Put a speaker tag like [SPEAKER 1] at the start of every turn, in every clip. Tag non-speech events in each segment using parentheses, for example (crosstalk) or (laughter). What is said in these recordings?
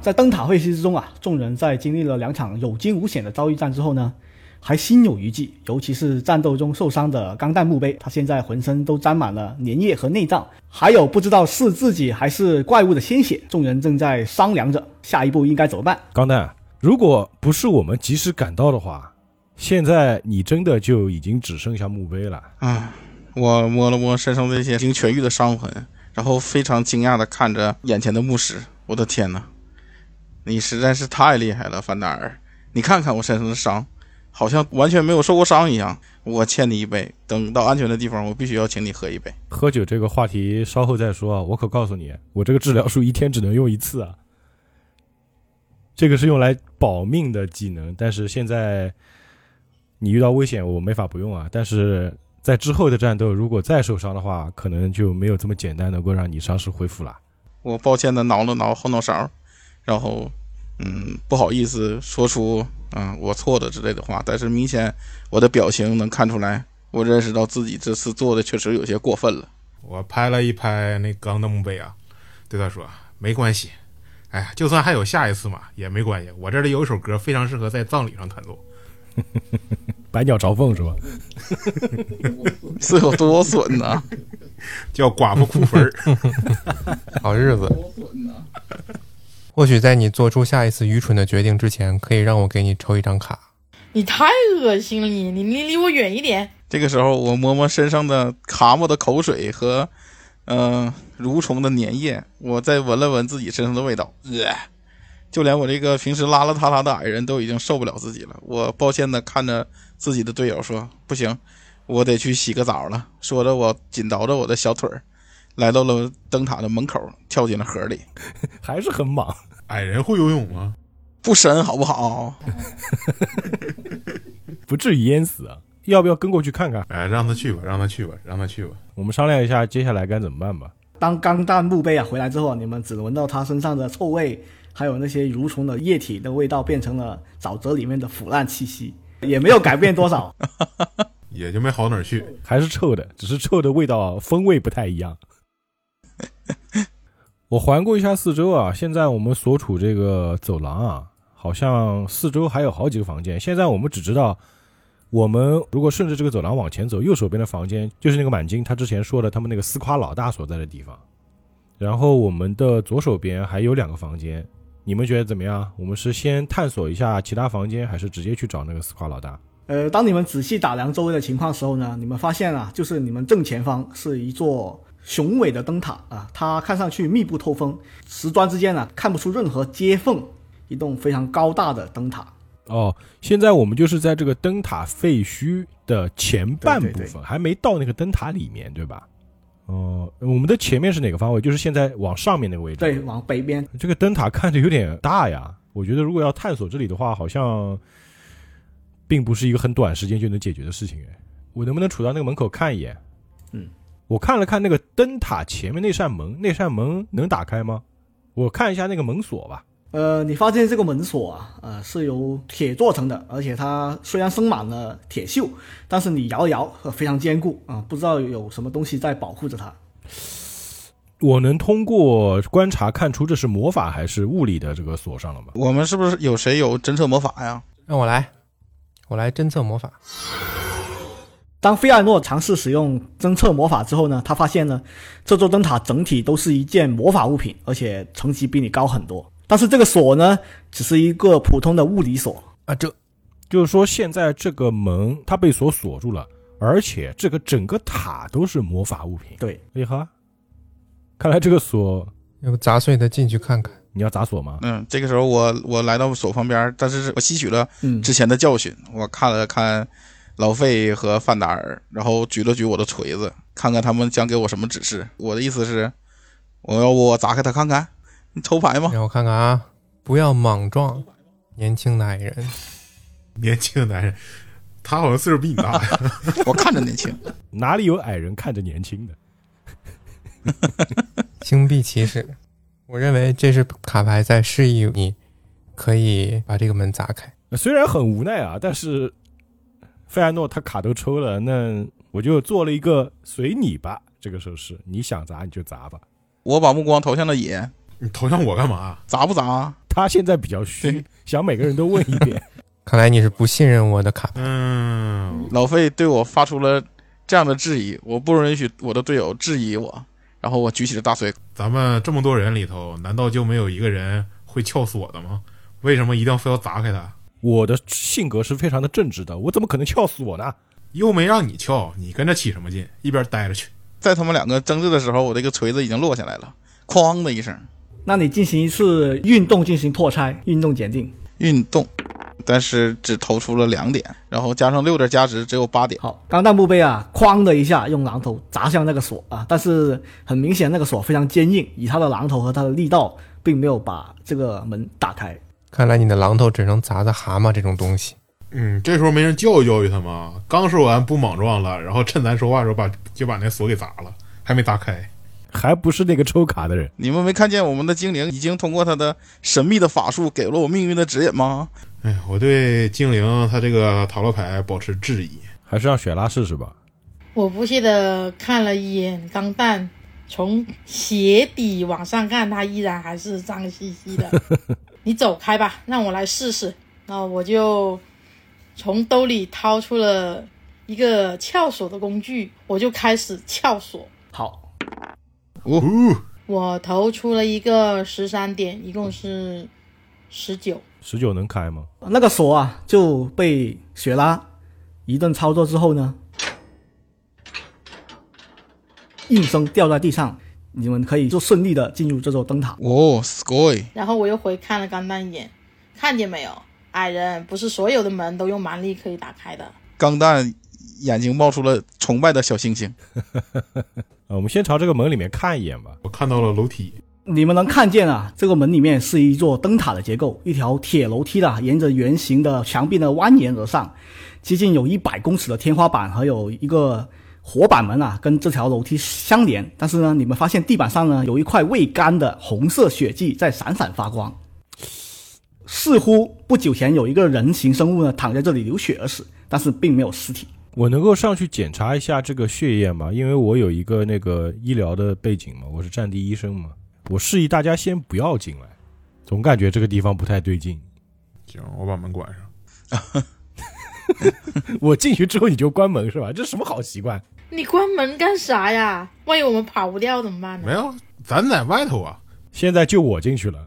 [SPEAKER 1] 在灯塔会师之中啊，众人在经历了两场有惊无险的遭遇战之后呢，还心有余悸。尤其是战斗中受伤的钢弹墓碑，他现在浑身都沾满了粘液和内脏，还有不知道是自己还是怪物的鲜血。众人正在商量着下一步应该怎么办。
[SPEAKER 2] 钢蛋，如果不是我们及时赶到的话，现在你真的就已经只剩下墓碑了。
[SPEAKER 3] 啊，我摸了摸身上那些已经痊愈的伤痕，然后非常惊讶的看着眼前的牧师。我的天哪，你实在是太厉害了，范达尔！你看看我身上的伤，好像完全没有受过伤一样。我欠你一杯，等到安全的地方，我必须要请你喝一杯。
[SPEAKER 2] 喝酒这个话题稍后再说啊，我可告诉你，我这个治疗术一天只能用一次啊。这个是用来保命的技能，但是现在你遇到危险，我没法不用啊。但是在之后的战斗，如果再受伤的话，可能就没有这么简单能够让你伤势恢复了。
[SPEAKER 3] 我抱歉的挠了挠后脑勺，然后，嗯，不好意思说出啊、我错了之类的话，但是明显我的表情能看出来，我认识到自己这次做的确实有些过分了。 (laughs)
[SPEAKER 4] 我拍了一拍那钢的墓碑啊，对他说：“没关系，哎呀，就算还有下一次嘛，也没关系。我这里有一首歌非常适合在葬礼上弹奏。
[SPEAKER 2] 百鸟朝凤是吧？ (laughs)
[SPEAKER 3] 是有多损呐、
[SPEAKER 4] 叫《寡妇哭坟儿》
[SPEAKER 5] (laughs) 好日子。或许在你做出下一次愚蠢的决定之前，可以让我给你抽一张卡。
[SPEAKER 6] 你太恶心了你，你离离我远一点。
[SPEAKER 3] 这个时候，我摸摸身上的蛤蟆的口水和，呃，蠕虫的粘液，我再闻了闻自己身上的味道，呃、就连我这个平时邋邋遢遢的矮人都已经受不了自己了。我抱歉的看着自己的队友说：“不行，我得去洗个澡了。”说着，我紧倒着我的小腿儿，来到了灯塔的门口，跳进了河里，
[SPEAKER 2] 还是很莽。
[SPEAKER 4] 矮人会游泳吗？
[SPEAKER 3] 不深好不好？
[SPEAKER 2] 不至于淹死啊！要不要跟过去看看？
[SPEAKER 4] 哎，让他去吧，让他去吧，让他去吧。
[SPEAKER 2] 我们商量一下接下来该怎么办吧。
[SPEAKER 1] 当钢弹墓碑啊回来之后，你们只闻到它身上的臭味，还有那些蠕虫的液体的味道，变成了沼泽里面的腐烂气息，也没有改变多少。
[SPEAKER 4] 也就没好哪儿去。
[SPEAKER 2] 还是臭的，只是臭的味道风味不太一样。 (laughs) 我环顾一下四周啊，现在我们所处这个走廊啊，好像四周还有好几个房间。现在我们只知道，我们如果顺着这个走廊往前走，右手边的房间就是那个满金他之前说的他们那个丝瓜老大所在的地方。然后我们的左手边还有两个房间，你们觉得怎么样？我们是先探索一下其他房间，还是直接去找那个丝瓜老大？
[SPEAKER 1] 呃，当你们仔细打量周围的情况的时候呢，你们发现啊，就是你们正前方是一座雄伟的灯塔啊，它看上去密不透风，石砖之间啊看不出任何接缝，一栋非常高大的灯塔。
[SPEAKER 2] 哦，现在我们就是在这个灯塔废墟的前半部分，
[SPEAKER 1] 对对
[SPEAKER 2] 还没到那个灯塔里面，对吧？哦、我们的前面是哪个方位？就是现在往上面那个位置。
[SPEAKER 1] 对，，往北边，
[SPEAKER 2] 这个灯塔看着有点大呀，我觉得如果要探索这里的话，好像并不是一个很短时间就能解决的事情。哎，我能不能杵到那个门口看一眼？
[SPEAKER 1] 嗯，
[SPEAKER 2] 我看了看那个灯塔前面那扇门，那扇门能打开吗？我看一下那个门锁吧。
[SPEAKER 1] 呃，你发现这个门锁啊，呃，是由铁做成的，而且它虽然生满了铁锈，但是你摇一摇，呃非常坚固啊、不知道有什么东西在保护着它。
[SPEAKER 2] 我能通过观察看出这是魔法还是物理的这个锁上了吗？
[SPEAKER 3] 我们是不是有谁有侦测魔法呀？
[SPEAKER 5] 让我来，我来侦测魔法。
[SPEAKER 1] 当费亚诺尝试使用侦测魔法之后呢，他发现呢，这座灯塔整体都是一件魔法物品，而且层级比你高很多。但是这个锁呢，只是一个普通的物理锁，
[SPEAKER 5] 啊，这
[SPEAKER 2] 就是说现在这个门它被锁锁住了，而且这个整个塔都是魔法物品。
[SPEAKER 1] 对，
[SPEAKER 2] 厉害！看来这个锁
[SPEAKER 5] 要不砸碎的进去看看。
[SPEAKER 2] 你要砸锁吗？
[SPEAKER 3] 嗯，这个时候我我来到手旁边，但是我吸取了
[SPEAKER 1] 嗯，
[SPEAKER 3] 之前的教训，我看了看老费和范达尔，然后举了举我的锤子，看看他们将给我什么指示。我的意思是，我要不我砸开他看看，你抽牌
[SPEAKER 5] (laughs)
[SPEAKER 3] 吗？
[SPEAKER 5] 让我看看啊，不要莽撞，年轻的矮人。
[SPEAKER 4] 年轻的男人，他好像岁数比你大 (laughs) 呀。
[SPEAKER 3] 我看着年轻，
[SPEAKER 2] 哪里有矮人看着年轻的？
[SPEAKER 5] 星币骑士，我认为这是卡牌在示意你可以把这个门砸开。
[SPEAKER 2] 呃虽然很无奈啊，但是费亚诺他卡都抽了，那我就做了一个随你吧这个手势，你想砸你就砸吧。
[SPEAKER 3] 我把目光投向了野，
[SPEAKER 4] 你投向我干嘛？
[SPEAKER 3] 砸不砸？
[SPEAKER 2] 他现在比较虚
[SPEAKER 3] 对，
[SPEAKER 2] 想每个人都问一遍。
[SPEAKER 5] 看来你是不信任我的卡。
[SPEAKER 4] 嗯，
[SPEAKER 3] 老费对我发出了这样的质疑，我不允许我的队友质疑我。然后我举起了大锤，
[SPEAKER 4] 咱们这么多人里头，难道就没有一个人会撬锁的吗？为什么一定要非要砸开它？
[SPEAKER 2] 我的性格是非常的正直的，我怎么可能撬死我呢？
[SPEAKER 4] 又没让你撬，你跟着起什么劲？一边待着去。
[SPEAKER 3] 在他们两个争执的时候，我这个锤子已经落下来了，哐的一声，
[SPEAKER 1] 那你进行一次运动进行破拆，运动检定。
[SPEAKER 3] 运动，但是只投出了两点，然后加上六点加值，只有八点。
[SPEAKER 1] 好，钢弹墓碑啊，哐的一下用榔头砸向那个锁啊，但是很明显那个锁非常坚硬，以他的榔头和他的力道，并没有把这个门打开。
[SPEAKER 5] 看来你的榔头只能砸砸蛤蟆这种东西。
[SPEAKER 4] 嗯，这时候没人教育教育他吗？刚说完不莽撞了，然后趁咱说话的时候把就把那锁给砸了，还没砸开。
[SPEAKER 2] 还不是那个抽卡的人，
[SPEAKER 3] 你们没看见我们的精灵已经通过他的神秘的法术给了我命运的指引吗？
[SPEAKER 4] 哎呀，我对精灵他这个塔罗牌保持质疑。
[SPEAKER 2] 还是让雪拉试试吧。
[SPEAKER 6] 我不屑的看了一眼钢蛋，从鞋底往上看，它依然还是脏兮兮的。你走开吧，让我来试试。那我就从兜里掏出了一个撬锁的工具，我就开始撬锁。
[SPEAKER 1] 好，
[SPEAKER 6] 我投出了一个十三点，一共是十九。
[SPEAKER 2] 十九能开吗？
[SPEAKER 1] 那个锁啊就被雪拉一顿操作之后呢，应声掉在地上。你们可以就顺利的进入这座灯塔。
[SPEAKER 3] 哦 s c o y
[SPEAKER 6] 然后我又回看了钢蛋一眼，看见没有，矮人不是所有的门都用蛮力可以打开的。
[SPEAKER 3] 钢蛋眼睛冒出了崇拜的小星星。
[SPEAKER 2] 呃，我们先朝这个门里面看一眼吧。
[SPEAKER 4] 我看到了楼梯，
[SPEAKER 1] 你们能看见啊，这个门里面是一座灯塔的结构，一条铁楼梯的，沿着圆形的墙壁呢蜿蜒而上，接近有一百公尺的天花板，还有一个火板门啊，跟这条楼梯相连。但是呢，你们发现地板上呢有一块未干的红色血迹在闪闪发光，似乎不久前有一个人形生物呢躺在这里流血而死，但是并没有尸体。
[SPEAKER 2] 我能够上去检查一下这个血液吗？因为我有一个那个医疗的背景嘛，我是战地医生嘛。我示意大家先不要进来，总感觉这个地方不太对劲。
[SPEAKER 4] 行，我把门关上。
[SPEAKER 2] 我进去之后你就关门是吧？这什么好习惯？
[SPEAKER 6] 你关门干啥呀？万一我们跑不掉怎么办呢？
[SPEAKER 4] 没有，咱在外头啊。
[SPEAKER 2] 现在就我进去了，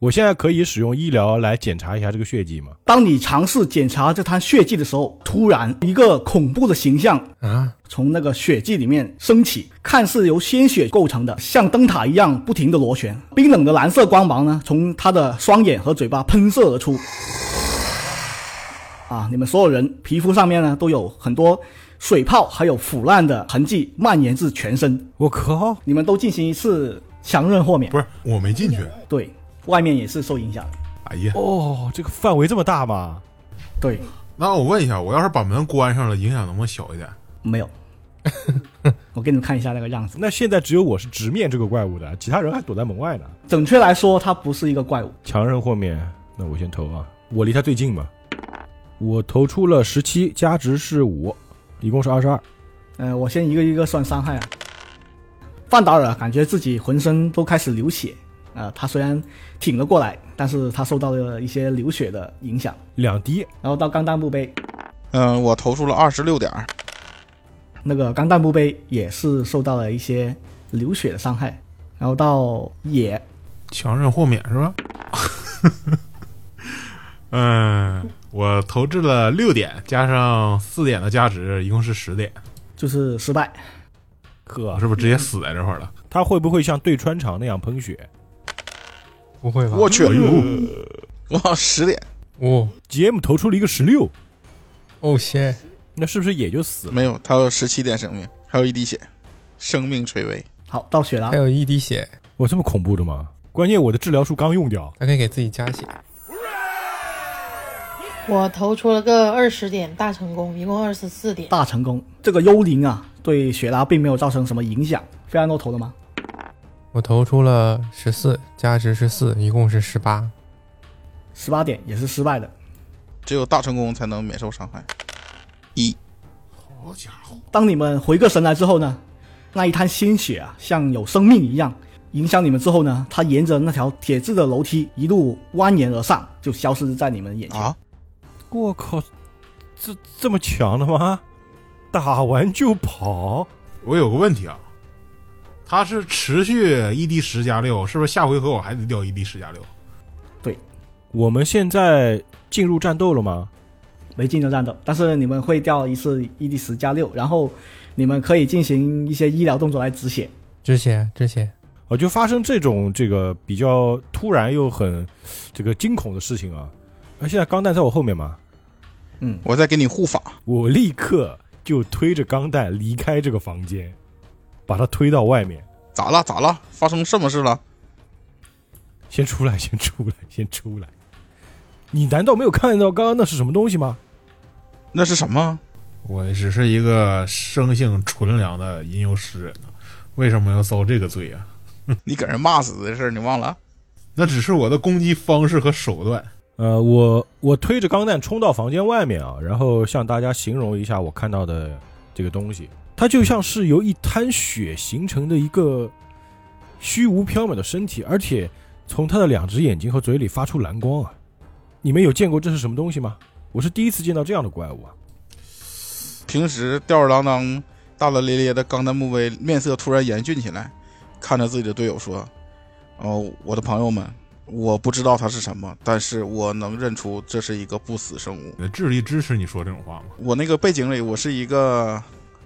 [SPEAKER 2] 我现在可以使用医疗来检查一下这个血迹吗？
[SPEAKER 1] 当你尝试检查这滩血迹的时候，突然一个恐怖的形象
[SPEAKER 5] 啊，
[SPEAKER 1] 从那个血迹里面升起，看似由鲜血构成的，像灯塔一样不停的螺旋。冰冷的蓝色光芒呢，从他的双眼和嘴巴喷射而出。啊，你们所有人皮肤上面呢都有很多水泡，还有腐烂的痕迹蔓延至全身。
[SPEAKER 2] 我靠！
[SPEAKER 1] 你们都进行一次强韧豁免
[SPEAKER 4] 不，是，我没进去。
[SPEAKER 1] 对外面也是受影响的。
[SPEAKER 4] 哎呀，
[SPEAKER 2] 哦，这个范围这么大吗？
[SPEAKER 1] 对，
[SPEAKER 4] 那我问一下，我要是把门关上了，影响能不能小一点？
[SPEAKER 1] 没
[SPEAKER 4] (laughs)
[SPEAKER 1] 有。我给你们看一下那个样子。
[SPEAKER 2] 那现在只有我是直面这个怪物的，其他人还躲在门外呢。
[SPEAKER 1] 准确来说，它不是一个怪物。
[SPEAKER 2] 强人豁免，那我先投啊，我离他最近嘛。我投出了十七，加值是五，一共是二十二。
[SPEAKER 1] 呃，我先一个一个算伤害啊。范达尔感觉自己浑身都开始流血，呃，他虽然挺了过来，但是他受到了一些流血的影响。
[SPEAKER 2] 两滴，
[SPEAKER 1] 然后到钢弹墓碑，
[SPEAKER 3] 嗯、我投出了二十六点，
[SPEAKER 1] 那个钢弹墓碑也是受到了一些流血的伤害。然后到野，
[SPEAKER 4] 强韧豁免是吧？ (laughs) 嗯，我投掷了六点，加上四点的价值，一共是十点。
[SPEAKER 1] 就是失败，
[SPEAKER 2] 呵
[SPEAKER 4] 我，是不是直接死在这块儿了？
[SPEAKER 2] 他会不会像对穿肠那样喷血？
[SPEAKER 5] 不会吧？
[SPEAKER 3] 我去
[SPEAKER 4] 哎，
[SPEAKER 3] (laughs)
[SPEAKER 4] 呦，
[SPEAKER 3] 哇，十点
[SPEAKER 5] 哦
[SPEAKER 2] GM 投出了一个十六，
[SPEAKER 5] 哦天，
[SPEAKER 2] 那是不是也就死了？
[SPEAKER 3] 没有，他有十七点生命，还有一滴血，生命垂危。
[SPEAKER 1] 好到雪狼
[SPEAKER 5] 还，有一滴血，
[SPEAKER 2] 我这么恐怖的吗？关键我的治疗术刚用掉，
[SPEAKER 5] 还可以给自己加血。
[SPEAKER 6] 我投出了个二十点，大成功，一共二十四点。
[SPEAKER 1] 大成功。这个幽灵啊，对雪拉并没有造成什么影响。费安诺投了吗？
[SPEAKER 5] 我投出了十四，加值是四，一共是十八。
[SPEAKER 1] 十八点也是失败的。
[SPEAKER 3] 只有大成功才能免受伤害。一，
[SPEAKER 4] 好家伙！
[SPEAKER 1] 当你们回过神来之后呢，那一滩鲜血啊，像有生命一样影响你们之后呢，它沿着那条铁质的楼梯一路蜿蜒而上，就消失在你们眼
[SPEAKER 4] 哎
[SPEAKER 1] 前。
[SPEAKER 3] 啊，
[SPEAKER 2] 我靠，这这么强的吗？打完就跑？
[SPEAKER 4] 我有个问题啊，它是持续 ED 十加六，是不是下回合我还得掉 ED 十加六？
[SPEAKER 2] 我们现在进入战斗了吗？
[SPEAKER 1] 没进的战斗，但是你们会掉一次 ED 十加六，然后你们可以进行一些医疗动作来止血。
[SPEAKER 5] 止血止血，
[SPEAKER 2] 哦，就发生这种这个比较突然又很这个惊恐的事情啊！啊，现在钢蛋在我后面嘛，
[SPEAKER 1] 嗯，
[SPEAKER 3] 我在给你护法，
[SPEAKER 2] 我立刻就推着钢蛋离开这个房间，把他推到外面，
[SPEAKER 3] 咋了咋了？发生什么事了？
[SPEAKER 2] 先出来，先出来，先出来！你难道没有看到刚刚那是什么东西吗？
[SPEAKER 3] 那是什么？
[SPEAKER 4] 我只是一个生性纯良的吟游诗人啊为什么要遭这个罪啊？
[SPEAKER 3] 你给人骂死的事儿你忘了？
[SPEAKER 4] 那只是我的攻击方式和手段。
[SPEAKER 2] 呃，我我推着钢蛋冲到房间外面啊，然后向大家形容一下我看到的这个东西，它就像是由一滩血形成的一个虚无缥缈的身体，而且从它的两只眼睛和嘴里发出蓝光啊！你们有见过这是什么东西吗？我是第一次见到这样的怪物啊！
[SPEAKER 3] 平时吊儿郎当、大大咧咧的钢弹墓碑面色突然严峻起来，看着自己的队友说：“哦，我的朋友们，我不知道它是什么，但是我能认出这是一个不死生物。
[SPEAKER 4] 你的智力支持你说这种话吗？
[SPEAKER 3] 我那个背景里，我是一个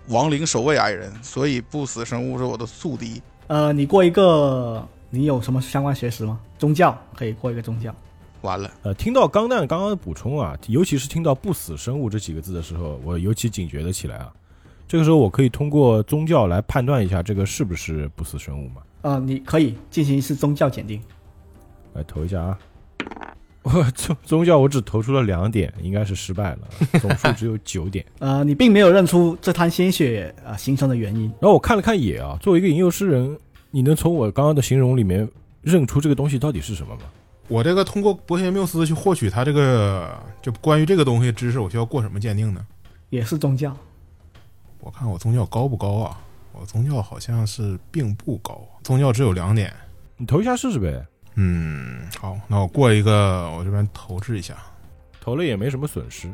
[SPEAKER 3] 亡灵守卫矮人，所以不死生物是我的宿敌。
[SPEAKER 1] 呃，你过一个，你有什么相关学识吗？宗教可以过一个宗教。
[SPEAKER 3] 完了，
[SPEAKER 2] 呃，听到钢蛋刚刚的补充啊，尤其是听到“不死生物”这几个字的时候，我尤其警觉了起来啊。这个时候，我可以通过宗教来判断一下这个是不是不死生物吗？
[SPEAKER 1] 呃，你可以进行一次宗教检定。
[SPEAKER 2] 来投一下啊！ (laughs) 我宗宗教我只投出了两点，应该是失败了，总数只有九点。 (laughs)
[SPEAKER 1] 呃，你并没有认出这滩鲜血呃形成的原因。
[SPEAKER 2] 然后我看了看野啊，作为一个吟游诗人，你能从我刚刚的形容里面认出这个东西到底是什么吗？
[SPEAKER 4] 我这个通过博学缪斯去获取他这个就关于这个东西知识，我需要过什么鉴定呢？
[SPEAKER 1] 也是宗教。
[SPEAKER 4] 我看我宗教高不高啊？我宗教好像是并不高，啊宗教只有两点。
[SPEAKER 2] 你投一下试试呗，
[SPEAKER 4] 嗯，好，那我过一个，我这边投掷一下。
[SPEAKER 2] 投了也没什么损失。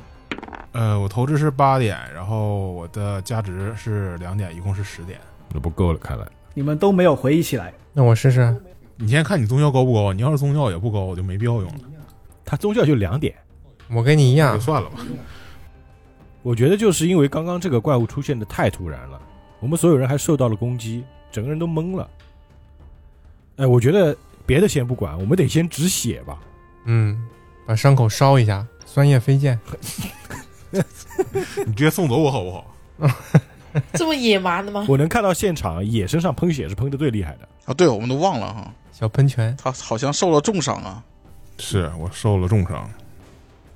[SPEAKER 4] 呃，我投掷是八点，然后我的价值是两点，一共是十点。
[SPEAKER 2] 那不够了，看来。
[SPEAKER 1] 你们都没有回忆起来。
[SPEAKER 5] 那我试啊试。
[SPEAKER 4] 你先看你宗教高不高，你要是宗教也不高，我就没必要用了，
[SPEAKER 2] 他宗教就两点，
[SPEAKER 5] 我跟你一
[SPEAKER 4] 就
[SPEAKER 5] 样，
[SPEAKER 4] 算了吧。
[SPEAKER 2] 我觉得就是因为刚刚这个怪物出现的太突然了，我们所有人还受到了攻击，整个人都懵了。哎，我觉得别的先不管，我们得先止血吧。
[SPEAKER 5] 嗯，把伤口烧一下，酸液飞溅。
[SPEAKER 4] (laughs) 你直接送走我好不好？
[SPEAKER 6] 这么野蛮的吗？ (laughs)
[SPEAKER 2] 我能看到现场野身上喷血是喷的最厉害的。
[SPEAKER 3] 啊，对，我们都忘了哈，
[SPEAKER 5] 小喷泉，
[SPEAKER 3] 他好像受了重伤啊。
[SPEAKER 4] 是我受了重伤，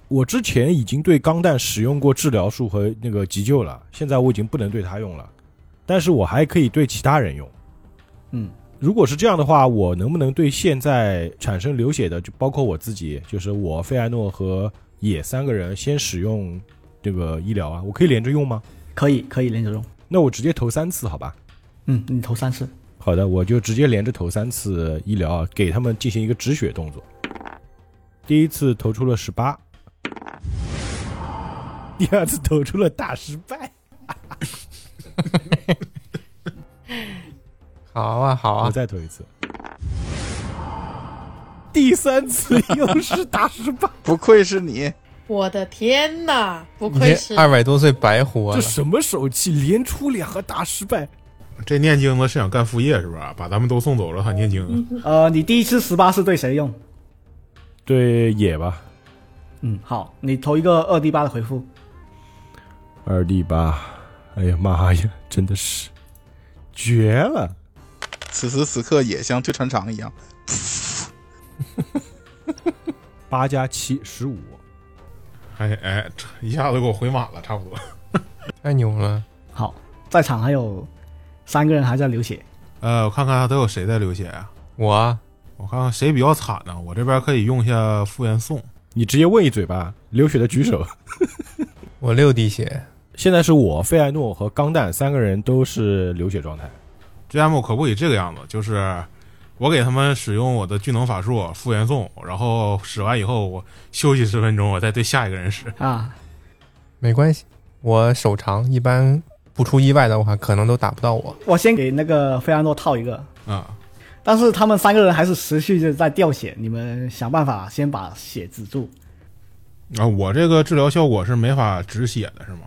[SPEAKER 2] 我之前已经对钢弹使用过治疗术和那个急救了，现在我已经不能对它用了，但是我还可以对其他人用。
[SPEAKER 1] 嗯，
[SPEAKER 2] 如果是这样的话，我能不能对现在产生流血的，就包括我自己，就是我费艾诺和野三个人先使用这个医疗啊？我可以连着用吗？
[SPEAKER 1] 可以，可以连着用。
[SPEAKER 2] 那我直接投三次，好吧？
[SPEAKER 1] 嗯，你投三次。
[SPEAKER 2] 好的，我就直接连着投三次医疗啊，给他们进行一个止血动作。第一次投出了十八，第二次投出了大失败。
[SPEAKER 5] 好啊好
[SPEAKER 2] 我
[SPEAKER 5] 啊，
[SPEAKER 2] 再投一次，第三次又是大失 (laughs) 败，
[SPEAKER 3] 不愧是你，
[SPEAKER 6] 我的天哪，不
[SPEAKER 5] 你
[SPEAKER 6] 愧是
[SPEAKER 5] 这二百多岁白活
[SPEAKER 2] 这
[SPEAKER 5] 了。
[SPEAKER 2] 什么手气？连出两个大失败，
[SPEAKER 4] 这念经的是想干副业是吧？把咱们都送走了，还念经？
[SPEAKER 1] 呃，你第一次十八是对谁用？
[SPEAKER 2] 对野吧？
[SPEAKER 1] 嗯，好，你投一个二 D 八的回复。
[SPEAKER 2] 二 D 八，哎呀妈呀，真的是绝了！
[SPEAKER 3] 此时此刻也像退穿肠一样。
[SPEAKER 2] 八加七十五，
[SPEAKER 4] 哎哎，这一下子给我回满了，差不多。
[SPEAKER 5] 太牛了！
[SPEAKER 1] 好，在场还有三个人还在流血。
[SPEAKER 4] (laughs) 呃，我看看都有谁在流血啊？
[SPEAKER 5] 我啊
[SPEAKER 4] 我看看谁比较惨呢、我这边可以用一下复原送。
[SPEAKER 2] 你直接问一嘴吧，流血的举手。
[SPEAKER 5] 我六滴血，
[SPEAKER 2] 现在是我费艾诺和钢蛋三个人都是流血状态。
[SPEAKER 4] GM 可不可以这个样子？就是我给他们使用我的聚能法术复原送，然后使完以后我休息十分钟，我再对下一个人使。
[SPEAKER 1] 啊，
[SPEAKER 5] 没关系，我手长，一般不出意外的话，可能都打不到我。
[SPEAKER 1] 我先给那个费安诺套一个，
[SPEAKER 4] 嗯，
[SPEAKER 1] 但是他们三个人还是持续的在掉血，你们想办法先把血止住。
[SPEAKER 4] 啊，我这个治疗效果是没法止血的，是吗？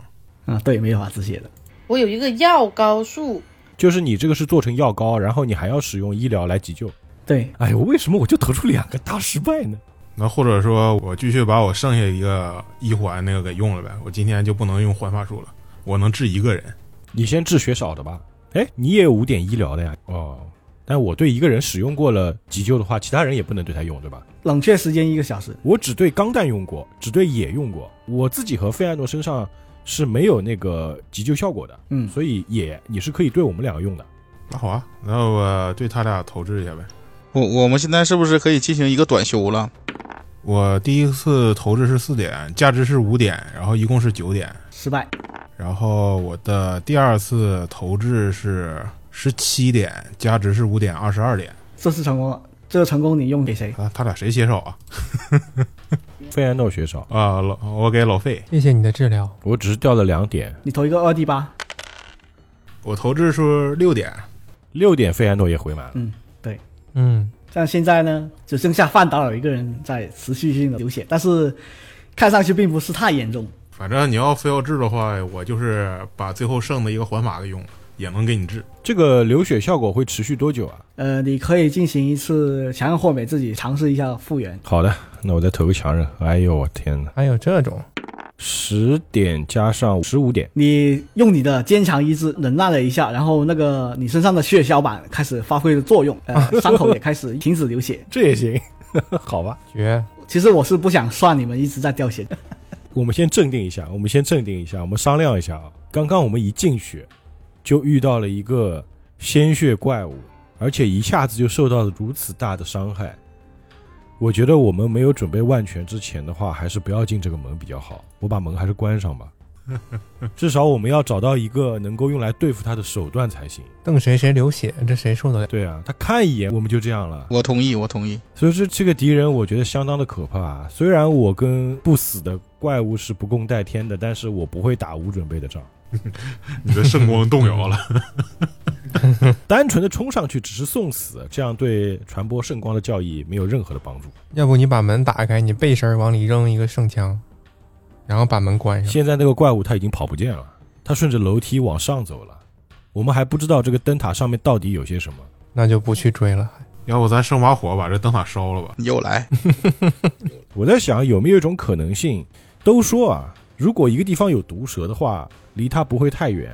[SPEAKER 1] 啊，对，没法止血的。
[SPEAKER 6] 我有一个药膏术，
[SPEAKER 2] 就是你这个是做成药膏，然后你还要使用医疗来急救。
[SPEAKER 1] 对，
[SPEAKER 2] 哎呦，为什么我就投出两个大失败呢？
[SPEAKER 4] 那或者说我继续把我剩下一个一环那个给用了呗，我今天就不能用环法术了，我能治一个人。
[SPEAKER 2] 你先治血少的吧。哎，你也有五点医疗的呀。哦，但我对一个人使用过了急救的话，其他人也不能对他用，对吧？
[SPEAKER 1] 冷却时间一个小时。
[SPEAKER 2] 我只对钢弹用过，只对野用过。我自己和费艾诺身上是没有那个急救效果的，
[SPEAKER 1] 嗯，
[SPEAKER 2] 所以野你是可以对我们两个用的。
[SPEAKER 4] 那好啊，那我对他俩投掷一下呗。
[SPEAKER 3] 我我们现在是不是可以进行一个短休了？
[SPEAKER 4] 我第一次投掷是四点，价值是五点，然后一共是九点。
[SPEAKER 1] 失败。
[SPEAKER 4] 然后我的第二次投掷是十七点，价值是五点二十二点。
[SPEAKER 1] 这次成功了，这个成功你用给谁？
[SPEAKER 4] 他他俩谁血少啊？
[SPEAKER 2] 费艾诺血少，
[SPEAKER 4] 啊，老我给老费，
[SPEAKER 5] 谢谢你的治疗，
[SPEAKER 2] 我只是掉了两点，
[SPEAKER 1] 你投一个二 D 八。
[SPEAKER 4] 我投掷是六点。
[SPEAKER 2] 六点费艾诺也回满了。
[SPEAKER 1] 嗯，对。
[SPEAKER 5] 嗯，
[SPEAKER 1] 像现在呢，只剩下范达尔一个人在持续性的流血，但是看上去并不是太严重。
[SPEAKER 4] 反正你要非要治的话，我就是把最后剩的一个环法给用了，也能给你治。
[SPEAKER 2] 这个流血效果会持续多久啊？
[SPEAKER 1] 呃，你可以进行一次强韧豁免，自己尝试一下复原。
[SPEAKER 2] 好的，那我再投个强忍。哎呦，我天哪！
[SPEAKER 5] 还有这种，
[SPEAKER 2] 十点加上十五点，
[SPEAKER 1] 你用你的坚强意志忍耐了一下，然后那个你身上的血小板开始发挥了作用，呃，伤口也开始停止流血。
[SPEAKER 2] 这也行， (laughs) 好吧？
[SPEAKER 5] 绝，
[SPEAKER 1] 其实我是不想算你们一直在掉血，
[SPEAKER 2] 我们先镇定一下，我们先镇定一下，我们商量一下啊。刚刚我们一进去，就遇到了一个鲜血怪物，而且一下子就受到了如此大的伤害。我觉得我们没有准备万全之前的话，还是不要进这个门比较好。我把门还是关上 (laughs) 吧，至少我们要找到一个能够用来对付他的手段才行。
[SPEAKER 5] 瞪谁谁流血，这谁受得了？
[SPEAKER 2] 对啊，他看一眼我们就这样了。
[SPEAKER 3] 我同意，我同意。
[SPEAKER 2] 所以说这个敌人我觉得相当的可怕、啊。虽然我跟不死的怪物是不共戴天的，但是我不会打无准备的仗。
[SPEAKER 4] 你的圣光动摇了， (laughs)
[SPEAKER 2] 单纯的冲上去只是送死，这样对传播圣光的教义没有任何的帮助。
[SPEAKER 5] 要不你把门打开，你背身往里扔一个圣枪，然后把门关上。
[SPEAKER 2] 现在那个怪物他已经跑不见了，他顺着楼梯往上走了。我们还不知道这个灯塔上面到底有些什么。
[SPEAKER 5] 那就不去追了。
[SPEAKER 4] 要不咱生把火把这灯塔烧了吧？ (laughs)
[SPEAKER 3] 你又来，
[SPEAKER 2] 我在想有没有一种可能性，都说啊，如果一个地方有毒蛇的话，离它不会太远，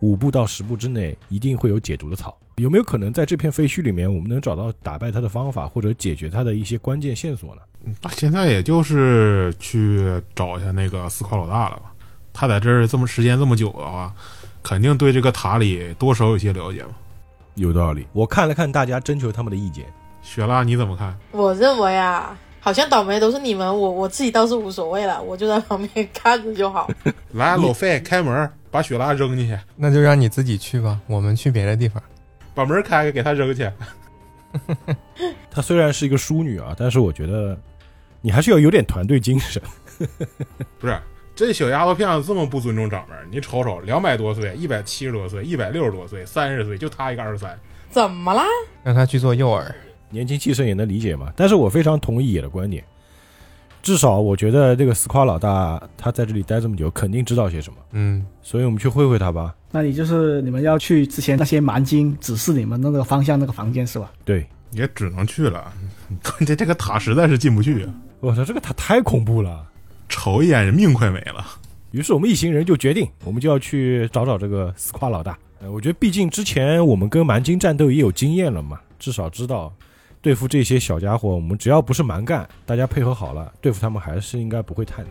[SPEAKER 2] 五步到十步之内一定会有解毒的草。有没有可能在这片废墟里面，我们能找到打败它的方法，或者解决它的一些关键线索呢？
[SPEAKER 4] 那啊现在也就是去找一下那个斯夸老大了吧？他在这儿这么时间这么久的话，肯定对这个塔里多少有些了解吧？
[SPEAKER 2] 有道理。我看了看大家征求他们的意见，
[SPEAKER 4] 雪拉你怎么看？
[SPEAKER 6] 我认为啊，好像倒霉都是你们，我我自己倒是无所谓了，我就在旁边看着就好。
[SPEAKER 4] 来，老费开门，把雪拉扔进去，
[SPEAKER 5] 那就让你自己去吧，我们去别的地方。
[SPEAKER 4] 把门开开，给他扔去。 (laughs)
[SPEAKER 2] 她虽然是一个淑女啊，但是我觉得你还是要有点团队精神。
[SPEAKER 4] 不是，这小丫头片子这么不尊重长辈儿，你瞅瞅，两百多岁，一百七十多岁，一百六十多岁，三十岁，就她一个二十三。
[SPEAKER 6] 怎么啦？
[SPEAKER 5] 让他去做诱饵。
[SPEAKER 2] 年轻气盛也能理解嘛。但是我非常同意野的观点，至少我觉得这个斯夸老大他在这里待这么久，肯定知道些什么，
[SPEAKER 5] 嗯，
[SPEAKER 2] 所以我们去会会他吧。
[SPEAKER 1] 那你就是你们要去之前那些蛮精指示你们那个方向那个房间是吧？
[SPEAKER 2] 对，
[SPEAKER 4] 也只能去了， (laughs) 关键这个塔实在是进不去啊！
[SPEAKER 2] 我操，这个他太恐怖了。
[SPEAKER 4] 瞅一眼，人命快没了。
[SPEAKER 2] 于是我们一行人就决定，我们就要去找找这个斯夸老大。呃，我觉得毕竟之前我们跟蛮金战斗也有经验了嘛，至少知道对付这些小家伙，我们只要不是蛮干，大家配合好了，对付他们还是应该不会太难。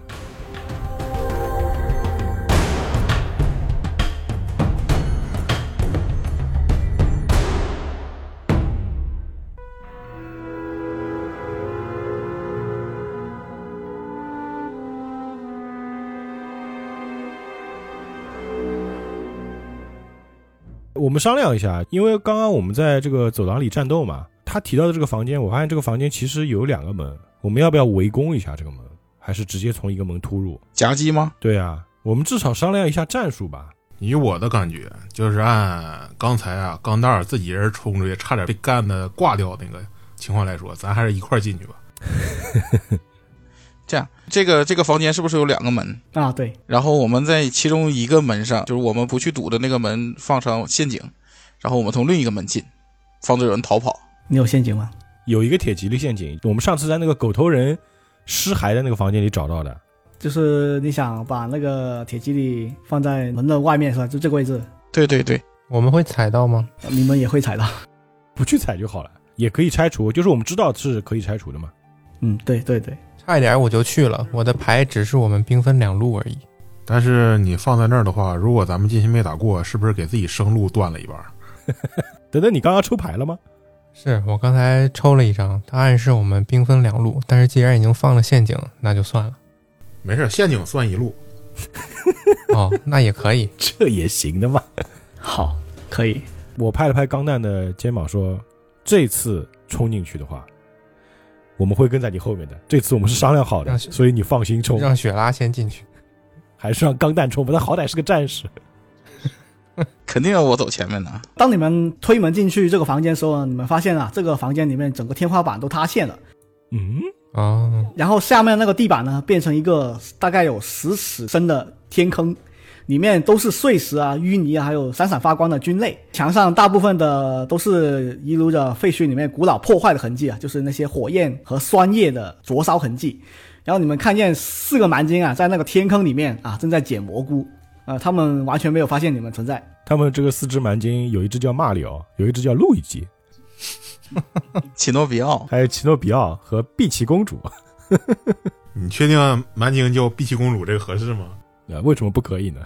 [SPEAKER 2] 我们商量一下，因为刚刚我们在这个走廊里战斗嘛，他他提到的这个房间，我发现这个房间其实有两个门，我们要不要围攻一下这个门，还是直接从一个门突入？
[SPEAKER 3] 夹击吗？
[SPEAKER 2] 对啊，我们至少商量一下战术吧。
[SPEAKER 4] 以我的感觉，就是按刚才啊钢蛋儿自己一人冲出去，差点被干的挂掉那个情况来说，咱还是一块儿进去吧。
[SPEAKER 3] 这样，这个这个房间是不是有两个门？
[SPEAKER 1] 啊，对，
[SPEAKER 3] 然后我们在其中一个门上，就是我们不去堵的那个门放上陷阱，然后我们从另一个门进，防止有人逃跑。
[SPEAKER 1] 你有陷阱吗？
[SPEAKER 2] 有一个铁吉利陷阱，我们上次在那个狗头人尸骸的那个房间里找到的。
[SPEAKER 1] 就是你想把那个铁基里放在门的外面是吧？就这个位置，
[SPEAKER 3] 对对对，
[SPEAKER 5] 我们会踩到吗？
[SPEAKER 1] 呃你们也会 (laughs) 踩到。
[SPEAKER 2] 不去踩就好了，也可以拆除，就是我们知道是可以拆除的嘛。
[SPEAKER 1] 嗯，对对对，
[SPEAKER 5] 差一点我就去了，我的牌只是我们兵分两路而已。
[SPEAKER 4] 但是你放在那儿的话，如果咱们进去没打过，是不是给自己生路断了一半？
[SPEAKER 2] 等等，你刚刚抽牌了吗？
[SPEAKER 5] 是我刚才抽了一张，它暗示我们兵分两路，但是既然已经放了陷阱，那就算了。
[SPEAKER 4] 没事，陷阱算一路。
[SPEAKER 5] (laughs) 哦，那也可以。
[SPEAKER 2] 这也行的嘛。
[SPEAKER 1] (laughs) 好，可以。
[SPEAKER 2] 我拍了拍钢蛋的肩膀说：“这次冲进去的话，我们会跟在你后面的。这次我们是商量好的，
[SPEAKER 5] 让雪
[SPEAKER 2] 所以你放心冲，
[SPEAKER 5] 让雪拉先进去。
[SPEAKER 2] 还是让钢蛋冲吧？他好歹是个战士。
[SPEAKER 3] 肯定要我走前面的。
[SPEAKER 1] 当你们推门进去这个房间的时候呢，你们发现啊，这个房间里面整个天花板都塌陷了，
[SPEAKER 2] 嗯，
[SPEAKER 5] 哦，
[SPEAKER 1] 然后下面那个地板呢变成一个大概有十尺深的天坑，里面都是碎石啊、淤泥啊，还有闪闪发光的菌类。墙上大部分的都是遗留着废墟里面古老破坏的痕迹啊，就是那些火焰和酸液的灼烧痕迹。然后你们看见四个蛮精啊，在那个天坑里面啊，正在捡蘑菇，呃，他们完全没有发现你们存在。
[SPEAKER 2] 他们这个四只蛮鲸有一只叫马里奥，有一只叫路易吉，
[SPEAKER 3] 奇诺比奥，
[SPEAKER 2] 还有奇诺比奥和碧琪公主。啊
[SPEAKER 4] 你确定蛮精叫碧琪公主这个合适吗？
[SPEAKER 2] 呃，为什么不可以呢？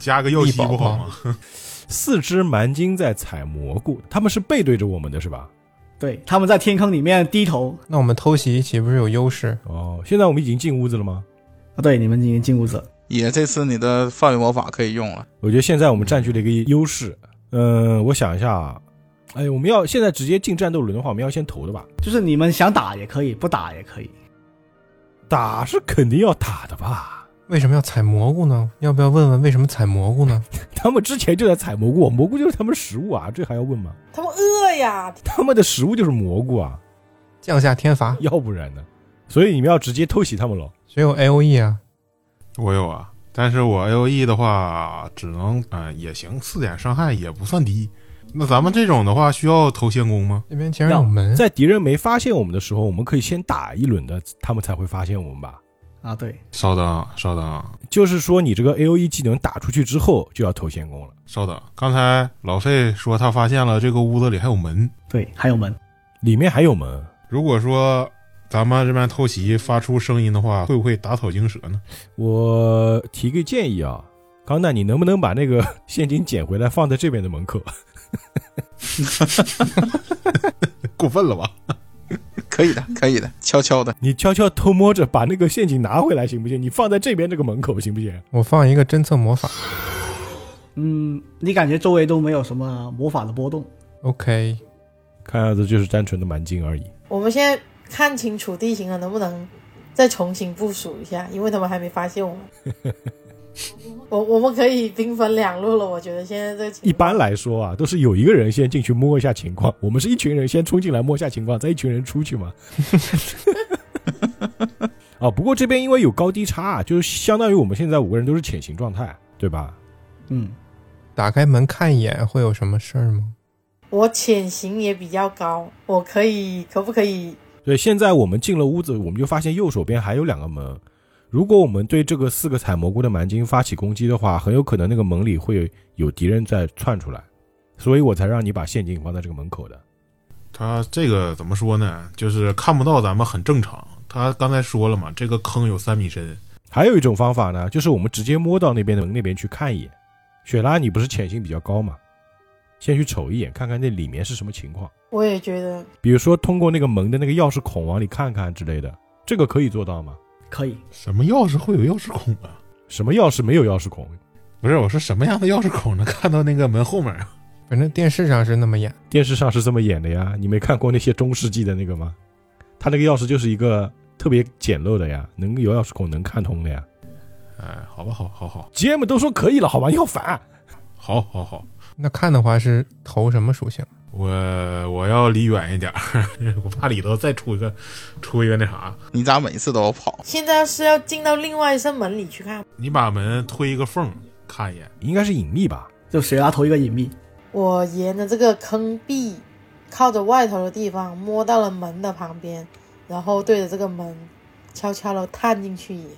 [SPEAKER 4] 加个右
[SPEAKER 5] 一
[SPEAKER 4] 膝
[SPEAKER 5] 宝
[SPEAKER 4] 不好
[SPEAKER 5] 吗
[SPEAKER 4] 吗？
[SPEAKER 2] 四只蛮鲸在采蘑菇，他们是背对着我们的是吧？
[SPEAKER 1] 对，他们在天坑里面低头
[SPEAKER 5] 那我们偷袭岂不是有优势？
[SPEAKER 2] 哦，现在我们已经进屋子了吗？
[SPEAKER 1] 啊，对，你们已经进屋子了。
[SPEAKER 3] 也这次你的范围魔法可以用了。
[SPEAKER 2] 我觉得现在我们占据了一个优势。嗯，我想一下啊，哎，我们要现在直接进战斗轮的话，我们要先投的吧？
[SPEAKER 1] 就是你们想打也可以，不打也可以。
[SPEAKER 2] 打是肯定要打的吧？
[SPEAKER 5] 为什么要采蘑菇呢？要不要问问为什么采蘑菇呢？
[SPEAKER 2] 他们之前就在采蘑菇，蘑菇就是他们食物啊，这还要问吗？
[SPEAKER 6] 他们饿呀，
[SPEAKER 2] 他们的食物就是蘑菇啊，
[SPEAKER 5] 降下天罚，
[SPEAKER 2] 要不然呢？所以你们要直接偷袭他们喽？
[SPEAKER 5] 谁有 A O E 啊？
[SPEAKER 4] 我有啊，但是我 L E 的话，只能嗯、呃也行，四点伤害也不算低。那咱们这种的话，需要投仙功吗？
[SPEAKER 5] 这边竟然有门，
[SPEAKER 2] 在敌人没发现我们的时候，我们可以先打一轮的，他们才会发现我们吧？
[SPEAKER 1] 啊，对，
[SPEAKER 4] 稍等，稍等，
[SPEAKER 2] 就是说，你这个 A O E 技能打出去之后就要投先攻了。
[SPEAKER 4] 稍等。刚才老费说他发现了这个屋子里还有门。
[SPEAKER 1] 对，还有门。
[SPEAKER 2] 里面还有门，
[SPEAKER 4] 如果说咱们这边偷袭发出声音的话，会不会打草惊蛇呢？
[SPEAKER 2] 我提个建议啊，钢蛋，你能不能把那个 (laughs) 现金捡回来放在这边的门口？
[SPEAKER 4] (laughs) 过分了吧？
[SPEAKER 3] 可以 (laughs) 的，可以的，悄悄的。
[SPEAKER 2] 你悄悄偷摸着把那个陷阱拿回来行不行？你放在这边这个门口行不行？
[SPEAKER 5] 我放一个侦测魔法。
[SPEAKER 1] 嗯，你感觉周围都没有什么魔法的波动，
[SPEAKER 5] OK，
[SPEAKER 2] 看样子就是单纯的蛮劲而已。
[SPEAKER 6] 我们现在看清楚地形了，啊能不能再重新部署一下？因为他们还没发现我们。我我们可以兵分两路了，我觉得现在这个情
[SPEAKER 2] 一般来说啊，都是有一个人先进去摸一下情况，我们是一群人先冲进来摸一下情况，再一群人出 (laughs) 去嘛。啊，不过这边因为有高低差、啊，就是相当于我们现在五个人都是潜行状态，啊对吧？
[SPEAKER 1] 嗯，
[SPEAKER 5] 打开门看一眼会有什么事儿吗？
[SPEAKER 6] 我潜行也比较高，我可以可不可以？
[SPEAKER 2] 对，现在我们进了屋子，我们就发现右手边还有两个门。如果我们对这个四个采蘑菇的蛮鲸发起攻击的话，很有可能那个门里会有敌人在窜出来，所以我才让你把陷阱放在这个门口的。
[SPEAKER 4] 他这个怎么说呢？就是看不到咱们很正常。他刚才说了嘛，这个坑有三米深，
[SPEAKER 2] 还有一种方法呢，就是我们直接摸到那边的门那边去看一眼。雪拉，你不是潜行比较高吗？先去瞅一眼，看看那里面是什么情况。
[SPEAKER 6] 我也觉得
[SPEAKER 2] 比如说通过那个门的那个钥匙孔往里看看之类的，这个可以做到吗？
[SPEAKER 1] 可以。
[SPEAKER 4] 什么钥匙会有钥匙孔啊？
[SPEAKER 2] 什么钥匙没有钥匙孔？
[SPEAKER 4] (laughs) 不是，我说什么样的钥匙孔能看到那个门后面啊？
[SPEAKER 5] 反正电视上是那么演。
[SPEAKER 2] 电视上是这么演的呀，你没看过那些中世纪的那个吗？他那个钥匙就是一个特别简陋的呀，能有钥匙孔能看通的呀。
[SPEAKER 4] 哎，好吧，好，好，好，
[SPEAKER 2] GM 都说可以了，好吧，你好烦。
[SPEAKER 4] 好，好，好，
[SPEAKER 5] 那看的话是投什么属性？
[SPEAKER 4] 我我要离远一点儿， (laughs) 我怕里头再出一个，出一个那啥，
[SPEAKER 3] 你咋每次都要跑？
[SPEAKER 6] 现在是要进到另外一扇门里去看。
[SPEAKER 4] 你把门推一个缝儿看一眼，
[SPEAKER 2] 应该是隐秘吧？
[SPEAKER 1] 就谁拉头一个隐秘，
[SPEAKER 6] 我沿着这个坑壁，靠着外头的地方摸到了门的旁边，然后对着这个门悄悄的探进去一眼。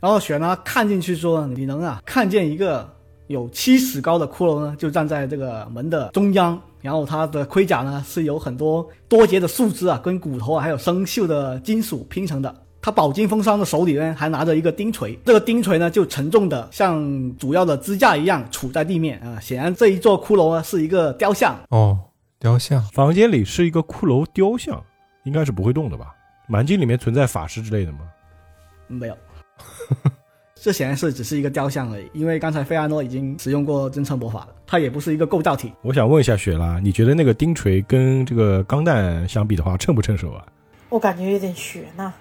[SPEAKER 1] 然后雪呢看进去说，你能啊看见一个有七尺高的骷髅呢，就站在这个门的中央，然后它的盔甲呢是由很多多节的树枝啊、跟骨头啊，还有生锈的金属拼成的。他饱经风霜的手里呢还拿着一个钉锤，这个钉锤呢就沉重的像主要的支架啊一样杵在地面啊、显然这一座骷髅呢啊是一个雕像，
[SPEAKER 5] 哦，雕像。
[SPEAKER 2] 房间里是一个骷髅雕像，应该是不会动的吧？满镜里面存在法师之类的吗？
[SPEAKER 1] 没有。 (laughs) 这显然是只是一个雕像而已，因为刚才费阿诺已经使用过侦测魔法了，它也不是一个构造体。
[SPEAKER 2] 我想问一下雪拉，你觉得那个钉锤跟这个钢弹相比的话，称不称手啊？
[SPEAKER 6] 我感觉有点悬啊呐、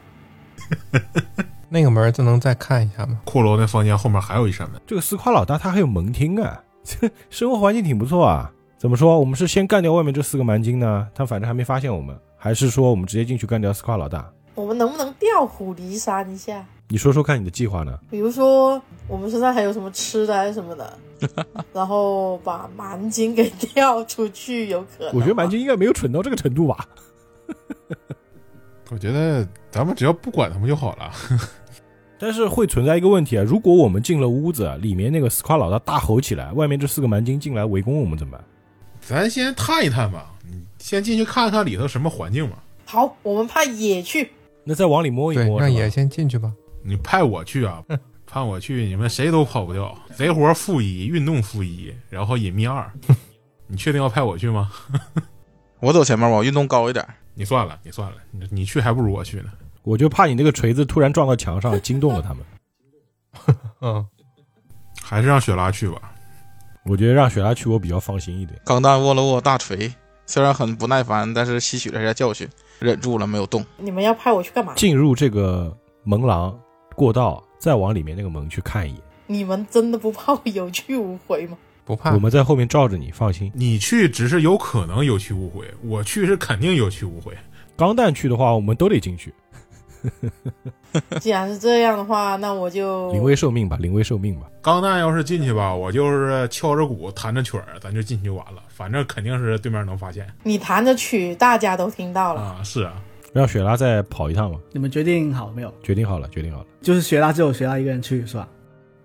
[SPEAKER 5] 那个门儿就能再看一下吗？
[SPEAKER 4] 骷髅那房间后面还有一扇门，
[SPEAKER 2] 这个丝瓜老大他还有门厅啊，这生活环境挺不错啊。怎么说？我们是先干掉外面这四个蛮精呢？他反正还没发现我们，还是说我们直接进去干掉丝瓜老大？
[SPEAKER 6] 我们能不能调虎离山一下？
[SPEAKER 2] 你说说看你的计划呢？
[SPEAKER 6] 比如说我们身上还有什么吃的还是什
[SPEAKER 2] (laughs)
[SPEAKER 6] 么的，然后把蛮精给调出去，有可能吗。
[SPEAKER 2] 我觉得蛮精应该没有蠢到这个程度吧？
[SPEAKER 4] 我觉得咱们只要不管他们就好了。 (laughs)
[SPEAKER 2] 但是会存在一个问题啊，如果我们进了屋子，里面那个斯夸老大大吼起来，外面这四个蛮精进来围攻我们怎么办？
[SPEAKER 4] 咱先探一探吧，你先进去看看里头什么环境嘛。
[SPEAKER 6] 好，我们怕野去。
[SPEAKER 2] 那再往里摸一
[SPEAKER 5] 对，
[SPEAKER 2] 摸，
[SPEAKER 5] 让
[SPEAKER 2] 是吧
[SPEAKER 5] 野先进去吧。
[SPEAKER 4] 你派我去 (laughs) 啊，派我去，你们谁都跑不掉。贼活负一，运动负一，然后隐秘 (laughs) 二。你确定要派我去吗？
[SPEAKER 3] 我走前面吧，我运动高一点。
[SPEAKER 4] 你算了，你算了，你你去还不如我去呢。
[SPEAKER 2] 我就怕你那个锤子突然撞到墙上，惊动了他们。
[SPEAKER 5] 嗯，
[SPEAKER 4] 还是让雪拉去吧。
[SPEAKER 2] 我觉得让雪拉去，我比较放心一点。
[SPEAKER 3] 钢蛋握了握大锤，虽然很不耐烦，但是吸取了一下教训，忍住了没有动。
[SPEAKER 6] 你们要派我去干嘛？
[SPEAKER 2] 进入这个门廊过道，再往里面那个门去看一眼。
[SPEAKER 6] 你们真的不怕我有去无回
[SPEAKER 2] (laughs)
[SPEAKER 6] 吗？
[SPEAKER 5] 不怕
[SPEAKER 2] 我。们在后面罩着你，放心。
[SPEAKER 4] 你去只是有可能有去无回，我去是肯定有去无回。
[SPEAKER 2] 钢弹去的话，我们都得进去，
[SPEAKER 6] 既然是这样的话，那我就
[SPEAKER 2] 临危受命吧，临危受命吧。
[SPEAKER 4] 钢蛋要是进去吧，我就是敲着鼓弹着曲儿，咱就进去就完了。反正肯定是对面能发现
[SPEAKER 6] 你弹着曲，大家都听到了。
[SPEAKER 4] 啊。是啊，
[SPEAKER 2] 让雪拉再跑一趟吧，
[SPEAKER 1] 你们决定好没有？
[SPEAKER 2] 决定好了，决定好了。
[SPEAKER 1] 就是雪拉只有雪拉一个人去是吧？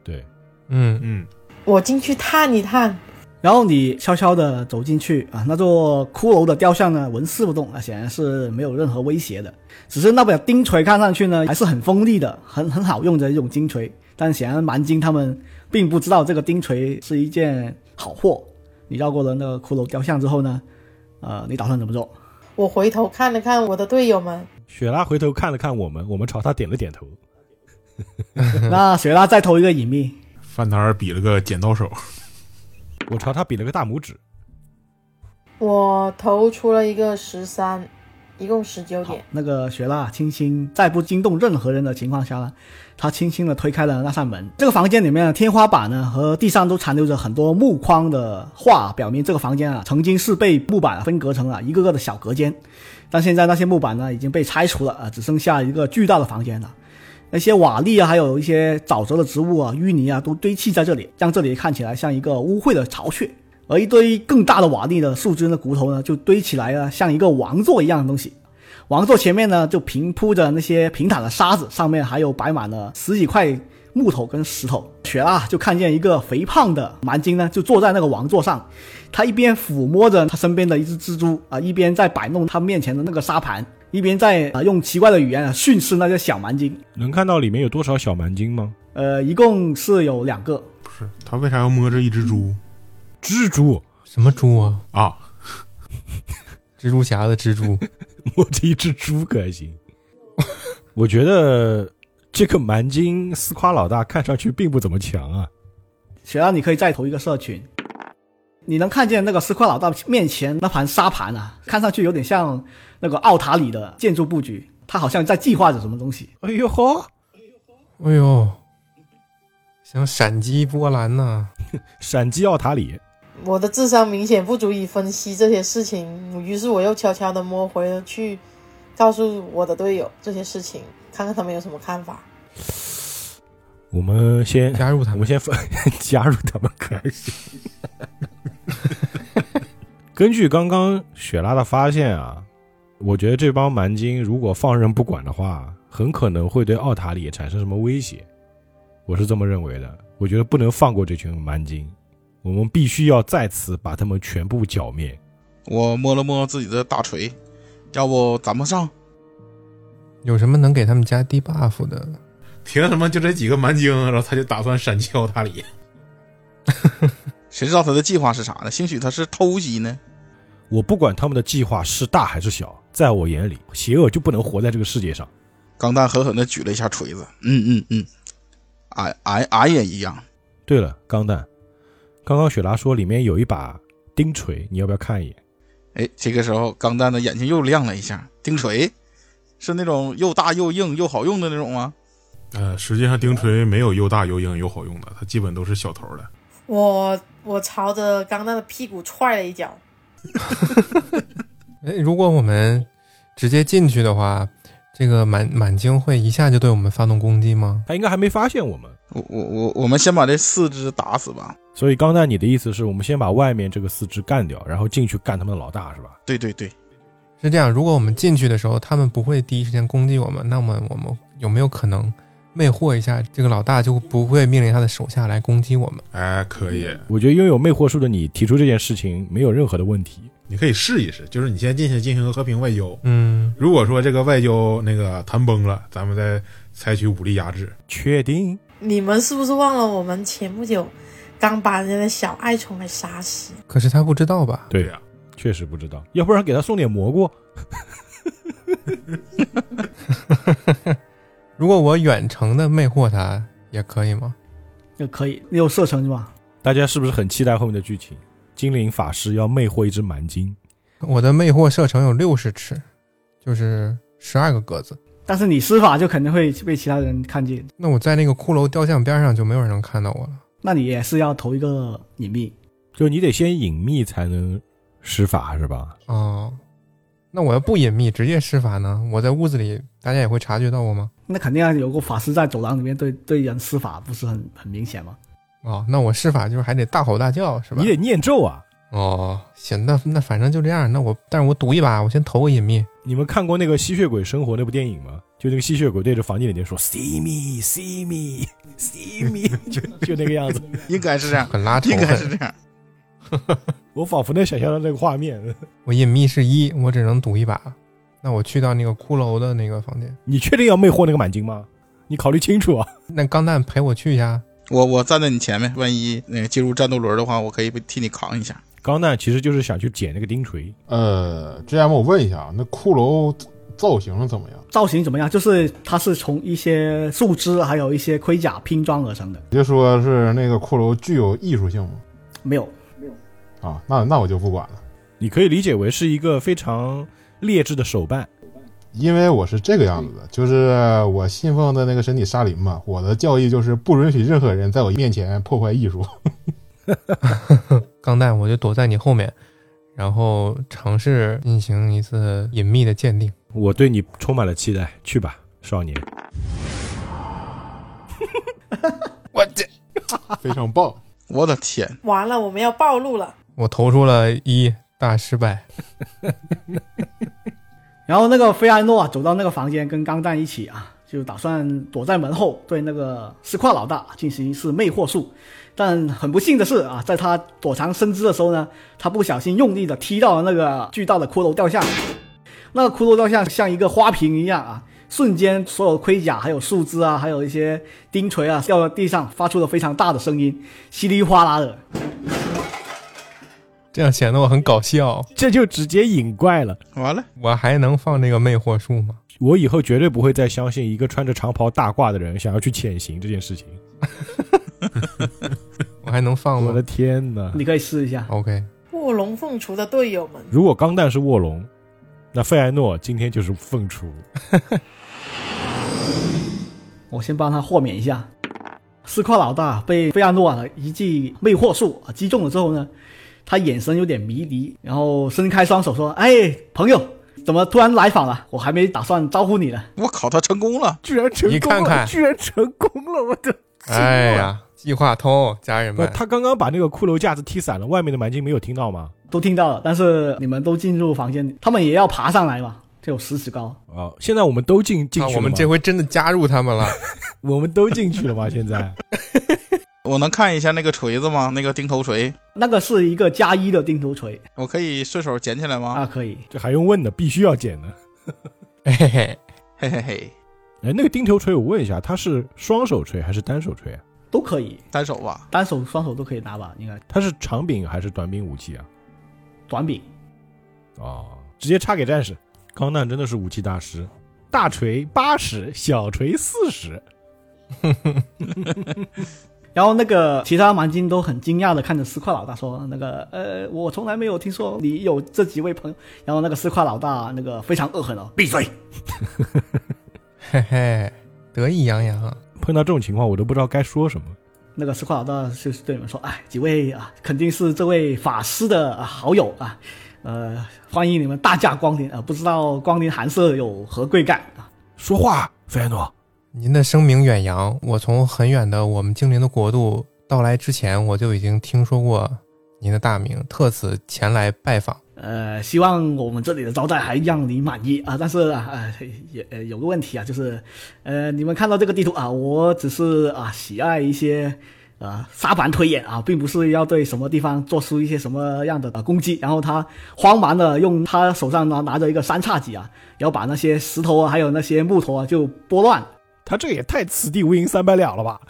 [SPEAKER 2] 对，
[SPEAKER 5] 嗯，
[SPEAKER 4] 嗯，
[SPEAKER 6] 我进去探一探，
[SPEAKER 1] 然后你悄悄地走进去啊，那座骷髅的雕像呢，纹丝不动啊，显然是没有任何威胁的。只是那把钉锤看上去呢，还是很锋利的，很很好用的一种金锤。但显然蛮金他们并不知道这个钉锤是一件好货。你绕过了那个骷髅雕像之后呢，呃，你打算怎么做？
[SPEAKER 6] 我回头看了看我的队友们，
[SPEAKER 2] 雪拉回头看了看我们，我们朝他点了点头。
[SPEAKER 1] (laughs) 那雪拉再投一个隐秘，
[SPEAKER 4] 范达尔比了个剪刀手，
[SPEAKER 2] 我朝他比了个大拇指。
[SPEAKER 6] 我投出了一个十三，一共十九
[SPEAKER 1] 好
[SPEAKER 6] 点。，
[SPEAKER 1] 那个雪拉轻轻在不惊动任何人的情况下呢，他轻轻地推开了那扇门。这个房间里面的天花板呢和地上都残留着很多木框的画，表明这个房间啊曾经是被木板分隔成了一个个的小隔间，但现在那些木板呢已经被拆除了啊，只剩下一个巨大的房间了。那些瓦砾啊，还有一些沼泽的植物啊、淤泥啊，都堆砌在这里，让这里看起来像一个污秽的巢穴。而一堆更大的瓦砾的树枝的骨头呢，就堆起来了，啊像一个王座一样的东西。王座前面呢，就平铺着那些平坦的沙子，上面还有摆满了十几块木头跟石头。雪拉就看见一个肥胖的蛮精呢，就坐在那个王座上，他一边抚摸着他身边的一只蜘蛛啊，一边在摆弄他面前的那个沙盘，一边在啊用奇怪的语言啊训斥那些小蛮精。
[SPEAKER 2] 能看到里面有多少小蛮精吗？
[SPEAKER 1] 呃，一共是有两个，
[SPEAKER 4] 不是他为啥要摸着一只猪
[SPEAKER 2] 蜘蛛 (laughs)
[SPEAKER 5] 什么猪啊？
[SPEAKER 7] 嗯
[SPEAKER 4] 啊？
[SPEAKER 5] 蜘蛛侠的蜘蛛。
[SPEAKER 2] 摸着一只猪可还行。我觉得这个蛮精斯夸老大看上去并不怎么强啊。
[SPEAKER 1] 雪拉你可以再投一个社群，你能看见那个斯科老道面前那盘沙盘啊，看上去有点像那个奥塔里的建筑布局，他好像在计划着什么东西。
[SPEAKER 2] (laughs) 哎呦呵，
[SPEAKER 5] 哎呦，想闪击波澜呐、
[SPEAKER 2] 闪击奥塔里，
[SPEAKER 6] 我的智商明显不足以分析这些事情，于是我又悄悄地摸回了去，告诉我的队友这些事情，看看他们有什么看法。
[SPEAKER 2] 我们先
[SPEAKER 5] 加入他
[SPEAKER 2] 啊我
[SPEAKER 5] 们
[SPEAKER 2] 们。先分 (laughs) 加入他们可以。 (laughs) 根据刚刚雪拉的发现啊，我觉得这帮蛮精如果放任不管的话，很可能会对奥塔里产生什么威胁。我是这么认为的，我觉得不能放过这群蛮精，我们必须要再次把他们全部剿灭。
[SPEAKER 3] 我摸了摸自己的大锤，要不咱们上？
[SPEAKER 5] 有什么能给他们加 debuff 的？
[SPEAKER 4] 凭什么就这几个蛮精，然后他就打算闪击奥塔里？
[SPEAKER 3] 谁知道他的计划是啥呢？兴许他是偷袭呢。
[SPEAKER 2] 我不管他们的计划是大还是小，在我眼里，邪恶就不能活在这个世界上。
[SPEAKER 3] 钢蛋狠狠地举了一下锤子，嗯嗯嗯，俺俺俺也一样。
[SPEAKER 2] 对了，钢蛋，刚刚雪拉说里面有一把钉锤，你要不要看一眼？
[SPEAKER 3] 哎，这个时候钢蛋的眼睛又亮了一下，钉锤是那种又大又硬又好用的那种吗？
[SPEAKER 4] 呃，实际上钉锤没有又大又硬又好用的，它基本都是小头的。
[SPEAKER 6] 我我朝着钢蛋的屁股踹了一脚，
[SPEAKER 5] 哎，如果我们直接进去的话，这个满满精会一下就对我们发动攻击吗？
[SPEAKER 2] 他应该还没发现我们。
[SPEAKER 3] 我我我，我们先把这四只打死吧。
[SPEAKER 2] 所以钢蛋，你的意思是我们先把外面这个四只干掉，然后进去干他们的老大是吧？
[SPEAKER 3] 对对对，
[SPEAKER 5] 是这样，如果我们进去的时候，他们不会第一时间攻击我们，那么我们有没有可能魅惑一下这个老大，就不会命令他的手下来攻击我们？
[SPEAKER 4] 哎，可
[SPEAKER 7] 嗯
[SPEAKER 4] 以，
[SPEAKER 2] 我觉得拥有魅惑术的你提出这件事情没有任何的问题。
[SPEAKER 4] 你可以试一试，就是你先进去进行和平外交。
[SPEAKER 5] 嗯，
[SPEAKER 4] 如果说这个外交那个谈崩了，咱们再采取武力压制。
[SPEAKER 2] 确定？
[SPEAKER 6] 你们是不是忘了我们前不久刚把人家的小爱宠给杀死？
[SPEAKER 5] 可是他不知道吧？
[SPEAKER 2] 对
[SPEAKER 4] 呀、
[SPEAKER 2] 确实不知道，要不然给他送点蘑菇。
[SPEAKER 5] 如果我远程的魅惑他，也可以吗？
[SPEAKER 1] 就可以，你有射程是吧？
[SPEAKER 2] 大家是不是很期待后面的剧情？精灵法师要魅惑一只蛮精，
[SPEAKER 5] 我的魅惑射程有六十尺，就是十二个格子。
[SPEAKER 1] 但是你施法就肯定会被其他人看见，
[SPEAKER 5] 那我在那个骷髅雕像边上就没有人能看到我了。
[SPEAKER 1] 那你也是要投一个隐秘。
[SPEAKER 2] 就是你得先隐秘才能施法是吧？
[SPEAKER 5] 哦，那我要不隐秘直接施法呢？我在屋子里，大家也会察觉到我吗？
[SPEAKER 1] 那肯定要有个法师在走廊里面对对人施法，不是很很明显吗？
[SPEAKER 5] 哦，那我施法就是还得大吼大叫是吧
[SPEAKER 2] 你？得念咒啊！
[SPEAKER 5] 哦，行，那那反正就这样。那我，但是我赌一把，我先投个隐秘。
[SPEAKER 2] 你们看过那个《吸血鬼生活》那部电影吗？就那个吸血鬼对着房间里面说 “see me, see me, see (laughs) me”，就就那个样子。
[SPEAKER 3] 应该是这
[SPEAKER 5] (laughs)
[SPEAKER 3] 样，
[SPEAKER 5] 很拉仇
[SPEAKER 3] 应该是
[SPEAKER 5] 恨。
[SPEAKER 3] 这样。
[SPEAKER 2] 我仿佛能想象到那个画面。
[SPEAKER 5] 我隐秘是一，我只能赌一把。那我去到那个骷髅的那个房间，
[SPEAKER 2] 你确定要魅惑那个满精吗？你考虑清楚啊！
[SPEAKER 5] 那钢蛋陪我去一下。
[SPEAKER 3] 我我站在你前面，万一那个进入战斗轮的话，我可以替你扛一下。
[SPEAKER 2] 钢蛋其实就是想去捡那个钉锤，
[SPEAKER 7] 呃，GM，我问一下，那骷髅造型怎么样？
[SPEAKER 1] 造型怎么样？就是它是从一些树枝还有一些盔甲拼装而成的，
[SPEAKER 7] 你就说是那个骷髅具有艺术性吗？
[SPEAKER 1] 没有
[SPEAKER 7] 啊，那那我就不管了，
[SPEAKER 2] 你可以理解为是一个非常劣质的手办。
[SPEAKER 7] 因为我是这个样子的，就是我信奉的那个神体沙林嘛，我的教义就是不允许任何人在我面前破坏艺
[SPEAKER 4] (laughs)
[SPEAKER 7] 术。
[SPEAKER 5] 钢蛋，我就躲在你后面，然后尝试进行一次隐秘的鉴定。
[SPEAKER 2] 我对你充满了期待，去吧，少年。
[SPEAKER 5] 我这
[SPEAKER 7] 非常棒。
[SPEAKER 3] 我的天，
[SPEAKER 6] 完了，我们要暴露了！
[SPEAKER 5] 我投出了一大失败。
[SPEAKER 1] 然后那个菲安诺啊，走到那个房间，跟钢蛋一起啊，就打算躲在门后对那个石块老大进行一次魅惑术。但很不幸的是啊，在他躲藏身姿的时候呢，他不小心用力的踢到了那个巨大的骷髅雕像。那个骷髅雕像像一个花瓶一样啊，瞬间所有盔甲、还有树枝啊，还有一些钉锤啊掉到地上，发出了非常大的声音，稀里哗啦的。
[SPEAKER 5] 这样显得我很搞笑。
[SPEAKER 2] 这就直接引怪了。
[SPEAKER 3] 完了，
[SPEAKER 5] 我还能放这个魅惑术吗？
[SPEAKER 2] 我以后绝对不会再相信一个穿着长袍大褂的人想要去潜行这件事情。
[SPEAKER 5] 我还能放
[SPEAKER 2] 我
[SPEAKER 5] 吗
[SPEAKER 2] 的天哪！
[SPEAKER 1] 你可以试一下。
[SPEAKER 5] ？OK，
[SPEAKER 6] 卧龙凤雏的队友们，
[SPEAKER 2] 如果钢弹是卧龙，那费艾诺今天就是凤雏。
[SPEAKER 1] 我先帮他豁免一下。斯夸老大被费亚诺啊一记魅惑术啊击中了之后呢，他眼神有点迷离，然后伸开双手说：“哎，朋友，怎么突然来访了？我还没打算招呼你呢。
[SPEAKER 3] 我靠，他成功了！
[SPEAKER 2] 居然成功了，
[SPEAKER 5] 你看看
[SPEAKER 2] 居然成功了，我的！
[SPEAKER 5] 哎呀，计划通，家人
[SPEAKER 2] 不，
[SPEAKER 5] 们，
[SPEAKER 2] 他刚刚把那个骷髅架子踢散了，外面的蛮鲸没有听到吗？”
[SPEAKER 1] 都听到了，但是你们都进入房间，他们也要爬上来嘛，就有十尺高。
[SPEAKER 2] 啊，现在我们都进进
[SPEAKER 5] 啊
[SPEAKER 2] 去了吗、
[SPEAKER 5] 我们这回真的加入他
[SPEAKER 2] (laughs)
[SPEAKER 5] 们了。
[SPEAKER 2] 我们都进去了
[SPEAKER 5] (laughs)
[SPEAKER 2] 吗？现在
[SPEAKER 3] 我能看一下那个锤子吗？那个钉头锤，
[SPEAKER 1] 那个是一个加一的钉头锤
[SPEAKER 3] 我可以顺手捡起来吗？
[SPEAKER 1] 啊，可以。
[SPEAKER 2] 这还用问呢？必须要捡的。
[SPEAKER 5] 嘿嘿嘿，
[SPEAKER 3] 嘿嘿嘿，
[SPEAKER 2] 哎，那个钉头锤，我问一下，它是双手锤还是单手锤啊？
[SPEAKER 1] 都可以，
[SPEAKER 3] 单手吧。
[SPEAKER 1] 单手、双手都可以拿吧，应该
[SPEAKER 2] 它是长柄还是短柄武器啊？
[SPEAKER 1] 短柄。
[SPEAKER 2] 哦，直接插给战士。钢弹真的是武器大师，大锤八十，小锤四十。
[SPEAKER 1] 然后那个其他蛮鲸都很惊讶的看着斯夸老大说：“那个呃，我从来没有听说你有这几位朋友。”然后那个斯夸老大那个非常恶狠哦，闭嘴！
[SPEAKER 5] 嘿嘿，得意洋洋啊！
[SPEAKER 2] 碰到这种情况，我都不知道该说什么。
[SPEAKER 1] 那个斯夸老大就是对你们说：“哎，几位啊，肯定是这位法师的、啊好友啊，呃，欢迎你们大驾光临啊、不知道光临寒舍有何贵干啊？
[SPEAKER 2] 说话，费安诺。
[SPEAKER 5] 您的声名远扬，我从很远的我们精灵的国度到来之前，我就已经听说过您的大名，特此前来拜访。
[SPEAKER 1] 呃，希望我们这里的招待还让你满意啊。但是啊，呃也呃有个问题啊，就是，呃，你们看到这个地图啊，我只是啊喜爱一些呃沙盘推演啊，并不是要对什么地方做出一些什么样的、呃、攻击。然后他慌忙的用他手上拿拿着一个三叉戟啊，然后把那些石头啊，还有那些木头啊就拨乱。
[SPEAKER 2] 他这也太此地无银三百两了吧？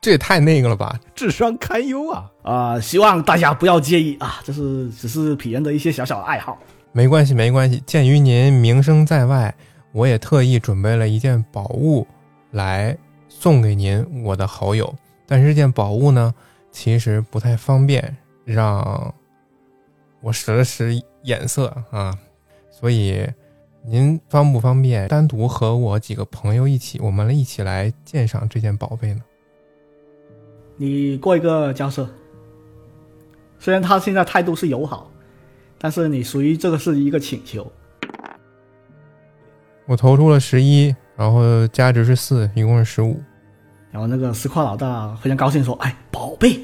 [SPEAKER 5] 这也太那个了吧？
[SPEAKER 2] 智商堪忧啊！
[SPEAKER 1] 啊、希望大家不要介意啊，这是只是鄙人的一些小小的爱好。
[SPEAKER 5] 没关系，没关系。鉴于您名声在外，我也特意准备了一件宝物来送给您，我的好友。但是这件宝物呢，其实不太方便，让我使了使眼色啊，所以您方不方便单独和我几个朋友一起，我们一起来鉴赏这件宝贝呢？
[SPEAKER 1] 你过一个交涉。虽然他现在态度是友好，但是你属于这个是一个请求。
[SPEAKER 5] 我投出了十一，然后加值是四，一共是十五。
[SPEAKER 1] 然后那个石块老大非常高兴说：“哎，宝贝，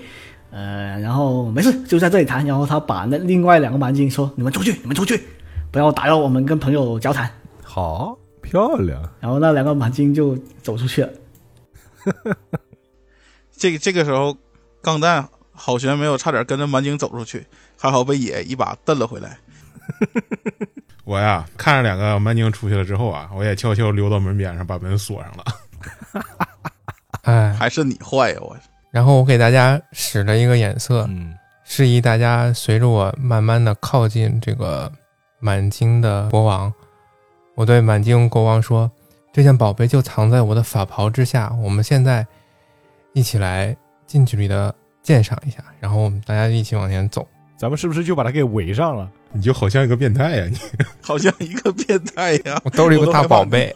[SPEAKER 1] 呃，然后没事，就在这里谈。”然后他把那另外两个蛮鲸说：“你们出去，你们出去，不要打扰我们跟朋友交谈。
[SPEAKER 2] 好漂亮，”
[SPEAKER 1] 然后那两个蛮鲸就走出去了。
[SPEAKER 3] 这个这个时候，钢蛋好悬没有差点跟着蛮鲸走出去，还好被野一把蹬了回来。
[SPEAKER 4] 我呀，看着两个蛮宁出去了之后啊，我也悄悄溜到门边上，把门锁上了。
[SPEAKER 5] 哎，
[SPEAKER 3] 还是你坏呀！我
[SPEAKER 5] 然后我给大家使了一个眼色，
[SPEAKER 2] 嗯，
[SPEAKER 5] 示意大家随着我慢慢的靠近这个满京的国王。我对满京国王说：“这件宝贝就藏在我的法袍之下，我们现在一起来近距离的鉴赏一下。”然后我们大家一起往前走。
[SPEAKER 2] 咱们是不是就把他给围上了？
[SPEAKER 4] (laughs) 你就好像一个变态呀、你
[SPEAKER 3] 好像一个变态呀！
[SPEAKER 5] 我兜里有个大宝贝，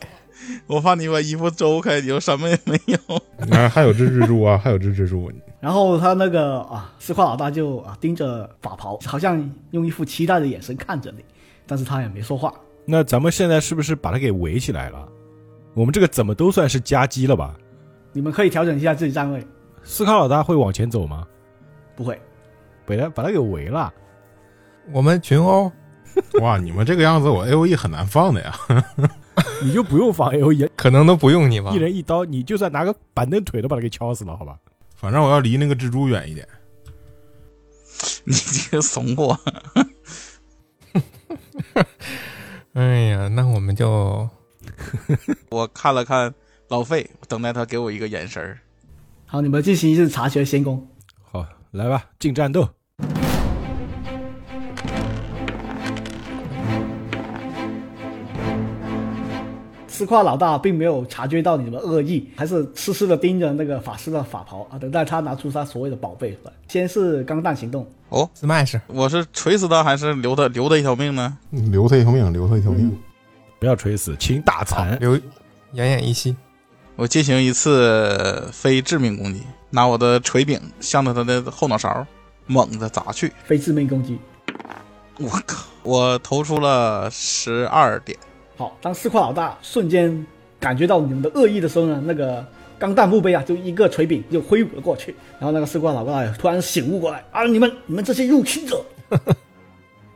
[SPEAKER 3] 我怕你把衣服周开，你就什么也没 (laughs) 有。
[SPEAKER 4] (laughs) 啊，还有只蜘蛛啊，还有只蜘蛛，
[SPEAKER 1] 然后他那个啊，石块老大就啊盯着法袍，好像用一副期待的眼神看着你，但是他也没说话。
[SPEAKER 2] 那咱们现在是不是把他给围起来了？我们这个怎么都算是夹击了吧？
[SPEAKER 1] 你们可以调整一下自己站位，
[SPEAKER 2] 斯卡老大会往前走吗？
[SPEAKER 1] 不会。
[SPEAKER 2] 把他把他给围了，
[SPEAKER 5] 我们群殴。
[SPEAKER 4] 哇，你们这个样子，我 A O E 很难放的呀。
[SPEAKER 2] 你就不用防 A O (laughs) E，
[SPEAKER 5] 可能都不用你吧
[SPEAKER 2] 一，人一刀，你就算拿个板凳腿都把他给敲死了，好吧？
[SPEAKER 4] 反正我要离那个蜘蛛远一点。
[SPEAKER 3] 你这个怂货！
[SPEAKER 5] 哎呀，那我们就
[SPEAKER 3] 我看了看老费，等待他给我一个眼神儿。
[SPEAKER 1] 好，你们进行一次察觉先攻。
[SPEAKER 2] 好，来吧，进战斗。
[SPEAKER 1] 丝袜老大并没有察觉到你的恶意，还是痴痴的盯着那个法师的法袍啊，等待他拿出他所谓的宝贝出来。先是钢弹行动，
[SPEAKER 5] ，smash，
[SPEAKER 3] 我是锤死他还是留他留他一条命呢？
[SPEAKER 7] 留他一条命，留他一条
[SPEAKER 4] 嗯
[SPEAKER 7] 命。
[SPEAKER 2] 不要垂死，请打残。
[SPEAKER 5] 留奄奄一息，
[SPEAKER 3] 我进行一次非致命攻击，拿我的锤柄向着他的后脑勺猛地砸去。
[SPEAKER 1] 非致命攻击。
[SPEAKER 3] 我靠！我投出了十二点，
[SPEAKER 1] 好，当四块老大瞬间感觉到你们的恶意的时候呢，那个钢弹墓碑啊，就一个锤柄就挥舞了过去，然后那个四块老大突然醒悟过来啊，你们你们这些入侵者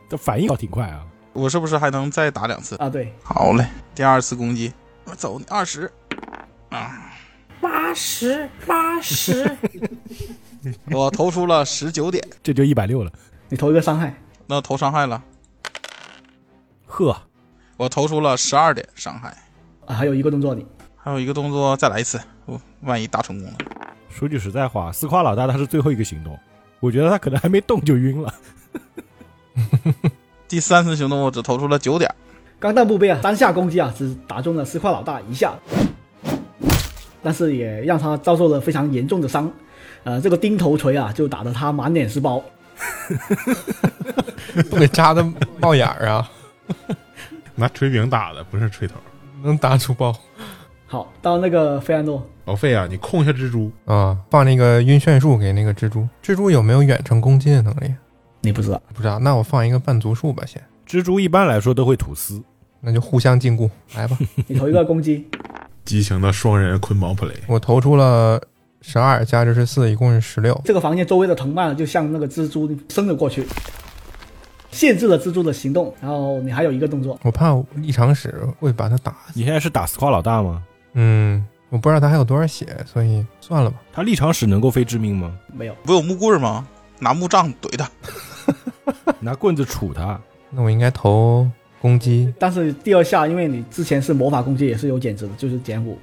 [SPEAKER 2] 这反应倒挺快啊，
[SPEAKER 3] 我是不是还能再打两次？
[SPEAKER 1] 啊，对，
[SPEAKER 3] 好嘞，第二次攻击，我走你二十啊！
[SPEAKER 6] 八十八 (laughs) 十，
[SPEAKER 3] 我投出了十九点，
[SPEAKER 2] 这就一百六了。
[SPEAKER 1] 你投一个伤害，
[SPEAKER 3] (laughs) 那投伤害了，
[SPEAKER 2] 呵，
[SPEAKER 3] 我投出了十二点伤害，
[SPEAKER 1] 啊，还有一个动作你
[SPEAKER 3] 还有一个动作再来一次，我万一打成功了。
[SPEAKER 2] 说句实在话，丝瓜老大他是最后一个行动，我觉得他可能还没动就晕了。
[SPEAKER 3] 第三次行动我只投出了九点，
[SPEAKER 1] 钢弹墓碑啊，三下攻击啊，只打中了四块老大一下，但是也让他遭受了非常严重的伤。呃，这个钉头锤啊，就打得他满脸是包。
[SPEAKER 5] 都给扎的冒眼儿啊，
[SPEAKER 4] 拿锤柄打的，不是锤头。
[SPEAKER 5] 能打出包
[SPEAKER 1] 好，到那个费安诺，
[SPEAKER 4] 老费啊，你控一下蜘蛛，
[SPEAKER 5] 啊！放那个晕眩术给那个蜘蛛，蜘蛛有没有远程攻击的能力？啊
[SPEAKER 1] 你不知道，
[SPEAKER 5] 不知道，那我放一个半足术吧，先，
[SPEAKER 2] 蜘蛛一般来说都会吐丝，
[SPEAKER 5] 那就互相禁锢，来吧，
[SPEAKER 1] 你投一个攻击，
[SPEAKER 4] 激情的双人捆绑 play，
[SPEAKER 5] 我投出了十二加这是四，一共是十六，
[SPEAKER 1] 这个房间周围的藤蔓就像那个蜘蛛伸了过去，限制了蜘蛛的行动。然后你还有一个动作，
[SPEAKER 5] 我怕我一场使会把他打死。
[SPEAKER 2] 你现在是打丝瓜老大吗？
[SPEAKER 5] 嗯，我不知道他还有多少血，所以算了吧。
[SPEAKER 2] 他立场使能够非致命吗？ (laughs)
[SPEAKER 1] 没有，
[SPEAKER 3] 不有木棍吗？拿木杖怼他，
[SPEAKER 2] 拿棍子杵他，
[SPEAKER 5] 那我应该投攻击，
[SPEAKER 1] 但是第二下，因为你之前是魔法攻击，也是有减值的，就是减五。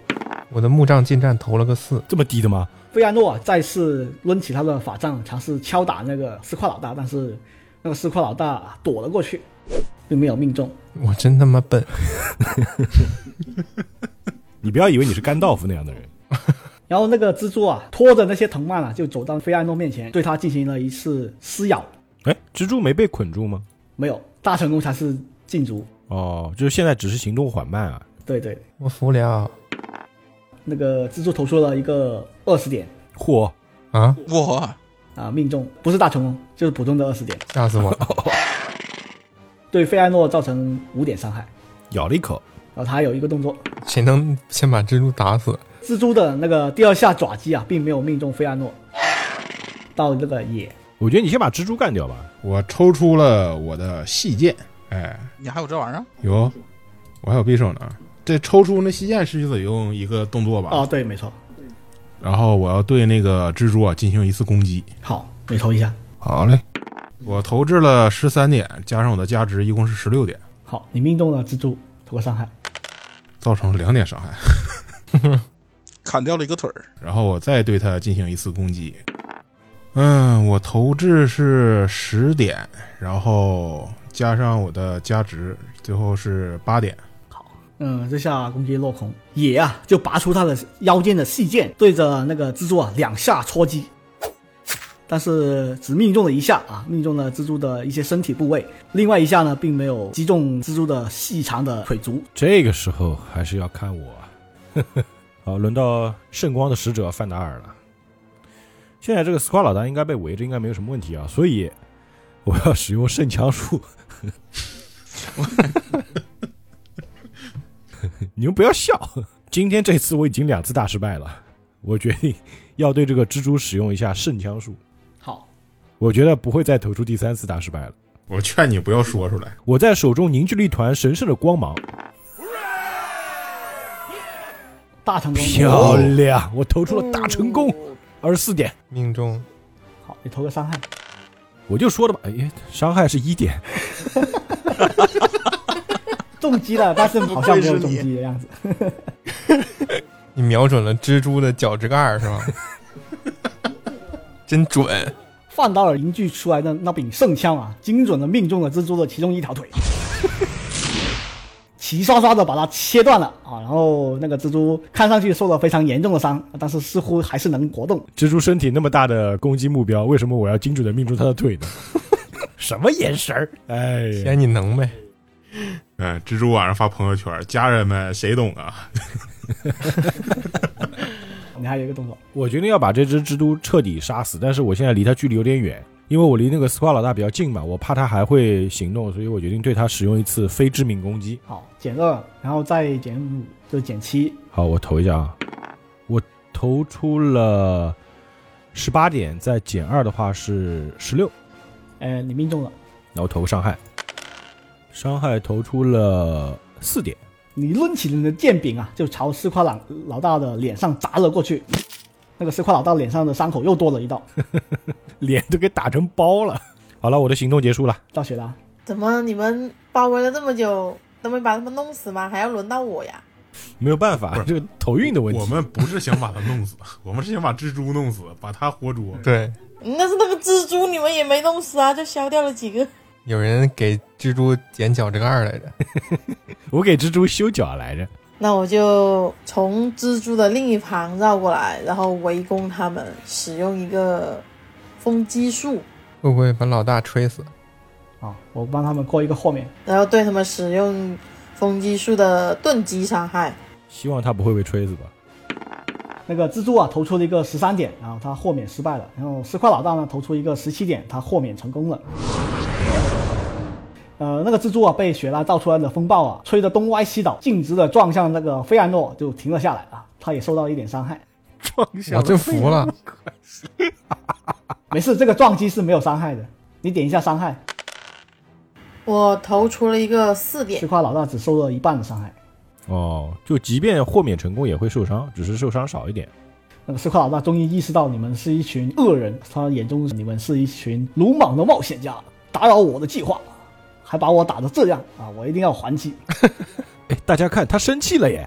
[SPEAKER 5] 我的木杖近战投了个四，
[SPEAKER 2] 这么低的吗？
[SPEAKER 1] 费安诺啊再次抡起他的法杖，尝试敲打那个四块老大，但是那个四块老大啊躲了过去，并没有命中。
[SPEAKER 5] 我真他妈笨。
[SPEAKER 2] 你不要以为你是甘道夫那样的人。
[SPEAKER 1] 然后那个蜘蛛啊，拖着那些藤蔓啊，就走到费安诺面前，对他进行了一次撕咬，
[SPEAKER 2] 哎，蜘蛛没被捆住吗？
[SPEAKER 1] 没有大成功才是禁足。
[SPEAKER 2] 哦，就是现在只是行动缓慢啊。
[SPEAKER 1] 对对，
[SPEAKER 5] 我服了
[SPEAKER 1] 那个蜘蛛投出了一个二十点
[SPEAKER 2] 嚯，
[SPEAKER 5] 啊！
[SPEAKER 3] 哇！
[SPEAKER 1] 啊，命中不是大成功，就是普通的二十点，
[SPEAKER 5] 吓死我了！
[SPEAKER 1] 对费安诺造成五点伤害。
[SPEAKER 2] 咬了一口，
[SPEAKER 1] 然后他还有一个动作，
[SPEAKER 5] 谁能先把蜘蛛打死？
[SPEAKER 1] 蜘蛛的那个第二下爪击啊，并没有命中费安诺。到那个野
[SPEAKER 2] 我觉得你先把蜘蛛干掉吧。
[SPEAKER 7] 我抽出了我的细剑，哎，
[SPEAKER 3] 你还有这玩意儿？
[SPEAKER 4] 有，我还有匕首呢。这抽出那细剑是得用一个动作吧？
[SPEAKER 1] 哦，对，没错，
[SPEAKER 4] 然后我要对那个蜘蛛啊进行一次攻击。
[SPEAKER 1] 好，你投一下。
[SPEAKER 4] 好嘞，我投掷了十三点，加上我的加值，一共是十六点，
[SPEAKER 1] 好，你命中了蜘蛛，投个伤害。
[SPEAKER 4] 造成了两点伤害。
[SPEAKER 3] 砍掉了一个腿儿，
[SPEAKER 4] 然后我再对它进行一次攻击。嗯，我投掷是十点，然后加上我的加值，最后是八点。
[SPEAKER 1] 嗯，这下攻击落空。野啊，就拔出他的腰间的细剑，对着那个蜘蛛啊两下戳击，但是只命中了一下啊，命中了蜘蛛的一些身体部位。另外一下呢，并没有击中蜘蛛的细长的腿足。
[SPEAKER 2] 这个时候还是要看我啊。 (laughs) 好，轮到圣光的使者范达尔了。现在这个斯夸老大应该被围着，应该没有什么问题啊，所以我要使用圣枪术。 (laughs) 你们不要笑，今天这次我已经两次大失败了，我决定要对这个蜘蛛使用一下圣枪术。
[SPEAKER 1] 好，
[SPEAKER 2] 我觉得不会再投出第三次大失败了。
[SPEAKER 4] 我劝你不要说出来。
[SPEAKER 2] 我在手中凝聚了一团神圣的光芒，
[SPEAKER 1] 大
[SPEAKER 2] (laughs)
[SPEAKER 1] 成功。
[SPEAKER 2] 漂亮！我投出了大成功，二十四点。
[SPEAKER 5] 命中，
[SPEAKER 1] 好，你投个伤害。
[SPEAKER 2] 我就说的吧，哎，伤害是一点，
[SPEAKER 1] 中击了，但是好像没有中击的样子。
[SPEAKER 5] 你瞄准了蜘蛛的脚趾盖儿是吧？真准！
[SPEAKER 1] 范达尔凝聚出来的那柄圣枪啊，精准的命中了蜘蛛的其中一条腿。 (laughs) 齐刷刷的把它切断了啊。然后那个蜘蛛看上去受了非常严重的伤，但是似乎还是能活动。
[SPEAKER 2] 蜘蛛身体那么大的攻击目标，为什么我要精准的命中它的腿呢？什么眼神儿？哎呀，
[SPEAKER 5] 嫌你能呗。
[SPEAKER 4] 嗯，蜘蛛晚上发朋友圈，家人们谁懂啊？
[SPEAKER 1] 你还有一个动作，
[SPEAKER 2] 我决定要把这只蜘蛛彻底杀死，但是我现在离它距离有点远，因为我离那个斯夸老大比较近嘛，我怕它还会行动，所以我决定对它使用一次非致命攻击。
[SPEAKER 1] 好，减二，然后再减五，就是减七。
[SPEAKER 2] 好，我投一下啊，我投出了十八点，再减二的话是十六，
[SPEAKER 1] 呃，你命中了，
[SPEAKER 2] 那我投个伤害，伤害投出了四点，
[SPEAKER 1] 你抡起你的剑柄啊，就朝斯夸朗老大的脸上砸了过去。那个斯夸老大脸上的伤口又多了一道，
[SPEAKER 2] 脸都给打成包了。好了，我的行动结束了，
[SPEAKER 1] 到雪了。
[SPEAKER 6] 怎么你们包围了这么久都没把他们弄死吗？还要轮到我呀？
[SPEAKER 2] 没有办法，这个头运的问题。
[SPEAKER 4] 我们不是想把它弄死， (laughs) 我们是想把蜘蛛弄死，把它活 (laughs) 捉。
[SPEAKER 5] 对，
[SPEAKER 6] 那是那个蜘蛛，你们也没弄死啊，就消掉了几个。
[SPEAKER 5] 有人给蜘蛛剪脚趾盖儿来着。 (laughs)
[SPEAKER 2] 我给蜘蛛修脚来着，
[SPEAKER 6] 那我就从蜘蛛的另一旁绕过来，然后围攻他们，使用一个风击术，
[SPEAKER 5] 会不会把老大吹死？
[SPEAKER 1] 啊，我帮他们过一个豁免。
[SPEAKER 6] 然后对他们使用风击术的盾击伤害。
[SPEAKER 2] 希望它不会被吹死吧。
[SPEAKER 1] 那个蜘蛛啊，投出了一个十三点，然后他豁免失败了。然后石块老大呢，投出一个十七点，他豁免成功了。呃，那个蜘蛛啊，被雪拉造出来的风暴啊，吹得东歪西倒，径直的撞向那个费安诺，就停了下来啊。他也受到一点伤害，
[SPEAKER 2] 撞
[SPEAKER 5] 我真服了，
[SPEAKER 1] 没事，这个撞击是没有伤害的。你点一下伤害，
[SPEAKER 6] 我投出了一个四点
[SPEAKER 1] 石，块老大只受了一半的伤害。
[SPEAKER 2] 哦，就即便豁免成功也会受伤，只是受伤少一点。
[SPEAKER 1] 那个石块老大终于意识到你们是一群恶人，他眼中你们是一群鲁莽的冒险家，打扰我的计划，还把我打得这样啊！我一定要还击。
[SPEAKER 2] 哎，大家看，他生气了耶！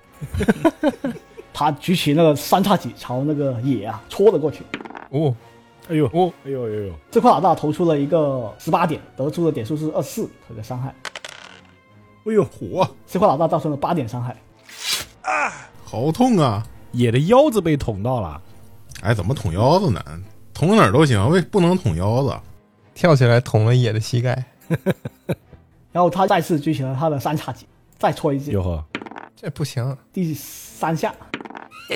[SPEAKER 1] 他举起那个三叉戟朝那个野啊戳了过去。
[SPEAKER 5] 哦，
[SPEAKER 2] 哎呦，
[SPEAKER 5] 哦，
[SPEAKER 2] 哎呦，哎呦，
[SPEAKER 1] 这块老大投出了一个十八点，得出的点数是二四，这个伤害。
[SPEAKER 2] 哎呦，
[SPEAKER 4] 火，
[SPEAKER 1] 这块老大造成了八点伤害，
[SPEAKER 4] 好痛啊！
[SPEAKER 2] 野的腰子被捅到了，
[SPEAKER 4] 哎，怎么捅腰子呢？捅哪儿都行，为不能捅腰子？
[SPEAKER 5] 跳起来捅了野的膝盖，
[SPEAKER 1] 然后他再次举起了他的三叉戟，再戳一记，
[SPEAKER 2] 哟呵，
[SPEAKER 5] 这不行。
[SPEAKER 1] 第三下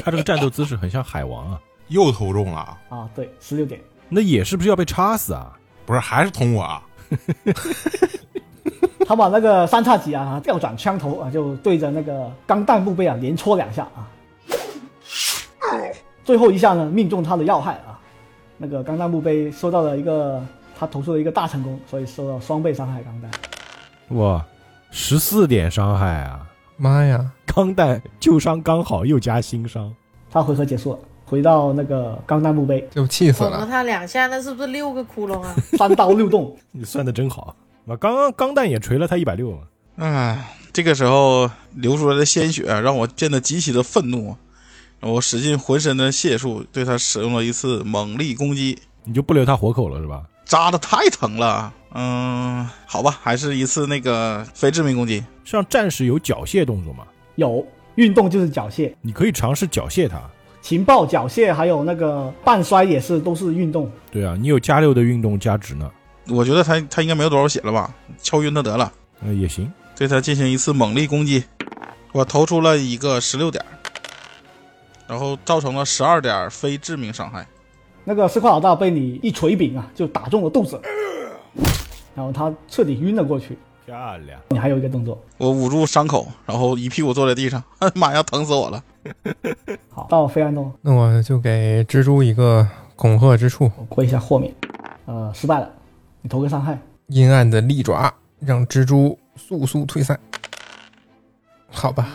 [SPEAKER 2] 他这个战斗姿势很像海王啊。
[SPEAKER 4] 又投中了啊，
[SPEAKER 1] 啊，对，十六点。
[SPEAKER 2] 那野是不是要被插死啊？
[SPEAKER 4] 不是还是捅我啊？
[SPEAKER 1] 他把那个三叉戟啊调转枪头啊，就对着那个钢弹墓碑啊连戳两下啊，最后一下呢命中他的要害啊。那个钢弹墓碑收到了一个他投出了一个大成功，所以受到双倍伤害钢弹。
[SPEAKER 2] 哇，十四点伤害啊！
[SPEAKER 5] 妈呀，
[SPEAKER 2] 钢弹旧伤刚好，又加新伤，
[SPEAKER 1] 他回合结束了，回到那个钢弹墓碑，
[SPEAKER 5] 就气死
[SPEAKER 6] 捅了
[SPEAKER 5] 了！
[SPEAKER 6] 他两下，那是不是六个窟窿啊？
[SPEAKER 1] 三刀六洞。
[SPEAKER 2] 你算的真好。啊，刚刚钢弹也锤了他一百六嘛。
[SPEAKER 3] 唉，这个时候流出来的鲜血啊让我变得极其的愤怒，我使尽浑身的解数对他使用了一次猛力攻击，
[SPEAKER 2] 你就不留他活口了是吧？
[SPEAKER 3] 扎的太疼了。嗯，好吧，还是一次那个非致命攻击。
[SPEAKER 2] 像战士有缴械动作嘛？
[SPEAKER 1] 有运动就是缴械，
[SPEAKER 2] 你可以尝试缴械他。
[SPEAKER 1] 情报缴械，还有那个半摔也是都是运动。
[SPEAKER 2] 对啊，你有加六的运动加值呢，
[SPEAKER 3] 我觉得他他应该没有多少血了吧，敲晕他得了。
[SPEAKER 2] 那也行。
[SPEAKER 3] 对他进行一次猛力攻击，我投出了一个十六点儿，然后造成了十二点儿非致命伤害。
[SPEAKER 1] 那个斯夸老大被你一锤柄啊，就打中了肚子，然后他彻底晕了过去。
[SPEAKER 2] 漂亮，
[SPEAKER 1] 你还有一个动作，
[SPEAKER 3] 我捂住伤口，然后一屁股坐在地上， (laughs) 哎妈呀，疼死我了！
[SPEAKER 1] 好，到菲安诺
[SPEAKER 5] 那我就给蜘蛛一个恐吓之处，
[SPEAKER 1] 我过一下豁免，呃，失败了，你投个伤害，
[SPEAKER 5] 阴暗的利爪让蜘蛛速速退散。好吧，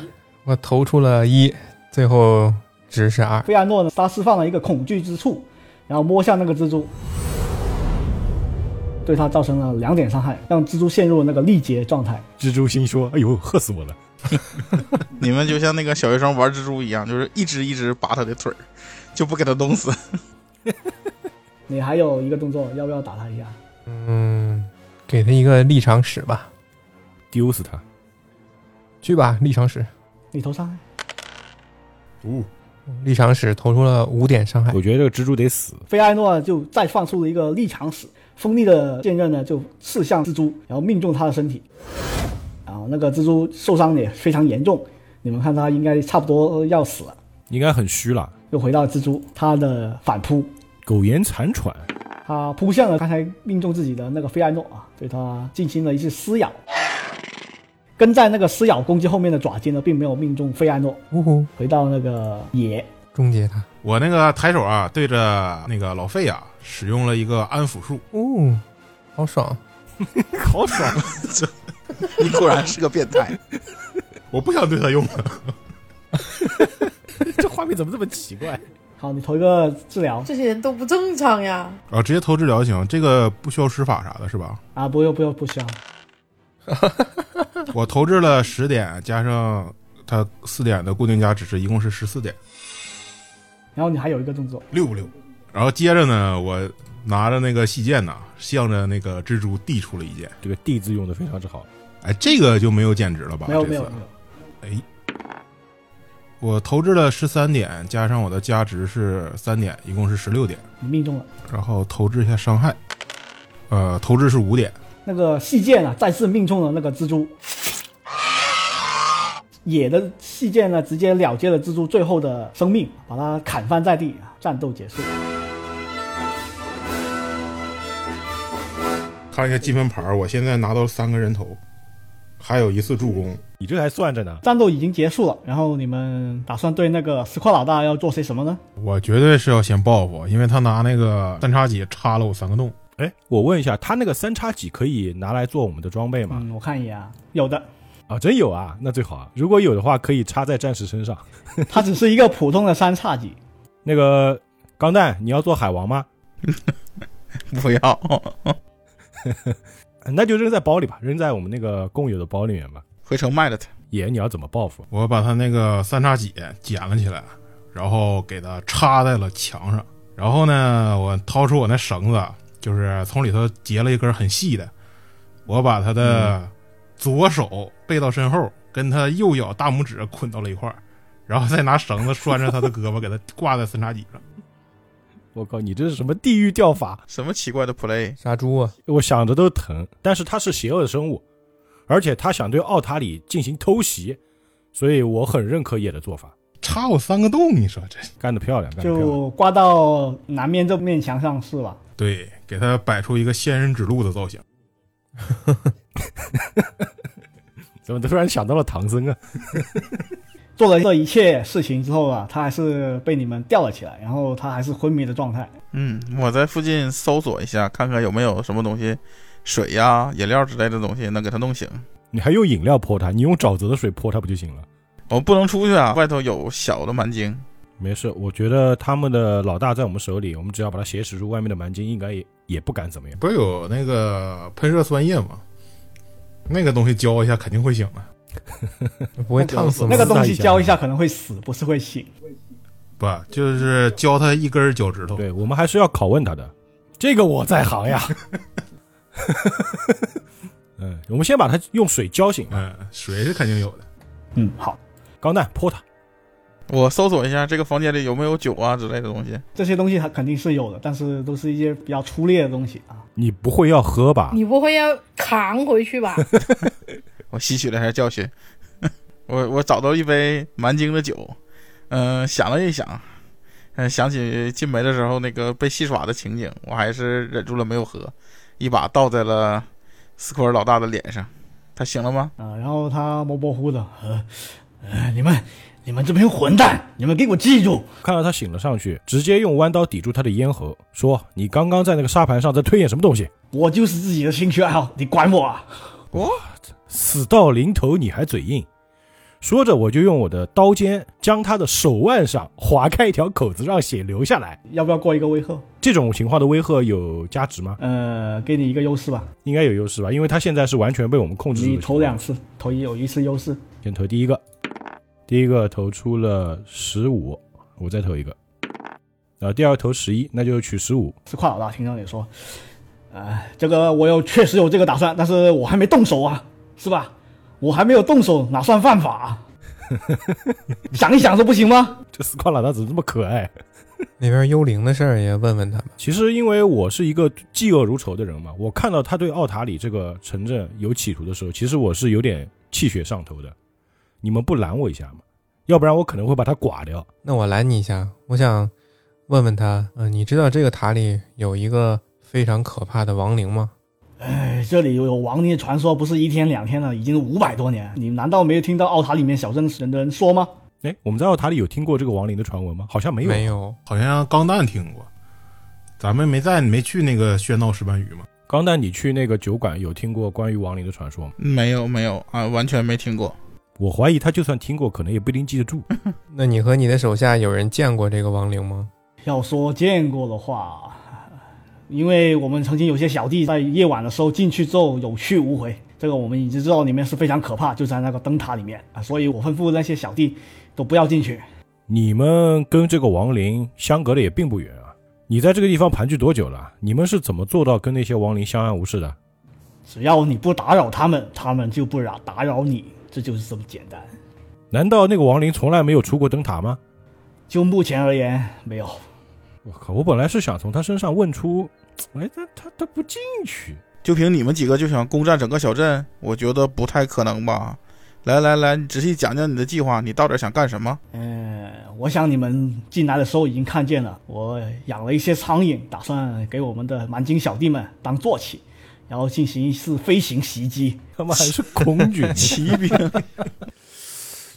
[SPEAKER 5] 我投出了一，最后值是二。
[SPEAKER 1] 菲安诺呢，他释放了一个恐惧之触，然后摸向那个蜘蛛，对他造成了两点伤害，让蜘蛛陷入那个力竭状态。
[SPEAKER 2] 蜘蛛心说：“哎呦，吓死我了
[SPEAKER 3] 你们就像那个小学生玩蜘蛛一样，就是一只一只拔他的腿儿，就不给他弄死。
[SPEAKER 1] 你还有一个动作，要不要打他一下？
[SPEAKER 5] 嗯，给他一个立场使吧。！”
[SPEAKER 2] 丢死他，
[SPEAKER 5] 去吧，立长史。
[SPEAKER 1] 你头上
[SPEAKER 4] 哦，
[SPEAKER 5] 立长史投出了五点伤害，
[SPEAKER 2] 我觉得这个蜘蛛得死，
[SPEAKER 1] 菲埃诺就再放出了一个立长矢，锋利的剑刃呢就刺向蜘蛛，然后命中他的身体。然后那个蜘蛛受伤也非常严重，你们看他应该差不多要死了。
[SPEAKER 2] 应该很虚了。
[SPEAKER 1] 又回到蜘蛛，他的反扑，
[SPEAKER 2] 苟延残喘，
[SPEAKER 1] 他扑向了刚才命中自己的那个菲埃诺啊，对他进行了一次撕咬。跟在那个撕咬攻击后面的爪尖呢，并没有命中菲埃诺。
[SPEAKER 5] 呜呼，
[SPEAKER 1] 回到那个野，
[SPEAKER 5] 终结他。
[SPEAKER 4] 我那个抬手啊，对着那个老费啊，使用了一个安抚术。
[SPEAKER 5] 哦，好爽！
[SPEAKER 2] 好爽！ (laughs)
[SPEAKER 3] 你果然是个变态。
[SPEAKER 4] 我不想对他用了，
[SPEAKER 2] 这画面怎么这么奇怪？
[SPEAKER 1] 好，你投一个治疗
[SPEAKER 6] 这些人都不正常 (laughs) 呀！
[SPEAKER 4] 啊，直接投治疗就行，这个不需要施法啥的，是 (laughs) 吧？
[SPEAKER 1] 啊，不用不用不需要，
[SPEAKER 4] 我投掷了十点，加上他四点的固定加指示，一共是十四点，
[SPEAKER 1] 然后你还有一个动作，
[SPEAKER 4] 六不六？然后接着呢，我拿着那个细剑呐，向着那个蜘蛛递出了一剑。
[SPEAKER 2] 这个 D 字用的非常之好，
[SPEAKER 4] 哎，这个就没有剑指了吧？
[SPEAKER 1] 没有
[SPEAKER 4] 这次
[SPEAKER 1] 没有没有，
[SPEAKER 4] 我投掷了十三点，加上我的加值是三点，一共是十六点。
[SPEAKER 1] 你命中了。
[SPEAKER 4] 然后投掷一下伤害，呃，投掷是五点。
[SPEAKER 1] 那个细剑啊，再次命中了那个蜘蛛。野的细剑呢，直接了结了蜘蛛最后的生命，把它砍翻在地啊！战斗结束。
[SPEAKER 4] 看一下积分牌，我现在拿到三个人头，还有一次助攻。
[SPEAKER 2] 你这还算着呢。
[SPEAKER 1] 战斗已经结束了，然后你们打算对那个石块老大要做些什么呢？
[SPEAKER 4] 我绝对是要先报复，因为他拿那个三叉戟插了我三个洞。
[SPEAKER 2] 哎，我问一下，他那个三叉戟可以拿来做我们的装备吗？
[SPEAKER 1] 嗯，我看一眼啊，有的，
[SPEAKER 2] 啊，真有啊，那最好啊。如果有的话，可以插在战士身上。
[SPEAKER 1] 它只是一个普通的三叉戟，
[SPEAKER 2] 那个钢蛋，你要做海王吗？
[SPEAKER 3] (laughs) 不要，
[SPEAKER 2] 嗯那就扔在包里吧，扔在我们那个共有的包里面吧。
[SPEAKER 3] 回城卖了它。
[SPEAKER 2] 野，你要怎么报复？
[SPEAKER 4] 我把他那个三叉戟捡了起来，然后给他插在了墙上。然后呢，我掏出我那绳子，就是从里头截了一根很细的，我把他的左手背到身后，跟他右脚大拇指捆到了一块儿，然后再拿绳子拴着他的胳膊，给他挂在三叉戟上。
[SPEAKER 2] 我靠，你这是什么地狱钓法？
[SPEAKER 3] 什么奇怪的 play？
[SPEAKER 5] 杀猪啊！
[SPEAKER 2] 我想着都疼。但是它是邪恶的生物，而且它想对奥塔里进行偷袭，所以我很认可野的做法，
[SPEAKER 4] 插我三个洞，你说这
[SPEAKER 2] 干得漂亮，干得漂亮。
[SPEAKER 1] 就刮到南面这面墙上是吧？
[SPEAKER 4] 对，给他摆出一个仙人指路的造型。
[SPEAKER 2] 怎么突然想到了唐僧啊？
[SPEAKER 1] 做了这一切事情之后啊，他还是被你们吊了起来，然后他还是昏迷的状态。
[SPEAKER 3] 嗯，我在附近搜索一下，看看有没有什么东西，水呀、饮料之类的东西能给它弄醒。
[SPEAKER 2] 你还用饮料泼它，你用沼泽的水泼它不就行了？
[SPEAKER 3] 我不能出去啊，外头有小的蛮鲸。
[SPEAKER 2] 没事，我觉得他们的老大在我们手里，我们只要把他挟持住，外面的蛮鲸应该也也不敢怎么样。
[SPEAKER 4] 不是有那个喷射酸液吗？那个东西浇一下肯定会醒的。
[SPEAKER 5] 不会烫死吗？
[SPEAKER 1] 那个
[SPEAKER 2] 动
[SPEAKER 1] 东西浇一下可能会死，不是会醒。
[SPEAKER 4] 不，就是教他一根脚趾头。
[SPEAKER 2] 对我们还是要拷问他的，哦这个我在行呀。 (laughs) 嗯，我们先把他用水浇醒，
[SPEAKER 4] 嗯，水是肯定有的。
[SPEAKER 1] 嗯，好，
[SPEAKER 2] 钢蛋泼他。
[SPEAKER 3] 我搜索一下这个房间里有没有酒啊之类的东西。
[SPEAKER 1] 这些东西它肯定是有的，但是都是一些比较粗劣的东西啊。
[SPEAKER 2] 你不会要喝吧？
[SPEAKER 6] 你不会要扛回去吧？
[SPEAKER 3] 我吸取了一下教训，我我找到一杯蛮鲸的酒，嗯、想了一想，嗯、想起进门的时候那个被戏耍的情景，我还是忍住了没有喝，一把倒在了斯库尔老大的脸上。他醒了吗？
[SPEAKER 1] 啊、然后他模模糊糊的，呃，呃，你们，你们这群混蛋，你们给我记住，
[SPEAKER 2] 看到他醒了上去，直接用弯刀抵住他的咽喉，说：“你刚刚在那个沙盘上在推演什么东西？
[SPEAKER 1] 我就是自己的兴趣爱好，你管我啊！
[SPEAKER 2] 死到临头你还嘴硬。”说着，我就用我的刀尖将他的手腕上划开一条口子，让血流下来。
[SPEAKER 1] 要不要过一个威吓？
[SPEAKER 2] 这种情况的威吓有加值吗？
[SPEAKER 1] 呃，给你一个优势吧，
[SPEAKER 2] 应该有优势吧，因为他现在是完全被我们控制住的
[SPEAKER 1] 你
[SPEAKER 2] 情况。
[SPEAKER 1] 投两次，投一有一次优势，
[SPEAKER 2] 先投第一个，第一个投出了十五，我再投一个，啊，第二个投十一，那就取十五。
[SPEAKER 1] 是跨老大听到你说，哎呃，这个我有确实有这个打算，但是我还没动手啊，是吧？我还没有动手，哪算犯法？啊想一想说不行吗？
[SPEAKER 2] 这斯夸拉达怎么这么可爱？
[SPEAKER 5] 那边幽灵的事儿也问问他们。
[SPEAKER 2] 其实因为我是一个嫉恶如仇的人嘛，我看到他对奥塔里这个城镇有企图的时候，其实我是有点气血上头的。你们不拦我一下吗？要不然我可能会把他剐掉。
[SPEAKER 5] 那我拦你一下，我想问问他，嗯、你知道这个塔里有一个非常可怕的亡灵吗？
[SPEAKER 1] 哎，这里有亡灵的传说，不是一天两天了，已经五百多年。你难道没有听到奥塔里面小镇人的人说吗？
[SPEAKER 2] 哎，我们在奥塔里有听过这个亡灵的传闻吗？好像没有。
[SPEAKER 5] 没有，
[SPEAKER 4] 好像钢蛋听过，咱们没在，你没去那个喧闹石斑鱼吗？
[SPEAKER 2] 刚才你去那个酒馆有听过关于亡灵的传说吗？
[SPEAKER 3] 没有没有啊，完全没听过。
[SPEAKER 2] 我怀疑他就算听过，可能也不一定记得住。
[SPEAKER 5] 那你和你的手下有人见过这个亡灵吗？
[SPEAKER 1] 要说见过的话，因为我们曾经有些小弟在夜晚的时候进去之后有去无回，这个我们已经知道里面是非常可怕，就在那个灯塔里面啊，所以我吩咐那些小弟都不要进去。
[SPEAKER 2] 你们跟这个亡灵相隔的也并不远啊。你在这个地方盘踞多久了？你们是怎么做到跟那些亡灵相安无事的？
[SPEAKER 1] 只要你不打扰他们，他们就不打打扰你，这就是这么简单。
[SPEAKER 2] 难道那个亡灵从来没有出过灯塔吗？
[SPEAKER 1] 就目前而言，没有。
[SPEAKER 2] 我靠！我本来是想从他身上问出，哎，他他他不进去，
[SPEAKER 3] 就凭你们几个就想攻占整个小镇，我觉得不太可能吧？来来来，你仔细讲讲你的计划，你到底想干什么？
[SPEAKER 1] 嗯，我想你们进来的时候已经看见了，我养了一些苍蝇，打算给我们的蛮荆小弟们当坐骑，然后进行一次飞行袭击。
[SPEAKER 2] 他妈还是恐惧
[SPEAKER 3] 骑兵，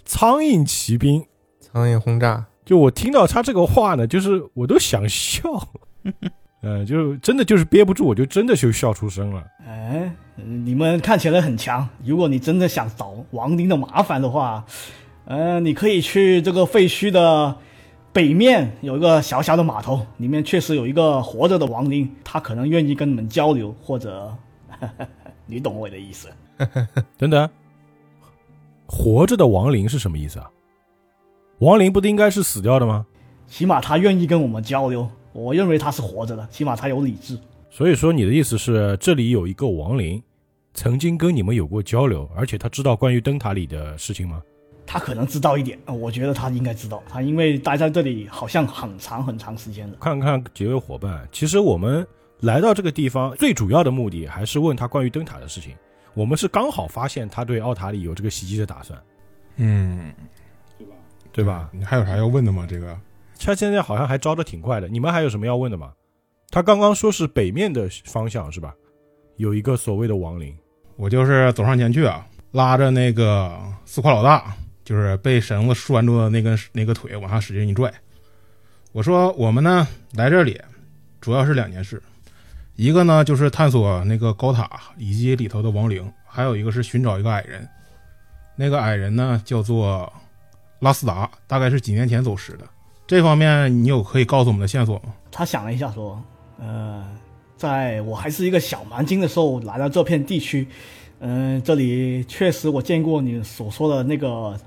[SPEAKER 2] 苍蝇骑兵。
[SPEAKER 5] 苍蝇轰炸，
[SPEAKER 2] 就我听到他这个话呢，就是我都想笑， (laughs) 呃，就真的就是憋不住，我就真的就笑出声了。
[SPEAKER 1] 哎，嗯你们看起来很强，如果你真的想找亡灵的麻烦的话，呃，你可以去这个废墟的北面有一个小小的码头，里面确实有一个活着的亡灵，他可能愿意跟你们交流，或者， (laughs) 你懂我的意思。
[SPEAKER 2] 等等，活着的亡灵是什么意思啊？亡灵不都应该是死掉的吗？
[SPEAKER 1] 起码他愿意跟我们交流，我认为他是活着的，起码他有理智。
[SPEAKER 2] 所以说你的意思是，这里有一个亡灵，曾经跟你们有过交流，而且他知道关于灯塔里的事情吗？
[SPEAKER 1] 他可能知道一点，我觉得他应该知道，他因为待在这里好像很长很长时间了。
[SPEAKER 2] 看看几位伙伴，啊其实我们来到这个地方最主要的目的还是问他关于灯塔的事情。我们是刚好发现他对奥塔里有这个袭击的打算，
[SPEAKER 4] 嗯，
[SPEAKER 2] 对吧？
[SPEAKER 4] 你还有啥要问的吗？这个
[SPEAKER 2] 他现在好像还招的挺快的。你们还有什么要问的吗？他刚刚说是北面的方向是吧？有一个所谓的亡灵，
[SPEAKER 4] 我就是走上前去啊，拉着那个四块老大，就是被绳子拴住的那根那个腿往下使劲一拽。我说我们呢来这里，主要是两件事，一个呢就是探索那个高塔以及里头的亡灵，还有一个是寻找一个矮人。那个矮人呢叫做拉斯达，大概是几年前走失的。这方面你有可以告诉我们的线索吗？
[SPEAKER 1] 他想了一下说：“呃，在我还是一个小蛮精的时候来到这片地区，嗯、这里确实我见过你所说的那个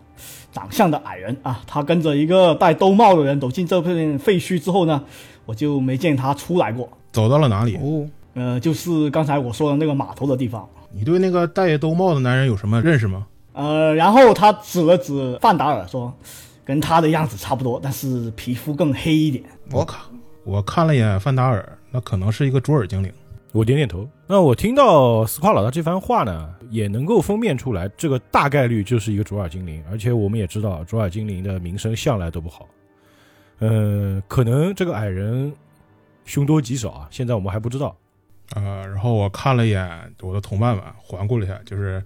[SPEAKER 1] 长相的矮人啊，他跟着一个戴兜帽的人走进这片废墟之后呢，我就没见他出来过。
[SPEAKER 4] 走到了哪里？
[SPEAKER 3] (laughs) (laughs) 哦，
[SPEAKER 1] 呃，就是刚才我说的那个码头的地方。
[SPEAKER 4] 你对那个戴兜帽的男人有什么认识吗？
[SPEAKER 1] 呃，然后他指了指范达尔说，跟他的样子差不多，但是皮肤更黑一点。
[SPEAKER 3] 我靠，
[SPEAKER 4] 我看了一眼范达尔，那可能是一个卓尔精灵。
[SPEAKER 2] 我点点头。那我听到斯夸老大这番话呢，也能够分辨出来，这个大概率就是一个卓尔精灵。而且我们也知道，卓尔精灵的名声向来都不好。呃，可能这个矮人凶多吉少啊，现在我们还不知道。
[SPEAKER 4] 呃，然后我看了一眼我的同伴们，环顾了一下，就是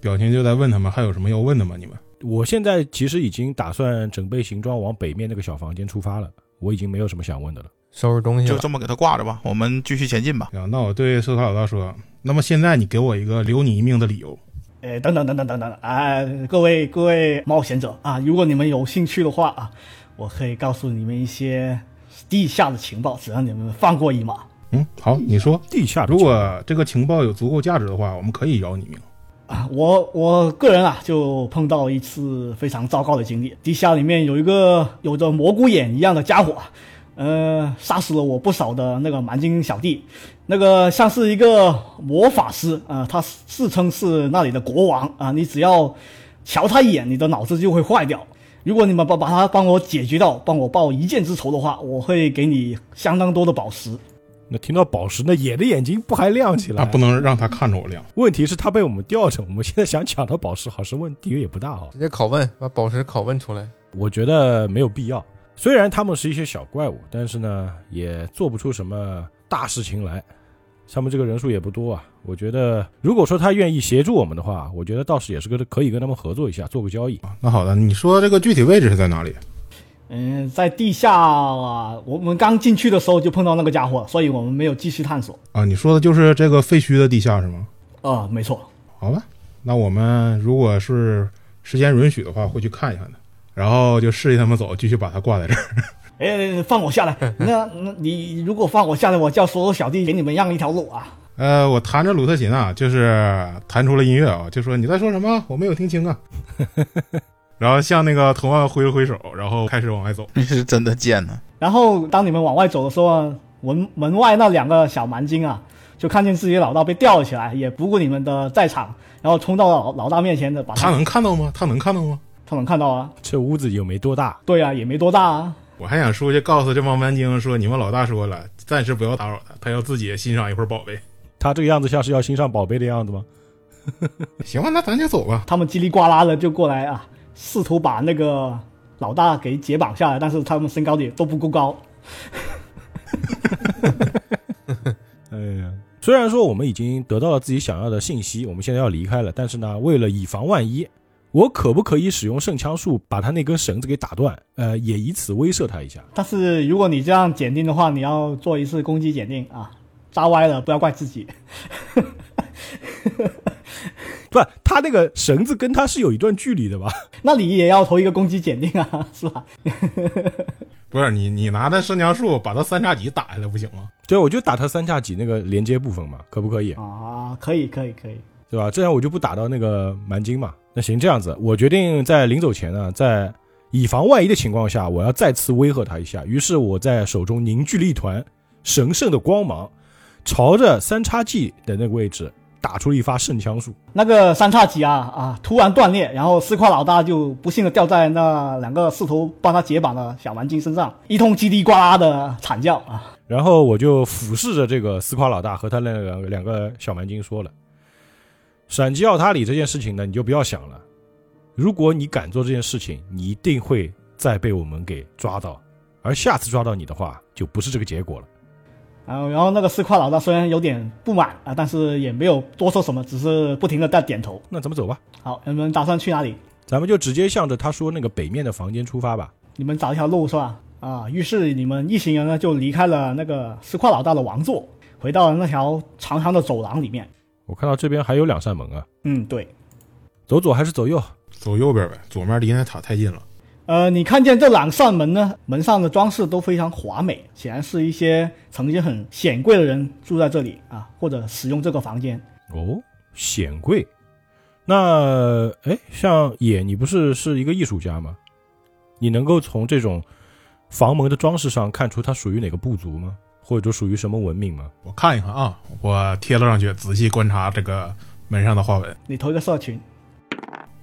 [SPEAKER 4] 表情就在问他们还有什么要问的吗？你们
[SPEAKER 2] 我现在其实已经打算整备行装往北面那个小房间出发了，我已经没有什么想问的了。
[SPEAKER 5] 收拾东西
[SPEAKER 3] 就
[SPEAKER 5] 了。
[SPEAKER 3] 这么给他挂着吧，我们继续前进吧。
[SPEAKER 4] 啊？那我对斯卡老大说，那么现在你给我一个留你一命的理由。
[SPEAKER 1] 呃，等等等等等等啊、各位各位冒险者啊，如果你们有兴趣的话啊，我可以告诉你们一些地下的情报，只让你们放过一马。
[SPEAKER 4] 嗯，好，你说，
[SPEAKER 2] 地下的
[SPEAKER 4] 如果这个情报有足够价值的话，我们可以饶你命。
[SPEAKER 1] 啊， (laughs) 我我个人啊，就碰到一次非常糟糕的经历。地下里面有一个有着蘑菇眼一样的家伙，啊呃，杀死了我不少的那个蛮精小弟，那个像是一个魔法师啊、呃他自称是那里的国王啊、你只要瞧他一眼，你的脑子就会坏掉。如果你们把把他帮我解决掉，帮我报一箭之仇的话，我会给你相当多的宝石。
[SPEAKER 2] 那听到宝石，那野的眼啊睛不还亮起来？
[SPEAKER 4] 那不能让他看着我亮。
[SPEAKER 2] 问题是他被我们吊着，我们现在想抢到宝石，好像问题也不大哦。
[SPEAKER 5] 直接拷问，把宝石拷问出来。
[SPEAKER 2] 我觉得没有必要。虽然他们是一些小怪物，但是呢，也做不出什么大事情来。他们这个人数也不多啊，我觉得如果说他愿意协助我们的话，我觉得倒是也是个可以跟他们合作一下，做个交易。
[SPEAKER 4] 啊那好的，你说这个具体位置是在哪里？
[SPEAKER 1] 嗯，在地下、啊，我们刚进去的时候就碰到那个家伙了，所以我们没有继续探索。
[SPEAKER 4] 啊，你说的就是这个废墟的地下是吗？
[SPEAKER 1] 啊、没错，
[SPEAKER 4] 好吧，那我们如果是时间允许的话，会去看一看的，然后就示意他们走，继续把它挂在这儿。 (laughs)
[SPEAKER 1] 哎，放我下来！那那你如果放我下来，我叫所有小弟给你们让一条路啊！
[SPEAKER 4] 呃，我弹着鲁特琴啊，就是弹出了音乐啊，就说你在说什么？我没有听清啊。 (laughs) 然后向那个同伴挥了挥手，然后开始往外走。
[SPEAKER 3] 你 (laughs) 是真的贱呢、
[SPEAKER 1] 然后当你们往外走的时候啊，门门外那两个小蛮精啊，就看见自己的老大被吊起来，也不顾你们的在场，然后冲到老老大面前的，把
[SPEAKER 4] 他
[SPEAKER 1] 他
[SPEAKER 4] 能看到吗？他能看到吗？
[SPEAKER 1] 他能看到啊？
[SPEAKER 2] 这屋子又没多大，
[SPEAKER 1] 对啊，也没多大啊。
[SPEAKER 4] 我还想出去告诉这帮班精说，你们老大说了，暂时不要打扰他，他要自己欣赏一会儿宝贝。 (laughs)
[SPEAKER 2] 他这个样子像是要欣赏宝贝的样子吗？
[SPEAKER 4] 行吧，那咱就走吧。
[SPEAKER 1] 他们叽里呱啦的就过来啊，试图把那个老大给解绑下来，但是他们身高也都不够高。
[SPEAKER 2] 哎呀，虽然说我们已经得到了自己想要的信息，我们现在要离开了，但是呢，为了以防万一，我可不可以使用圣枪术把他那根绳子给打断？呃，也以此威慑他一下。
[SPEAKER 1] 但是如果你这样检定的话，你要做一次攻击检定啊，扎歪了不要怪自己。
[SPEAKER 2] 不，他那个绳子跟他是有一段距离的吧？ (laughs)
[SPEAKER 1] 那你也要投一个攻击检定啊， (laughs) 是吧？
[SPEAKER 4] 不是你，你拿着圣枪术把他三叉戟打下来不行吗？
[SPEAKER 2] 对，我就打他三下戟那个连接部分嘛，可不可以？
[SPEAKER 1] 啊，可以可以可以，
[SPEAKER 2] 对吧？这样我就不打到那个蛮金嘛。那行，这样子，我决定在临走前呢，在以防万一的情况下，我要再次威吓他一下。于是我在手中凝聚了一团神圣的光芒，朝着三叉戟的那个位置打出了一发圣枪术。
[SPEAKER 1] 那个三叉戟啊啊，突然断裂，然后四块老大就不幸的掉在那两个试图帮他解绑的小蛮精身上，一通叽里呱啦的惨叫啊！
[SPEAKER 2] 然后我就俯视着这个斯夸老大和他那两个两个小蛮精说了：“闪击奥塔里这件事情呢，你就不要想了。如果你敢做这件事情，你一定会再被我们给抓到。而下次抓到你的话，就不是这个结果了。
[SPEAKER 1] 然后然后那个四块老大虽然有点不满啊，但是也没有多说什么，只是不停的在点头。
[SPEAKER 2] 那咱们走吧，
[SPEAKER 1] 好，你们打算去哪里？
[SPEAKER 2] 咱们就直接向着他说那个北面的房间出发吧。
[SPEAKER 1] 你们找一条路是吧？啊，于是你们一行人呢就离开了那个石块老大的王座，回到了那条长长的走廊里面。
[SPEAKER 2] 我看到这边还有两扇门啊，
[SPEAKER 1] 嗯，对，
[SPEAKER 2] 走左还是走右？
[SPEAKER 4] 走右边呗，左面离那塔太近了。
[SPEAKER 1] 呃，你看见这两扇门呢，门上的装饰都非常华美，显然是一些曾经很显贵的人住在这里啊，或者使用这个房间。
[SPEAKER 2] 哦，显贵。那哎，像野，你不是是一个艺术家吗？你能够从这种房门的装饰上看出它属于哪个部族吗？或者说属于什么文明吗？
[SPEAKER 4] 我看一看啊，我贴了上去，仔细观察这个门上的花纹。
[SPEAKER 1] 你投一个社群，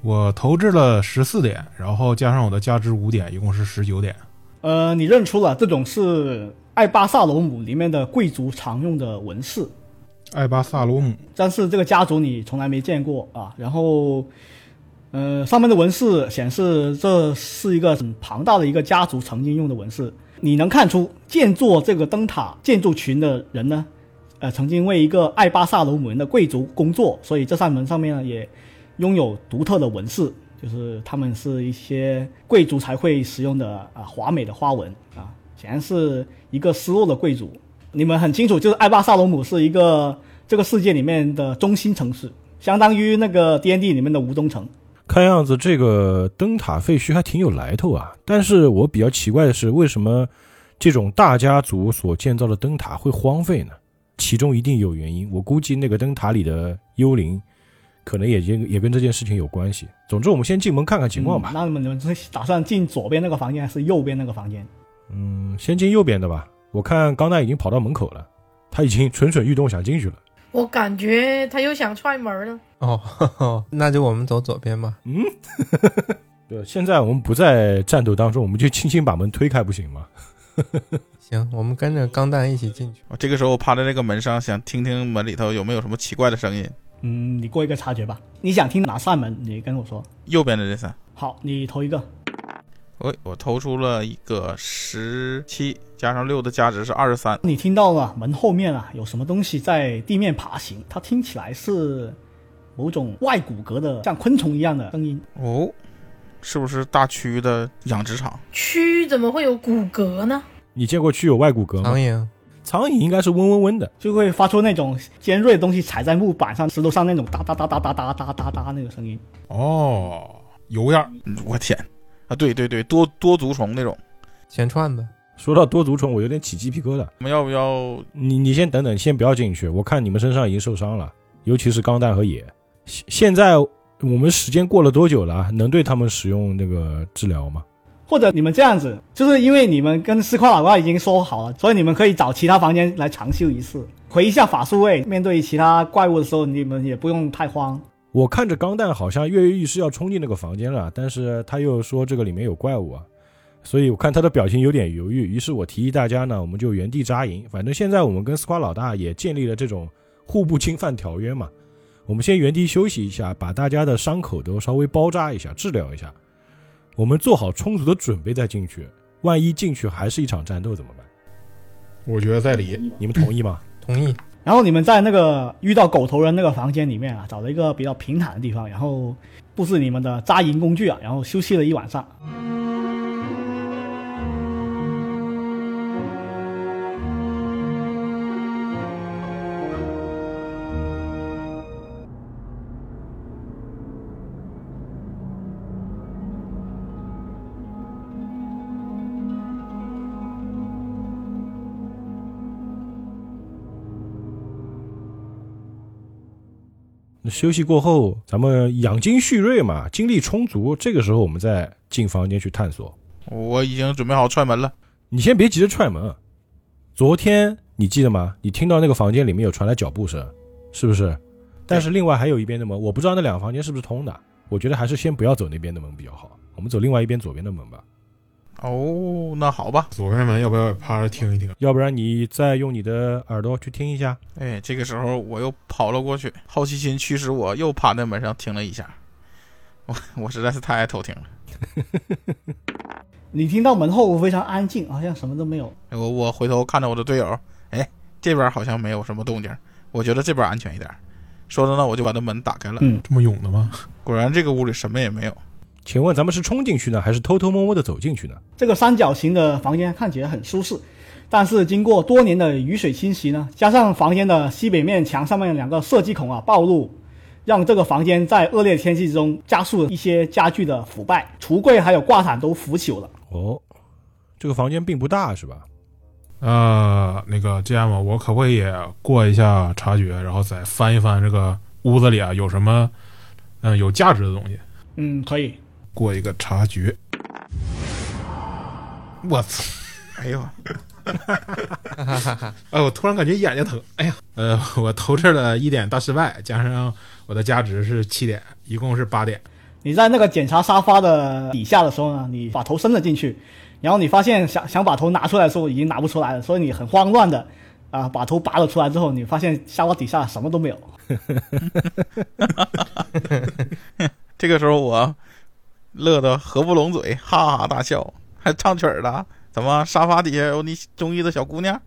[SPEAKER 4] 我投掷了十四点，然后加上我的加值五点，一共是十九点。
[SPEAKER 1] 呃，你认出了这种是艾巴萨罗姆里面的贵族常用的纹饰，
[SPEAKER 4] 艾巴萨罗姆，
[SPEAKER 1] 但是这个家族你从来没见过啊。然后，呃，上面的纹饰显示这是一个很庞大的一个家族曾经用的纹饰。你能看出建作这个灯塔建筑群的人呢，呃，曾经为一个艾巴萨罗姆人的贵族工作，所以这扇门上面呢也拥有独特的纹饰，就是他们是一些贵族才会使用的啊华美的花纹啊，显然是一个失落的贵族。你们很清楚，就是艾巴萨罗姆是一个这个世界里面的中心城市，相当于那个 D N D 里面的吴中城。
[SPEAKER 2] 看样子这个灯塔废墟还挺有来头啊。但是我比较奇怪的是，为什么这种大家族所建造的灯塔会荒废呢？其中一定有原因。我估计那个灯塔里的幽灵，可能也也也跟这件事情有关系。总之，我们先进门看看情况吧
[SPEAKER 1] 嗯。那你们你们是打算进左边那个房间还是右边那个房间？
[SPEAKER 2] 嗯嗯，先进右边的吧。我看钢蛋已经跑到门口了，他已经蠢蠢欲动想进去了。
[SPEAKER 6] 我感觉他又想踹门了。
[SPEAKER 5] 哦，呵呵 (laughs) 那就我们走左边吧。
[SPEAKER 2] 嗯， (laughs) 对，现在我们不在战斗当中，我们就轻轻把门推开，不行吗？
[SPEAKER 5] 行，我们跟着钢蛋一起进去。
[SPEAKER 3] 我这个时候我趴在这个门上，想听听门里头有没有什么奇怪的声音。
[SPEAKER 1] 嗯，你过一个察觉吧。你想听哪扇门？你跟我说。
[SPEAKER 3] 右边的这三，
[SPEAKER 1] 好，你投一个。
[SPEAKER 3] 喂，我投出了一个十七，加上六的价值是二十三。
[SPEAKER 1] 你听到了门后面啊有什么东西在地面爬行，它听起来是某种外骨骼的像昆虫一样的声音。
[SPEAKER 3] 哦，是不是大区的养殖场？
[SPEAKER 6] 蛆怎么会有骨骼呢？
[SPEAKER 2] 你见过蛆有外骨骼
[SPEAKER 5] 苍
[SPEAKER 2] 吗？
[SPEAKER 5] 蝇，
[SPEAKER 2] 苍蝇应该是嗡嗡嗡的。
[SPEAKER 1] 就会发出那种尖锐的东西踩在木板上、石头上那种哒哒哒哒哒哒哒哒哒那个声音。
[SPEAKER 4] 哦，有样儿，
[SPEAKER 3] 嗯我天！啊，对对对，多多足虫那种。
[SPEAKER 5] 钱串子，
[SPEAKER 2] 说到多足虫，我有点起鸡皮疙瘩。
[SPEAKER 3] 我们要不要
[SPEAKER 2] 你你先等等，先不要进去。我看你们身上已经受伤了，尤其是钢弹和野。现现在我们时间过了多久了？能对他们使用那个治疗吗？
[SPEAKER 1] 或者你们这样子，就是因为你们跟四块老怪已经说好了，所以你们可以找其他房间来长修一次，回一下法术位。面对其他怪物的时候，你们也不用太慌。
[SPEAKER 2] 我看着钢蛋好像跃跃欲试要冲进那个房间了，啊但是他又说这个里面有怪物啊，所以我看他的表情有点犹豫。于是我提议大家呢，我们就原地扎营。反正现在我们跟斯夸老大也建立了这种互不侵犯条约嘛，我们先原地休息一下，把大家的伤口都稍微包扎一下，治疗一下。我们做好充足的准备再进去，万一进去还是一场战斗怎么办？
[SPEAKER 4] 我觉得在理。
[SPEAKER 2] 你们同意吗？
[SPEAKER 5] 同意。
[SPEAKER 1] 然后你们在那个遇到狗头人那个房间里面啊，找了一个比较平坦的地方，然后布置你们的扎营工具啊，然后休息了一晚上。
[SPEAKER 2] 那休息过后，咱们养精蓄锐嘛，精力充足，这个时候我们再进房间去探索。
[SPEAKER 3] 我已经准备好踹门了。
[SPEAKER 2] 你先别急着踹门。啊昨天你记得吗？你听到那个房间里面有传来脚步声，是不是？但是另外还有一边的门，我不知道那两个房间是不是通的。我觉得还是先不要走那边的门比较好，我们走另外一边左边的门吧。
[SPEAKER 3] 哦，那好吧。
[SPEAKER 4] 左边门要不要趴着听一听？
[SPEAKER 2] 要不然你再用你的耳朵去听一下。
[SPEAKER 3] 哎，这个时候我又跑了过去，好奇心驱使我又趴在门上听了一下。我我实在是太爱偷听了。
[SPEAKER 1] 你听到门后非常安静，好像什么都没有。
[SPEAKER 3] 我我回头看着我的队友，哎，这边好像没有什么动静，我觉得这边安全一点。说着呢，我就把这门打开了。
[SPEAKER 1] 嗯
[SPEAKER 4] 这么勇的吗？
[SPEAKER 3] 果然这个屋里什么也没有。
[SPEAKER 2] 请问咱们是冲进去呢，还是偷偷摸摸的走进去呢？
[SPEAKER 1] 这个三角形的房间看起来很舒适，但是经过多年的雨水侵袭呢，加上房间的西北面墙上面两个射击孔啊暴露，让这个房间在恶劣天气之中加速了一些家具的腐败，橱柜还有挂毯都腐朽了。
[SPEAKER 2] 哦，这个房间并不大是吧？
[SPEAKER 4] 呃，那个这样吧，我可不可以过一下察觉，然后再翻一翻这个屋子里啊有什么嗯、有价值的东西？
[SPEAKER 1] 嗯，可以。
[SPEAKER 4] 过一个察觉。我操！
[SPEAKER 3] 哎呦，
[SPEAKER 4] (laughs) 哎，我突然感觉眼睛疼。哎呀，呃， (laughs) 我投掷了一点大失败，加上我的价值是七点，一共是八点。
[SPEAKER 1] 你在那个检查沙发的底下的时候呢，你把头伸了进去，然后你发现想想把头拿出来的时候已经拿不出来了，所以你很慌乱的啊把头拔了出来之后，你发现沙发底下什么都没有。
[SPEAKER 3] 这个时候我乐得合不拢嘴，哈哈大笑，还唱曲儿了。怎么沙发底下有你中意的小姑娘？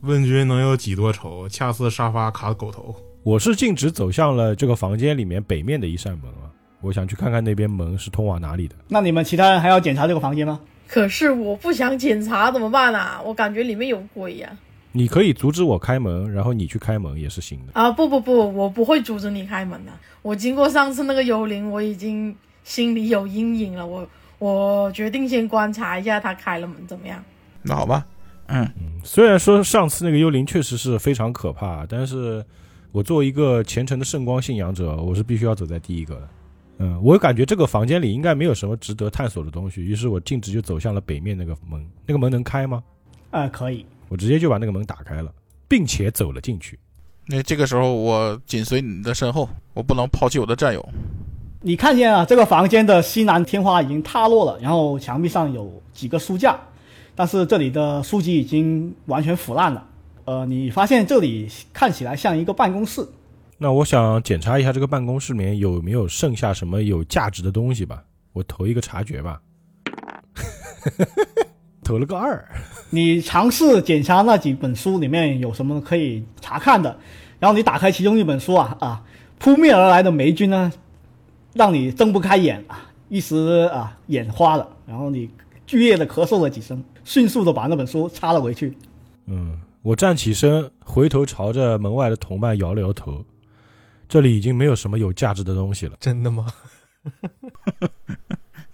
[SPEAKER 4] 问君能有几多愁？恰似沙发卡狗头。
[SPEAKER 2] 我是径直走向了这个房间里面北面的一扇门啊，我想去看看那边门是通往哪里的。
[SPEAKER 1] 那你们其他人还要检查这个房间吗？
[SPEAKER 6] 可是我不想检查怎么办啊？我感觉里面有鬼呀、
[SPEAKER 2] 你可以阻止我开门，然后你去开门也是行的。
[SPEAKER 6] 啊！不不不，我不会阻止你开门的。啊我经过上次那个幽灵，我已经心里有阴影了。我我决定先观察一下他开了门怎么样。
[SPEAKER 3] 那好吧，嗯，
[SPEAKER 2] 虽然说上次那个幽灵确实是非常可怕，但是我作为一个虔诚的圣光信仰者，我是必须要走在第一个的。嗯，我感觉这个房间里应该没有什么值得探索的东西，于是我径直就走向了北面那个门。那个门能开吗？
[SPEAKER 1] 啊、可以。
[SPEAKER 2] 我直接就把那个门打开了，并且走了进去。
[SPEAKER 3] 那这个时候我紧随你的身后，我不能抛弃我的战友。
[SPEAKER 1] 你看见啊，这个房间的西南天花已经塌落了，然后墙壁上有几个书架，但是这里的书籍已经完全腐烂了。呃，你发现这里看起来像一个办公室，
[SPEAKER 2] 那我想检查一下这个办公室里面有没有剩下什么有价值的东西吧。我投一个察觉吧， (laughs) 投了个二。
[SPEAKER 1] 呃你尝试检查那几本书里面有什么可以查看的，然后你打开其中一本书啊啊，扑面而来的霉菌呢，啊让你睁不开眼啊，一时啊眼花了，然后你剧烈的咳嗽了几声，迅速的把那本书插了回去。
[SPEAKER 2] 嗯，我站起身，回头朝着门外的同伴摇了摇头。这里已经没有什么有价值的东西了。
[SPEAKER 5] 真的吗？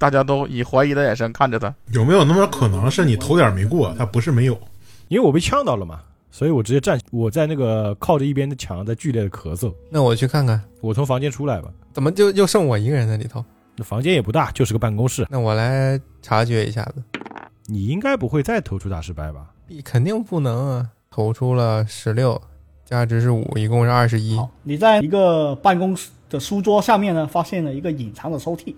[SPEAKER 3] 大家都以怀疑的眼神看着他。
[SPEAKER 4] 有没有那么可能是你头点没过？他不是没有，
[SPEAKER 2] 因为我被呛到了嘛，所以我直接站，我在那个靠着一边的墙，在剧烈的咳嗽。
[SPEAKER 5] 那我去看看，
[SPEAKER 2] 我从房间出来吧，
[SPEAKER 5] 怎么就就剩我一个人在里头？
[SPEAKER 2] 那房间也不大，就是个办公室。
[SPEAKER 5] 那我来察觉一下子，
[SPEAKER 2] 你应该不会再投出大失败吧？
[SPEAKER 5] 肯定不能啊！投出了十六，价值是五，一共是二十一。
[SPEAKER 1] 好，你在一个办公室的书桌下面呢，发现了一个隐藏的抽屉，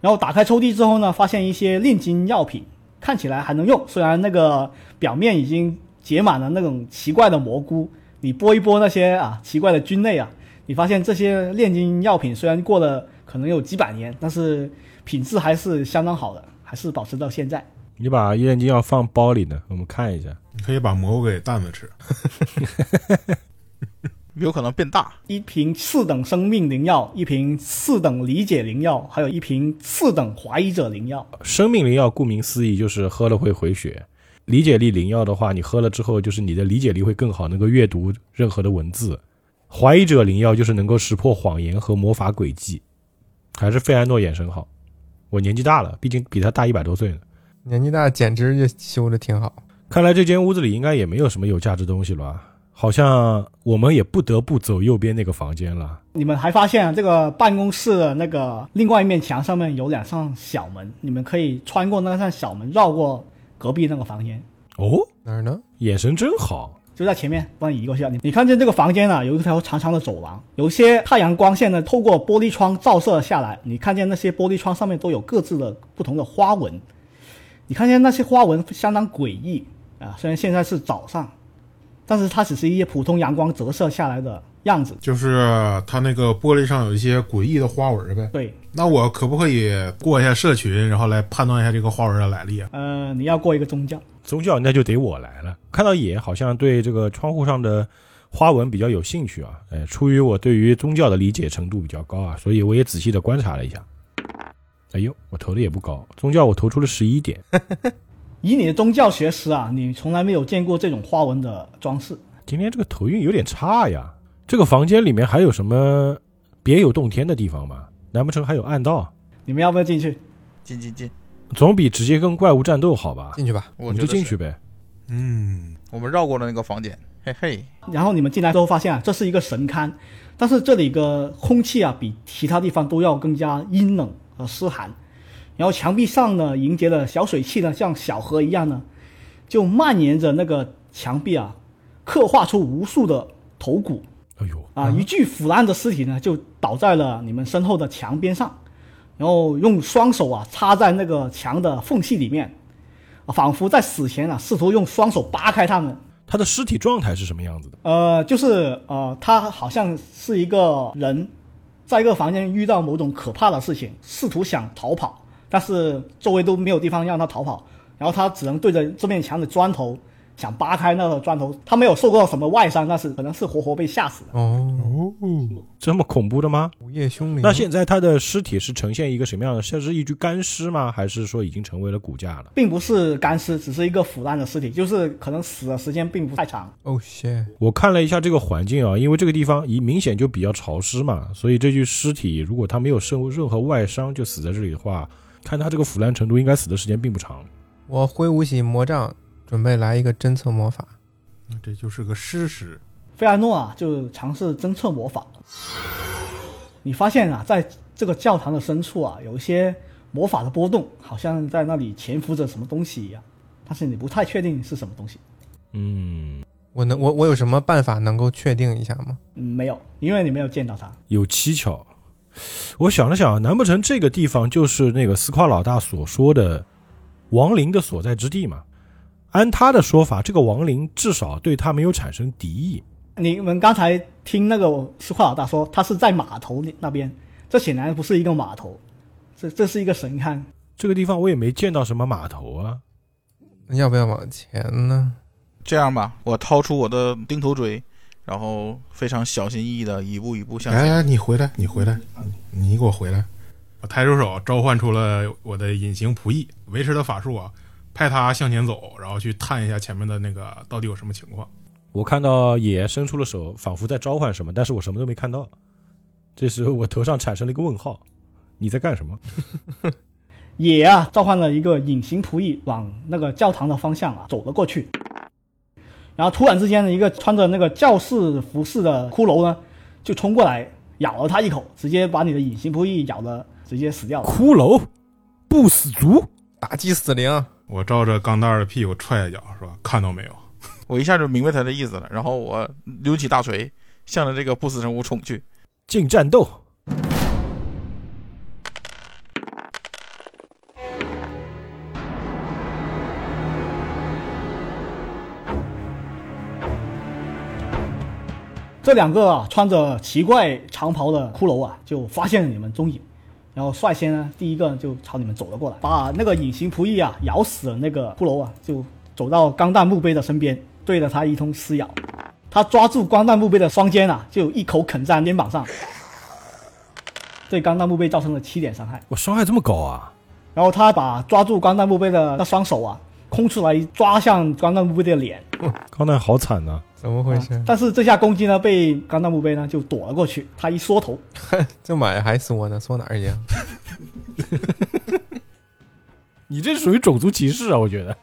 [SPEAKER 1] 然后打开抽屉之后呢，发现一些炼金药品，看起来还能用，虽然那个表面已经结满了那种奇怪的蘑菇，你拨一拨那些啊奇怪的菌类啊，你发现这些炼金药品虽然过了可能有几百年，但是品质还是相当好的，还是保持到现在。
[SPEAKER 2] 你把验金药放包里呢，我们看一下。
[SPEAKER 4] 你可以把蘑菇给蛋子吃。
[SPEAKER 3] 有可能变大。
[SPEAKER 1] 一瓶次等生命灵药，一瓶次等理解灵药，还有一瓶次等怀疑者灵药。
[SPEAKER 2] 生命灵药顾名思义就是喝了会回血，理解力灵药的话，你喝了之后就是你的理解力会更好，能够阅读任何的文字。怀疑者灵药就是能够识破谎言和魔法诡计，还是费安诺眼神好。我年纪大了，毕竟比他大一百多岁呢。
[SPEAKER 5] 年纪大，简直就修的挺好。
[SPEAKER 2] 看来这间屋子里应该也没有什么有价值东西了吧，好像我们也不得不走右边那个房间了。
[SPEAKER 1] 你们还发现啊，这个办公室的那个另外一面墙上面有两扇小门，你们可以穿过那扇小门，绕过隔壁那个房间，
[SPEAKER 2] 哦，
[SPEAKER 5] 哪儿呢？
[SPEAKER 2] 眼神真好，
[SPEAKER 1] 就在前面，帮你移过去啊。你你看见这个房间啊，有一条长长的走廊，有一些太阳光线呢透过玻璃窗照射下来，你看见那些玻璃窗上面都有各自的不同的花纹，你看见那些花纹相当诡异啊，虽然现在是早上，但是它只是一些普通阳光折射下来的样子。
[SPEAKER 4] 就是它那个玻璃上有一些诡异的花纹呗。
[SPEAKER 1] 对，
[SPEAKER 4] 那我可不可以过一下社群，然后来判断一下这个花纹的来历啊？
[SPEAKER 1] 呃，你要过一个宗教。
[SPEAKER 2] 宗教那就得我来了。看到野好像对这个窗户上的花纹比较有兴趣啊，哎，出于我对于宗教的理解程度比较高啊，所以我也仔细的观察了一下。哎呦，我投的也不高，宗教我投出了十一点，
[SPEAKER 1] 以你的宗教学识啊，你从来没有见过这种花纹的装饰。
[SPEAKER 2] 今天这个头运有点差呀。这个房间里面还有什么别有洞天的地方吗？难不成还有暗道？
[SPEAKER 1] 你们要不要进去？
[SPEAKER 3] 进进进，
[SPEAKER 2] 总比直接跟怪物战斗好吧？
[SPEAKER 5] 进去吧。
[SPEAKER 2] 我
[SPEAKER 3] 我
[SPEAKER 2] 们
[SPEAKER 3] 觉
[SPEAKER 2] 就
[SPEAKER 3] 得
[SPEAKER 2] 进
[SPEAKER 3] 是
[SPEAKER 2] 去。呗。
[SPEAKER 4] 嗯，
[SPEAKER 3] 我们绕过了那个房间，嘿嘿，
[SPEAKER 1] 然后你们进来之后发现啊，这是一个神龛，但是这里的空气啊比其他地方都要更加阴冷和湿寒。然后墙壁上呢凝结的小水汽呢，像小河一样呢，就蔓延着那个墙壁啊，刻画出无数的头骨
[SPEAKER 2] 哎呦，
[SPEAKER 1] 啊，一具腐烂的尸体呢就倒在了你们身后的墙边上，然后用双手啊插在那个墙的缝隙里面，啊，仿佛在死前啊试图用双手扒开它们。
[SPEAKER 2] 他的尸体状态是什么样子的？
[SPEAKER 1] 呃，就是呃，他好像是一个人，在一个房间遇到某种可怕的事情，试图想逃跑，但是周围都没有地方让他逃跑，然后他只能对着这面墙的砖头想扒开那个砖头。他没有受过什么外伤，但是可能是活活被吓死的。
[SPEAKER 5] 哦，
[SPEAKER 2] 这么恐怖的吗？
[SPEAKER 5] 午夜凶铃。
[SPEAKER 2] 那现在他的尸体是呈现一个什么样的？像是一具干尸吗？还是说已经成为了骨架了？
[SPEAKER 1] 并不是干尸，只是一个腐烂的尸体，就是可能死的时间并不太长。
[SPEAKER 5] 哦谢，
[SPEAKER 2] 我看了一下这个环境啊，因为这个地方一明显就比较潮湿嘛，所以这具尸体如果他没有受任何外伤就死在这里的话，看他这个腐烂程度，应该死的时间并不长。
[SPEAKER 5] 我挥舞起魔杖，准备来一个侦测魔法。
[SPEAKER 4] 那啊这就是个事实。
[SPEAKER 1] 费安诺啊，就尝试侦测魔法。你发现啊，在这个教堂的深处啊，有一些魔法的波动，好像在那里潜伏着什么东西一样，但是你不太确定是什么东西。
[SPEAKER 2] 嗯，
[SPEAKER 5] 我能我我有什么办法能够确定一下吗？
[SPEAKER 1] 嗯，没有，因为你没有见到它。
[SPEAKER 2] 有蹊跷。我想了想，难不成这个地方就是那个斯夸老大所说的亡灵的所在之地吗？按他的说法，这个亡灵至少对他没有产生敌意。
[SPEAKER 1] 你们刚才听那个石化老大说，他是在码头那那边，这显然不是一个码头，这这是一个神龛。
[SPEAKER 2] 这个地方我也没见到什么码头啊。
[SPEAKER 5] 要不要往前呢？
[SPEAKER 3] 这样吧，我掏出我的钉头锥，然后非常小心翼翼的一步一步向
[SPEAKER 7] 来
[SPEAKER 2] 哎
[SPEAKER 3] 前。
[SPEAKER 7] 哎来，你回来，你回来，你给我回来！
[SPEAKER 4] 嗯我抬出手召唤出了我的隐形仆役，维持的法术啊，派他向前走，然后去探一下前面的那个到底有什么情况。
[SPEAKER 2] 我看到野伸出了手，仿佛在召唤什么，但是我什么都没看到。这时候我头上产生了一个问号：你在干什么？
[SPEAKER 1] 野啊，召唤了一个隐形仆役往那个教堂的方向啊走了过去，然后突然之间的一个穿着那个教士服饰的骷髅呢，就冲过来咬了他一口，直接把你的隐形仆役咬的直接死掉了。
[SPEAKER 2] 骷髅，不死族。
[SPEAKER 5] 打击死灵，
[SPEAKER 4] 我照着钢蛋儿的屁股踹一脚，说：“看到没有？
[SPEAKER 3] 我一下就明白他的意思了，然后我抡起大锤，向着这个不死生物冲去。
[SPEAKER 2] 进战斗。
[SPEAKER 1] 这两个啊穿着奇怪长袍的骷髅啊，就发现了你们呃踪影，然后率先呢，第一个就朝你们走了过来，把那个隐形仆役啊咬死的那个骷髅啊，就走到钢弹墓碑的身边，对着他一通撕咬。他抓住钢弹墓碑的双肩啊，就一口啃在肩膀上，对钢弹墓碑造成了七点伤害。
[SPEAKER 2] 我伤害这么高啊！
[SPEAKER 1] 然后他把抓住钢弹墓碑的那双手啊，空出来抓向钢弹墓碑的脸，啊
[SPEAKER 2] 钢蛋好惨啊呐、
[SPEAKER 5] 怎么回事？
[SPEAKER 1] 但是这下攻击呢被钢弹墓碑呢就躲了过去，他一缩头，
[SPEAKER 5] 这买还缩呢，缩哪儿去？
[SPEAKER 2] 你这属于种族歧视啊！我觉得。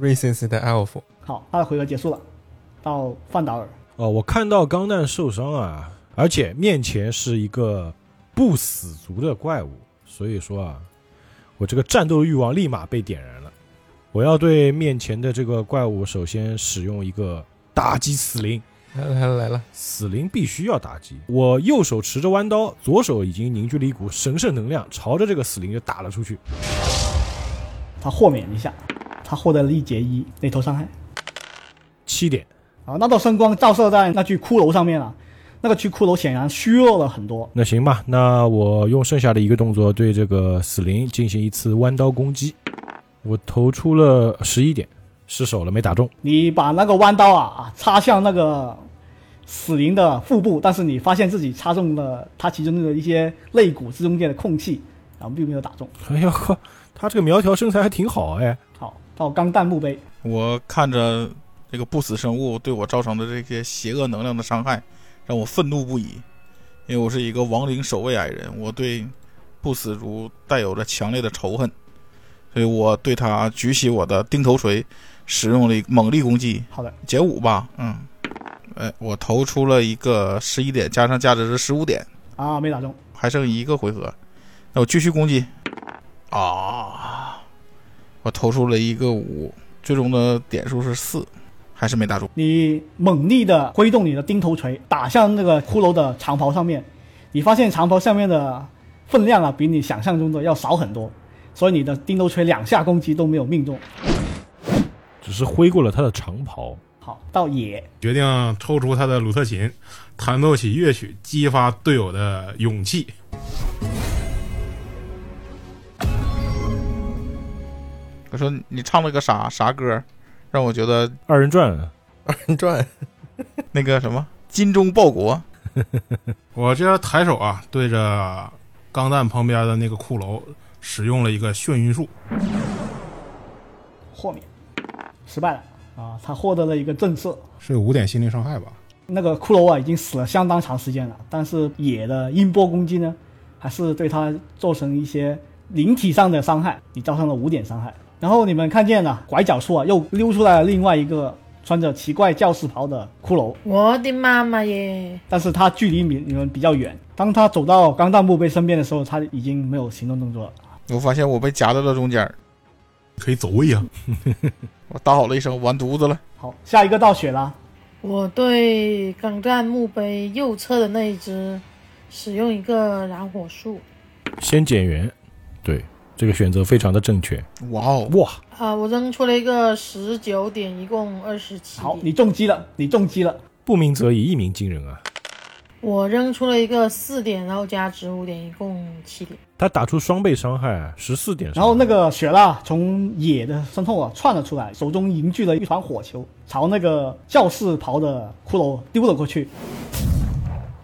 [SPEAKER 5] racist 的 elf，
[SPEAKER 1] 好，他的回合结束了，到范达尔。
[SPEAKER 2] 哦，我看到钢蛋受伤啊，而且面前是一个不死族的怪物，所以说啊，我这个战斗欲望立马被点燃了。我要对面前的这个怪物首先使用一个打击死灵，
[SPEAKER 5] 来了来了来了， (laughs)
[SPEAKER 2] 死灵必须要打击。我右手持着弯刀，左手已经凝聚了一股神圣能量，朝着这个死灵就打了出去。
[SPEAKER 1] 他豁免一下，他获得了一节一内头伤害。
[SPEAKER 2] 七点，
[SPEAKER 1] 啊，那道圣光照射在那具骷髅上面了、那个具骷髅显然虚弱了很多。
[SPEAKER 2] 那行吧，那我用剩下的一个动作对这个死灵进行一次弯刀攻击，我投出了十一点，失手了没打中。
[SPEAKER 1] 你把那个弯刀啊啊插向那个死灵的腹部，但是你发现自己插中了它其中的一些肋骨之中间的空隙，然后并没有打中。
[SPEAKER 2] 哎呀呵，他这个苗条身材还挺好哎。
[SPEAKER 1] 好，到钢弹墓碑，
[SPEAKER 3] 我看着这个不死生物对我造成的这些邪恶能量的伤害，让我愤怒不已。因为我是一个亡灵守卫矮人，我对不死族带有着强烈的仇恨，所以我对他举起我的钉头锤，使用了一猛力攻击，
[SPEAKER 1] 好的，
[SPEAKER 3] 减五吧，嗯，哎，我投出了一个十一点，加上价值是十五点，
[SPEAKER 1] 啊没打中，
[SPEAKER 3] 还剩一个回合，那我继续攻击。啊，我投出了一个五，最终的点数是四，还是没打中。
[SPEAKER 1] 你猛力的挥动你的钉头锤，打向那个骷髅的长袍上面，你发现长袍上面的分量啊，比你想象中的要少很多，所以你的钉头锤两下攻击都没有命中。
[SPEAKER 2] 只是挥过了他的长袍。
[SPEAKER 1] 好，到野，”
[SPEAKER 4] 决定抽出他的鲁特琴，弹奏起乐曲，激发队友的勇气。
[SPEAKER 3] 我说你唱了个啥啥歌，让我觉得
[SPEAKER 2] 二人转，
[SPEAKER 5] 二人转，
[SPEAKER 3] 那个什么精忠报国。
[SPEAKER 4] 我这抬手啊，对着钢弹旁边的那个骷髅使用了一个眩晕术，
[SPEAKER 1] 豁免，失败了啊！他获得了一个震慑。
[SPEAKER 7] 是五点心灵伤害吧？
[SPEAKER 1] 那个骷髅啊，已经死了相当长时间了，但是野的音波攻击呢，还是对他造成一些灵体上的伤害，你造成了五点伤害。然后你们看见了拐角处啊，又溜出来了另外一个穿着奇怪教士袍的骷髅，
[SPEAKER 6] 我的妈妈耶！
[SPEAKER 1] 但是它距离你你们比较远，当他走到钢弹墓碑身边的时候，他已经没有行动动作了。
[SPEAKER 3] 我发现我被夹在了中间儿，
[SPEAKER 4] 可以走位啊呀、
[SPEAKER 3] 我大吼了一声，完犊子了。
[SPEAKER 1] 好，下一个到雪啦，
[SPEAKER 6] 我对港战墓碑右侧的那一只使用一个燃火术，
[SPEAKER 2] 先减员，对，这个选择非常的正确。
[SPEAKER 3] 哇哦，
[SPEAKER 2] 哇，
[SPEAKER 6] 啊、我扔出了一个十九点，一共二十七
[SPEAKER 1] 好，
[SPEAKER 6] 点。
[SPEAKER 1] 你中计了，你中计了，
[SPEAKER 2] 不鸣则已，一鸣惊人啊！
[SPEAKER 6] 我扔出了一个四点，然后加值五点，一共七点。
[SPEAKER 2] 他打出双倍伤害，十四点伤害。
[SPEAKER 1] 然后那个雪啦从野的身后啊窜了出来，手中凝聚了一团火球，朝那个教士袍的骷髅丢了过去，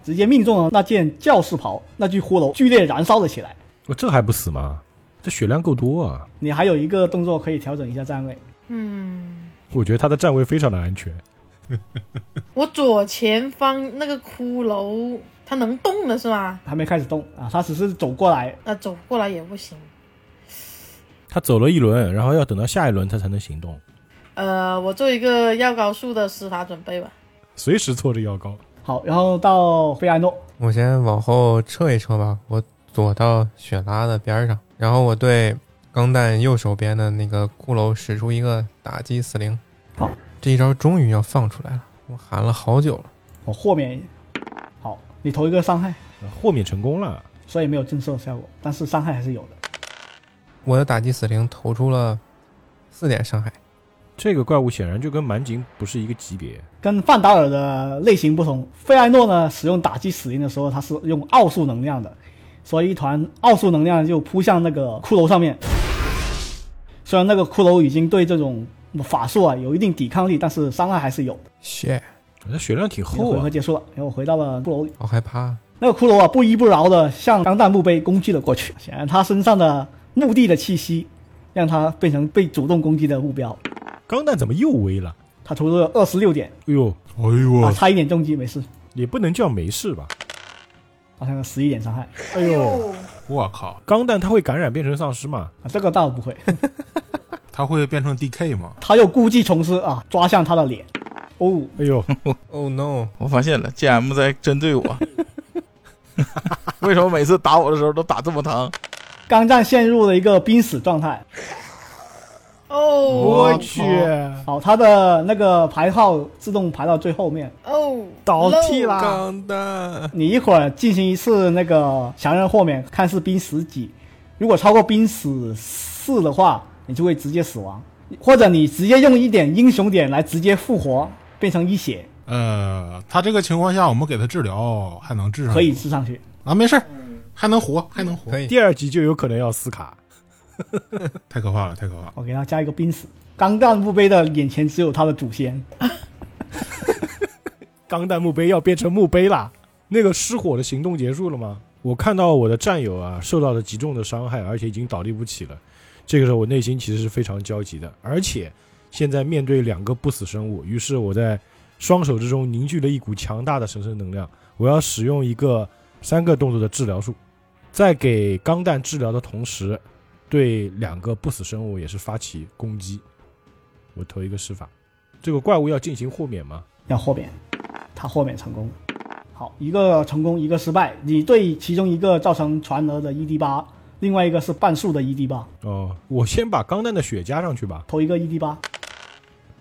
[SPEAKER 1] 直接命中了那件教士袍，那具骷髅剧烈燃烧了起来。
[SPEAKER 2] 我哦这还不死吗？这血量够多啊！
[SPEAKER 1] 你还有一个动作可以调整一下站位，
[SPEAKER 6] 嗯，
[SPEAKER 2] 我觉得他的站位非常的安全。
[SPEAKER 6] 我左前方那个骷髅，它能动了是吧？
[SPEAKER 1] 还没开始动啊，他只是走过来，
[SPEAKER 6] 那、走过来也不行。
[SPEAKER 2] 他走了一轮，然后要等到下一轮他才能行动，
[SPEAKER 6] 呃，我做一个药膏术的施法准备吧。
[SPEAKER 2] 随时搓着药膏。
[SPEAKER 1] 好，然后到菲埃诺，
[SPEAKER 5] 我先往后撤一撤吧，我躲到雪拉的边上，然后我对钢弹右手边的那个骷髅使出一个打击死灵。
[SPEAKER 1] 好，
[SPEAKER 5] 这一招终于要放出来了，我喊了好久了。
[SPEAKER 1] 我豁免，好，你投一个伤害，
[SPEAKER 2] 呃豁免成功了，
[SPEAKER 1] 所以没有震慑效果，但是伤害还是有的。
[SPEAKER 5] 我的打击死灵投出了四点伤害，
[SPEAKER 2] 这个怪物显然就跟满井不是一个级别。
[SPEAKER 1] 跟范达尔的类型不同，费艾诺呢使用打击死灵的时候，他是用奥数能量的，所以一团奥数能量就扑向那个骷髅上面。虽然那个骷髅已经对这种法术啊有一定抵抗力，但是伤害还是有的。
[SPEAKER 5] 血，
[SPEAKER 2] 他血量挺
[SPEAKER 1] 一个
[SPEAKER 2] 厚
[SPEAKER 1] 回
[SPEAKER 2] 啊
[SPEAKER 1] 合！结束了，然后回到了骷髅里。
[SPEAKER 5] 好害怕。
[SPEAKER 1] 那个骷髅啊不依不饶的向钢弹墓碑攻击了过去，显然他身上的墓地的气息让他变成被主动攻击的目标。
[SPEAKER 2] 钢弹怎么又微了？
[SPEAKER 1] 他投入了二十六点
[SPEAKER 2] 哎呦，
[SPEAKER 4] 哎呦
[SPEAKER 1] 啊，
[SPEAKER 4] 我，
[SPEAKER 1] 差一点中计没事，
[SPEAKER 2] 也不能叫没事吧？
[SPEAKER 1] 好像十一点伤害啊，
[SPEAKER 6] 哎呦，
[SPEAKER 4] 我靠，
[SPEAKER 2] 钢弹它会感染变成丧尸吗？
[SPEAKER 1] 啊这个倒不会。
[SPEAKER 4] 他会变成 DK 吗？
[SPEAKER 1] 他又故技重施啊，抓向他的脸。哦，
[SPEAKER 2] 哎呦，
[SPEAKER 5] Oh no！
[SPEAKER 3] 我发现了，GM 在针对我。 (laughs) 为什么每次打我的时候都打这么 (laughs) 疼？
[SPEAKER 1] 钢战陷入了一个濒死状态。
[SPEAKER 6] 哦
[SPEAKER 3] 我去
[SPEAKER 1] 好，他的那个排号自动排到最后面。
[SPEAKER 6] 哦，
[SPEAKER 2] 倒地
[SPEAKER 6] 漏
[SPEAKER 2] 啦
[SPEAKER 5] 钢弹，
[SPEAKER 1] 你一会儿进行一次那个强韧豁免，看是濒死几。如果超过濒死四的话，你就会直接死亡，或者你直接用一点英雄点来直接复活，变成一血，
[SPEAKER 4] 呃，他这个情况下，我们给他治疗还能治上？
[SPEAKER 1] 可以治上去。
[SPEAKER 4] 啊，没事儿，还能活，还能活
[SPEAKER 5] 可，以。
[SPEAKER 2] 第二集就有可能要撕卡。
[SPEAKER 4] 太可怕了，太可怕了！
[SPEAKER 1] 我给他加一个濒死。钢弹墓碑的眼前只有他的祖先，
[SPEAKER 2] 钢弹墓碑要变成墓碑啦！那个失火的行动结束了吗？我看到我的战友啊受到了极重的伤害，而且已经倒地不起了。这个时候我内心其实是非常焦急的，而且现在面对两个不死生物，于是我在双手之中凝聚了一股强大的神圣能量，我要使用一个三个动作的治疗术，在给钢弹治疗的同时，对两个不死生物也是发起攻击。我投一个施法，这个怪物要进行豁免吗？
[SPEAKER 1] 要豁免，他豁免成功。好，一个成功，一个失败。你对其中一个造成传额的 ED 八，另外一个是半数的 ED 八，
[SPEAKER 2] 哦，我先把钢弹的血加上去吧。
[SPEAKER 1] 投一个 ED 八。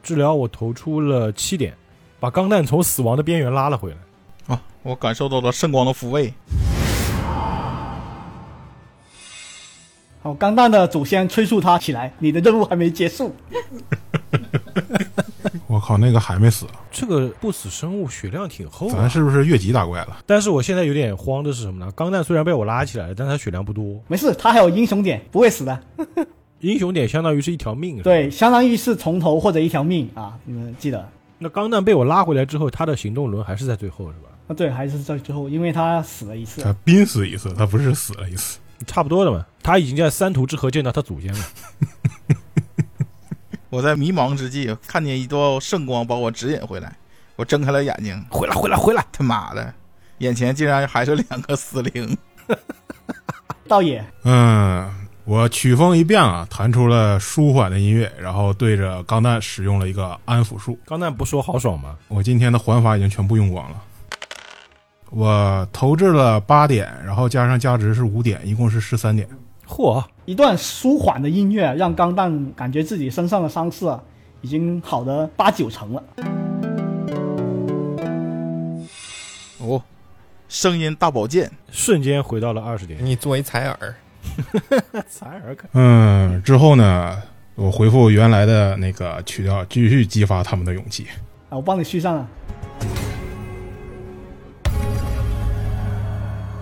[SPEAKER 2] 治疗我投出了七点，把钢弹从死亡的边缘拉了回来。
[SPEAKER 3] 啊，我感受到了圣光的抚慰。
[SPEAKER 1] 好，钢弹的祖先催促他起来，你的任务还没结束。
[SPEAKER 4] 我靠，那个还没死，啊
[SPEAKER 2] 这个不死生物血量挺厚
[SPEAKER 4] 咱
[SPEAKER 2] 啊，
[SPEAKER 4] 是不是越级打怪了？
[SPEAKER 2] 但是我现在有点慌的是什么呢？钢弹虽然被我拉起来了，但它血量不多。
[SPEAKER 1] 没事，他还有英雄点，不会死的。
[SPEAKER 2] 英雄点相当于是一条命，是吧，
[SPEAKER 1] 对，相当于是从头或者一条命啊，你们记得。
[SPEAKER 2] 那钢弹被我拉回来之后，它的行动轮还是在最后，是吧？
[SPEAKER 1] 啊，对，还是在最后，因为他死了一次
[SPEAKER 4] 他，濒死一次，他不是死了一次。
[SPEAKER 2] 差不多了嘛。它已经在三途之河见到他祖先了。
[SPEAKER 3] 我在迷茫之际，看见一道圣光把我指引回来。我睁开了眼睛，
[SPEAKER 2] (laughs) 回来，回来，回来！
[SPEAKER 3] 他妈的，眼前竟然还是两个死灵。
[SPEAKER 1] 道野
[SPEAKER 4] 嗯，我曲风一变啊，弹出了舒缓的音乐，然后对着钢弹使用了一个安抚术。
[SPEAKER 2] 钢弹不说豪爽吗？
[SPEAKER 4] 我今天的环法已经全部用光了。我投掷了八点，然后加上价值是五点，一共是十三点。
[SPEAKER 2] 嚯，
[SPEAKER 1] 一段舒缓的音乐让钢蛋感觉自己身上的伤势啊，已经好的八九成了。
[SPEAKER 3] 哦，声音大宝剑，
[SPEAKER 2] 瞬间回到了二十点。
[SPEAKER 5] 你作为采耳，
[SPEAKER 2] 采耳可
[SPEAKER 4] 嗯，之后呢，我回复原来的那个曲调，继续激发他们的勇气。
[SPEAKER 1] 啊，我帮你续上啊。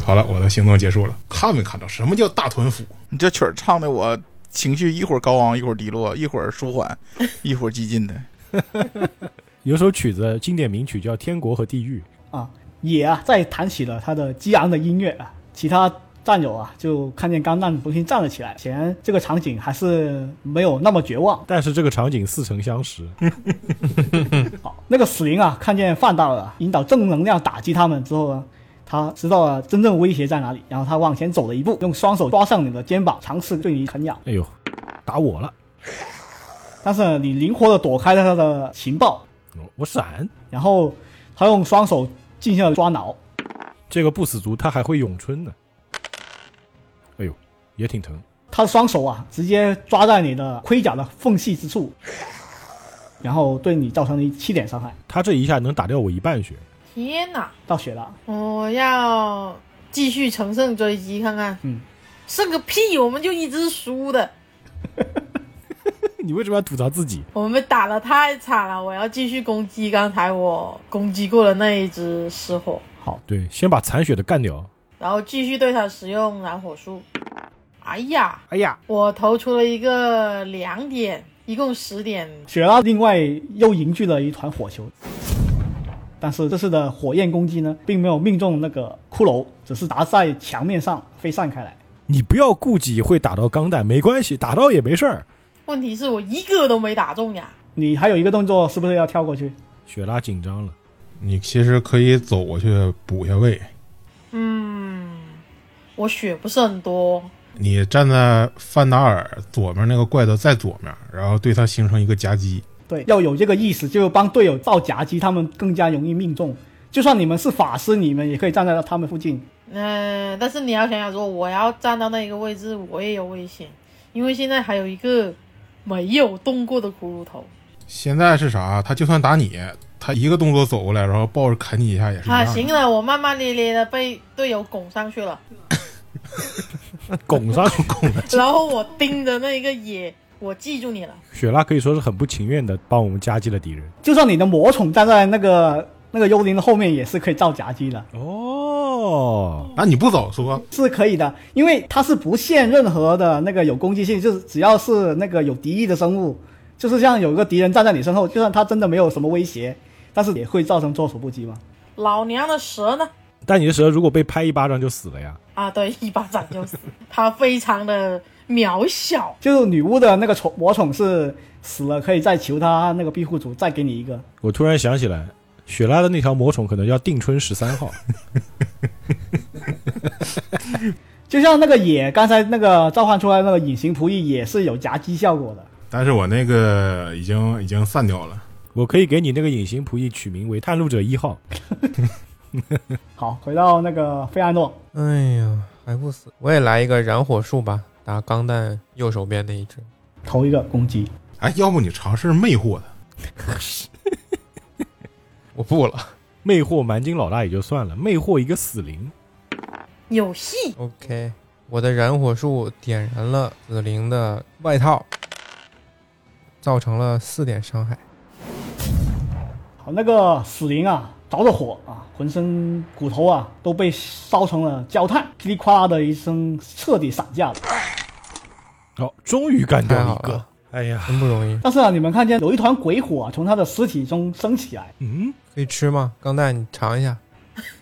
[SPEAKER 4] 好了，我的行动结束了。看没看到什么叫大团斧？
[SPEAKER 3] 你这曲儿唱的我情绪一会儿高昂，一会儿低落，一会儿舒缓，一会儿激进的。
[SPEAKER 2] 有首曲子经典名曲叫《天国和地狱》，
[SPEAKER 1] 啊，也啊在弹起了他的激昂的音乐啊，其他战友啊就看见钢弹重新站了起来，显然这个场景还是没有那么绝望。
[SPEAKER 2] 但是这个场景似曾相识。
[SPEAKER 1] 好，那个死灵啊看见范大了，引导正能量打击他们之后呢。他知道了真正威胁在哪里，然后他往前走了一步，用双手抓上你的肩膀，尝试对你啃咬。
[SPEAKER 2] 哎呦，打我了，
[SPEAKER 1] 但是呢你灵活的躲开了他的情报，
[SPEAKER 2] 我我闪。
[SPEAKER 1] 然后他用双手进行了抓挠，
[SPEAKER 2] 这个不死族他还会咏春呢。哎呦，也挺疼。
[SPEAKER 1] 他的双手啊直接抓在你的盔甲的缝隙之处，然后对你造成了七点伤害，
[SPEAKER 2] 他这一下能打掉我一半血。
[SPEAKER 6] 天哪！
[SPEAKER 1] 到血了。
[SPEAKER 6] 我要继续乘胜追击，看看。
[SPEAKER 1] 嗯，
[SPEAKER 6] 胜个屁！我们就一直输的，
[SPEAKER 2] (laughs) 你为什么要吐槽自己？
[SPEAKER 6] 我们被打的太惨了。我要继续攻击刚才我攻击过的那一只石火，
[SPEAKER 2] 对，先把残血的干掉。
[SPEAKER 6] 然后继续对它使用燃火术。哎呀，
[SPEAKER 2] 哎呀，
[SPEAKER 6] 我投出了一个两点，一共十点。
[SPEAKER 1] 雪拉另外又凝聚了一团火球，但是这次的火焰攻击呢，并没有命中那个骷髅，只是砸在墙面上飞散开来。
[SPEAKER 2] 你不要顾忌会打到钢弹，没关系，打到也没事儿。
[SPEAKER 6] 问题是我一个都没打中呀。
[SPEAKER 1] 你还有一个动作，是不是要跳过去？
[SPEAKER 2] 雪拉紧 (laughs) 张了，
[SPEAKER 4] 你其实可以走过去补一下位。
[SPEAKER 6] 嗯，我血不是很多，
[SPEAKER 4] 你站在范达尔左面那个怪的再左面，然后对他形成一个夹击。
[SPEAKER 1] 对，要有这个意识，就帮队友造夹击，他们更加容易命中。就算你们是法师，你们也可以站在他们附近。
[SPEAKER 6] 嗯、但是你要想想说，我要站到那个位置，我也有危险，因为现在还有一个没有动过的骷髅头，
[SPEAKER 4] 现在是啥？他就算打你，他一个动作走过来，然后抱着啃你一下也是一
[SPEAKER 6] 啊，
[SPEAKER 4] 样的。
[SPEAKER 6] 行了，我慢慢咧咧的被队友拱上去了，
[SPEAKER 2] 拱上去拱了。
[SPEAKER 6] 然后我盯着那个野，我记住你了，
[SPEAKER 2] 雪拉可以说是很不情愿的帮我们夹击了敌人。
[SPEAKER 1] 就算你的魔宠站在那个那个幽灵的后面，也是可以造夹击的，
[SPEAKER 2] 哦，
[SPEAKER 4] 那你不早说，
[SPEAKER 1] 是可以的，因为它是不限任何的那个有攻击性，就是只要是那个有敌意的生物，就是像有一个敌人站在你身后，就算他真的没有什么威胁，但是也会造成措手不及嘛。
[SPEAKER 6] 老娘的蛇呢？
[SPEAKER 2] 但你的蛇如果被拍一巴掌就死了呀。
[SPEAKER 6] 啊，对，一巴掌就死，它非常的渺小，
[SPEAKER 1] 就是女巫的那个宠魔宠是死了，可以再求她那个庇护主再给你一个。
[SPEAKER 2] 我突然想起来，雪拉的那条魔宠可能叫定春十三号。
[SPEAKER 1] 就像那个野刚才那个召唤出来那个隐形仆役也是有夹击效果的。
[SPEAKER 4] 但是我那个已经已经散掉了。
[SPEAKER 2] 我可以给你那个隐形仆役取名为探路者一号。
[SPEAKER 1] 好，回到那个费安诺，
[SPEAKER 5] 哎呀，还不死！我也来一个燃火术吧，打钢弹右手边那一只。
[SPEAKER 1] 头一个攻击，
[SPEAKER 4] 哎，要不你尝试魅惑他？
[SPEAKER 5] 我不了。
[SPEAKER 2] 魅惑蛮金老大也就算了，魅惑一个死灵，
[SPEAKER 6] 有戏，
[SPEAKER 5] OK，我的燃火术点燃了紫菱的外套，造成了四点伤害。
[SPEAKER 1] 好，那个死灵啊，着了火啊，浑身骨头啊都被烧成了焦炭，噼里啪啦的一声，彻底散架了。
[SPEAKER 2] 哦，终于干
[SPEAKER 5] 太
[SPEAKER 2] 掉
[SPEAKER 5] 好
[SPEAKER 2] 一个
[SPEAKER 5] 了。，
[SPEAKER 2] 哎呀，
[SPEAKER 5] 真不容易。
[SPEAKER 1] 但是啊，你们看见有一团鬼火啊，从他的尸体中升起来。
[SPEAKER 2] 嗯，
[SPEAKER 5] 可以吃吗？钢蛋，你尝一下。